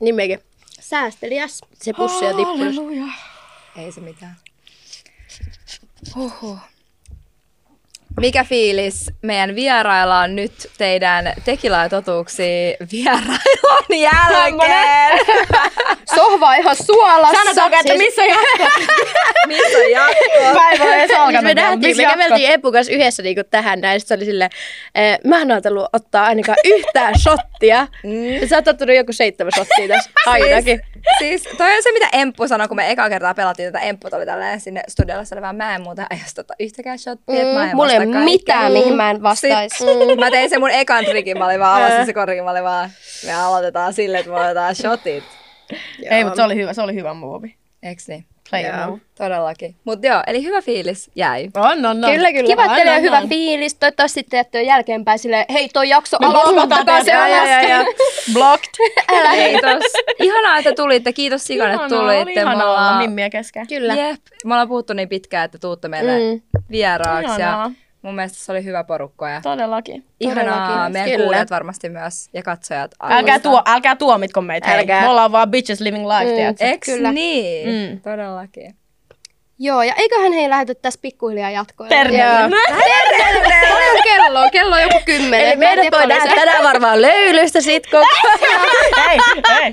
S2: Niin mekin.
S4: Säästeliäs.
S2: Se pussi ja tippunut.
S3: Ei se mitään. Huhhuh. Mikä fiilis meidän vierailla on nyt teidän tekila- ja totuuksia vierailun jälkeen?
S4: Sohva ihan suolassa.
S1: Sanotaanko, että
S4: Siis-
S1: missä jatkoa?
S3: Missä jatkoa?
S1: Päivä ei alkanut.
S2: Siis me nähtiin,
S1: Missä
S2: me
S1: jatkoa?
S2: käveltiin Epun kanssa yhdessä niinku tähän näin. Sit se oli silleen, eh, mä en ajatellut ottaa ainakaan yhtään shottia. Mm. Sä oot ottanut joku seitsemän shottia tässä ainakin.
S3: Siis, siis toi on se, mitä Emppu sanoi, kun me eka kertaa pelattiin tätä. Emppu tuli tälleen sinne studiolla, se oli vaan, mä en muuta ajas tota yhtäkään shottia. Mm,
S2: mulla ei ole
S3: kaiken.
S4: mitään, mihin mä en vastaisi.
S3: Sitten, mä tein sen mun ekan trikin, mä olin vaan avasin se korin, mä olin vaan, me aloitetaan sille, että me otetaan shotit.
S1: Ei, mutta se oli hyvä, se oli hyvä muovi.
S3: Eiks niin?
S1: Play it
S2: Joo.
S1: now.
S3: Todellakin. Mut joo, eli hyvä fiilis jäi.
S1: On, on, on.
S2: Kyllä, kyllä.
S4: Kiva, että teillä on
S1: Anna,
S4: hyvä
S1: anna.
S4: fiilis. Toivottavasti teette jälkeenpäin silleen, hei toi jakso
S2: Niin,
S1: Me
S4: alas,
S1: blokataan
S4: ottakaa se
S1: teidät.
S4: alas.
S1: Ja, ja, ja. Blocked.
S3: Älä Kiitos. Ihanaa, että tulitte. Kiitos Sikon, että
S1: Ihanaa, oli
S3: tulitte.
S1: ihanaa Niin, olla mimmiä kesken.
S2: Kyllä.
S3: Jep, me ollaan puhuttu niin pitkään, että tuutte meille mm. vieraaksi. Ja
S1: Ihanaa.
S3: mun mielestä se oli hyvä porukka. Ja
S1: Todellakin.
S3: ihanaa,
S2: Todellakin.
S3: meidän
S2: Kyllä.
S3: kuulijat varmasti myös ja katsojat.
S1: Älkää, tuo, älkää tuomitko meitä. hei.
S2: Älkää.
S1: Me ollaan vaan bitches living life, mm. tiedätkö?
S3: Eks
S2: Kyllä.
S3: niin?
S1: Mm.
S3: Todellakin.
S4: Joo, ja eiköhän hei lähetetä tässä pikkuhiljaa jatkoon.
S1: Terveellä.
S4: Paljon kello on, kello on joku kymmenen.
S2: Eli
S4: Mä en
S2: meidät
S4: tiedä,
S2: voidaan
S4: paljon se-
S2: tänään varmaan löylystä sit koko
S1: Hei, hei.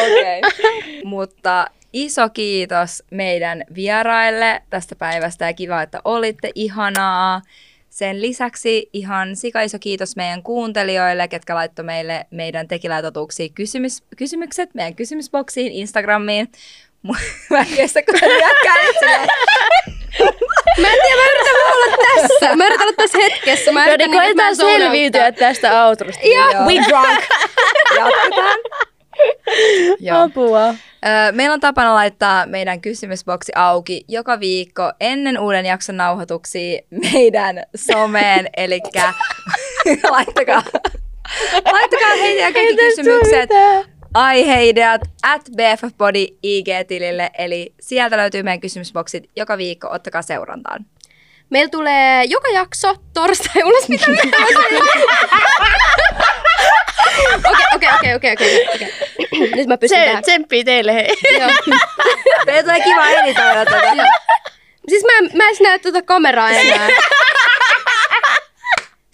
S3: Okei. Mutta iso kiitos meidän vieraille tästä päivästä ja kiva, että olitte. Ihanaa. Sen lisäksi ihan sika iso kiitos meidän kuuntelijoille, ketkä laittoi meille meidän tekilätotuuksiin kysymys, kysymykset meidän kysymysboksiin Instagramiin. Mu- Mä en kestä, kun mä jatkan itselleen.
S4: tässä. Mä yritän olla tässä hetkessä. Mä
S2: No niin,
S4: yritän niinku, että
S2: koetaan
S4: mä en souduttaa.
S2: selviytyä tästä outrosta.
S3: Joo,
S1: We drunk.
S3: jatketaan. Joo.
S2: Apua.
S3: Ö, Meillä on tapana laittaa meidän kysymysboksi auki joka viikko ennen uuden jakson nauhoituksia meidän someen, eli laittakaa, laittakaa heitä ja kaikki kysymykset, aiheideat at BFFbody IG-tilille, eli sieltä löytyy meidän kysymysboksit joka viikko, ottakaa seurantaan.
S4: Meillä tulee joka jakso torstai ulos. Mitä mitä mä sanoin? Okei, okei, okei, okei, okei, okei. Nyt mä pystyn
S2: Se,
S4: tähän.
S2: tsemppii teille hei.
S4: Joo.
S3: Meillä tulee kiva editoida tätä.
S4: Siis mä, en- mä en näe tuota kameraa enää.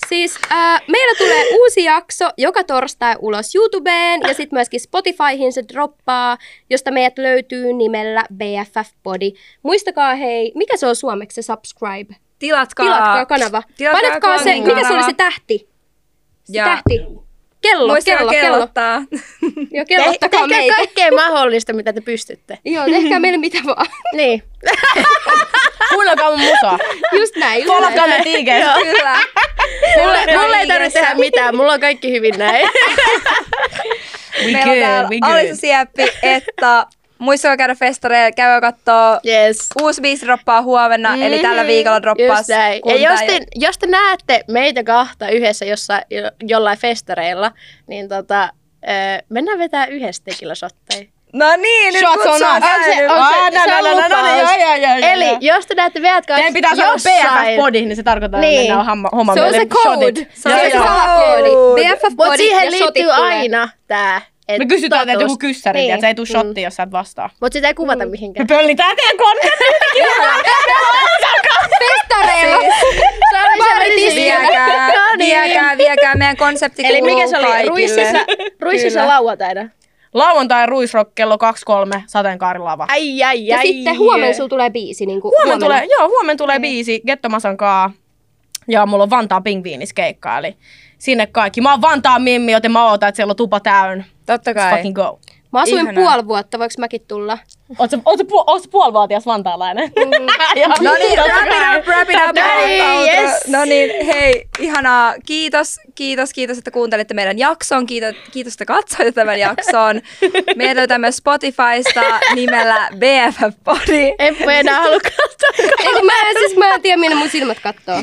S4: Siis äh, meillä tulee uusi jakso joka torstai ulos YouTubeen ja sitten myöskin Spotifyhin se droppaa, josta meidät löytyy nimellä BFF Body. Muistakaa hei, mikä se on suomeksi se subscribe?
S3: Tilatkaa,
S4: Tilatkaa kanava.
S3: Tilatkaa
S4: Painatkaa se,
S3: kanava.
S4: mikä se oli se tähti? Se
S3: Ja-
S4: tähti. Kello,
S3: Muistakaa
S4: kello, kello.
S3: kellottaa.
S2: Te,
S4: Joo, kellottakaa
S2: tehkää
S4: meitä.
S2: kaikkea mahdollista, mitä te pystytte.
S4: Joo, tehkää meille mitä vaan.
S2: Niin.
S1: Kuunnelkaa mun musaa.
S4: Just näin. just näin.
S1: Follokaa me tiikeet.
S3: Kyllä.
S2: Mulle, mulle ei tarvitse tehdä mitään, mulla on kaikki hyvin näin.
S1: We
S3: Meillä on
S1: good,
S3: täällä
S1: we
S3: Alisa
S1: good.
S3: Sieppi, että muistakaa käydä festareilla, käy katsoa.
S2: Yes.
S3: Uusi biisi droppaa huomenna, mm-hmm. eli tällä viikolla droppaa
S2: Just näin. Ja
S3: kunta-
S2: jos te, jos te näette meitä kahta yhdessä jossa, jo, jollain festareilla, niin tota, ö, mennään vetää yhdessä tekillä shotteja.
S3: No niin, nyt
S1: Shots
S3: kun
S1: on us.
S3: on
S1: On
S2: se-
S3: ääni.
S2: on
S1: Ah, nä,
S2: se
S1: nä, nä, nä, nä,
S2: lupaus.
S1: joo, joo, joo, joo,
S2: Eli
S1: joo.
S2: jos te näette meidät kaksi
S1: Teidän pitää sanoa BFF Body, niin se tarkoittaa, että
S2: Niin.
S1: mennään homma, homma
S4: Se on se code. Se on se salakoodi.
S3: Code.
S4: BFF
S2: Mutta
S4: Body
S2: siihen
S4: ja shotit
S2: liittyy
S4: tulee.
S2: aina tämä.
S1: Me kysytään teiltä joku kyssäri, niin. se ei tule shotti, jos sä et vastaa.
S2: Mutta Mm. sitä ei kuvata
S1: Me
S2: mihinkään.
S1: pöllitään teidän kontentti.
S4: Festareilla.
S2: Se oli se
S4: Baritismi.
S2: ritismi.
S3: Siis Viekää,
S2: No niin.
S3: viekää, viekää. Meidän konsepti
S2: Eli mikä se oli?
S3: kuuluu kaikille.
S2: Ruississa, ruississa
S3: Kyllä.
S2: lauantaina.
S1: Lauantai Ruisrock kello 2.3 sateenkaarilava.
S2: Ai, ai,
S4: Ja
S2: ai.
S4: sitten huomenna sulla tulee biisi. Niin kuin
S1: Huomenna tulee, joo, huomenna tulee biisi Gettomasan kaa. Ja mulla on Vantaan pingviinis keikka, eli sinne kaikki. Mä oon Vantaan mimmi, joten mä ootan, että siellä on tupa täynnä.
S3: Totta
S1: Let's
S3: kai.
S1: fucking go.
S4: Mä asuin
S3: Ihanaa.
S4: puoli vuotta, voiko mäkin tulla?
S1: Oot sä, oot sä, pu- oot sä puolivuotias vantaalainen? Joo.
S3: No niin, wrap it up, wrap it up.
S2: Totta kai,
S3: Outro.
S2: yes.
S3: No niin, hei, ihanaa. Kiitos, kiitos, kiitos, että kuuntelitte meidän jakson. Kiitos, kiitos että katsoitte tämän jakson. Meidät löytää myös Spotifysta nimellä BFF Body.
S2: En mä enää halua katsoa.
S4: Eikö mä, siis mä en tiedä, minne mun silmät kattoo.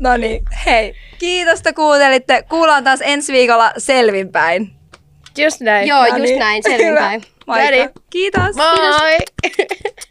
S3: No niin, hei. Kiitos, että kuuntelitte. Kuullaan taas ensi viikolla selvinpäin.
S2: Just näin.
S4: Joo,
S3: No
S4: just
S3: niin.
S4: näin, selvinpäin.
S3: Hyvä. Moikka.
S2: Väri.
S3: Kiitos.
S2: Moi.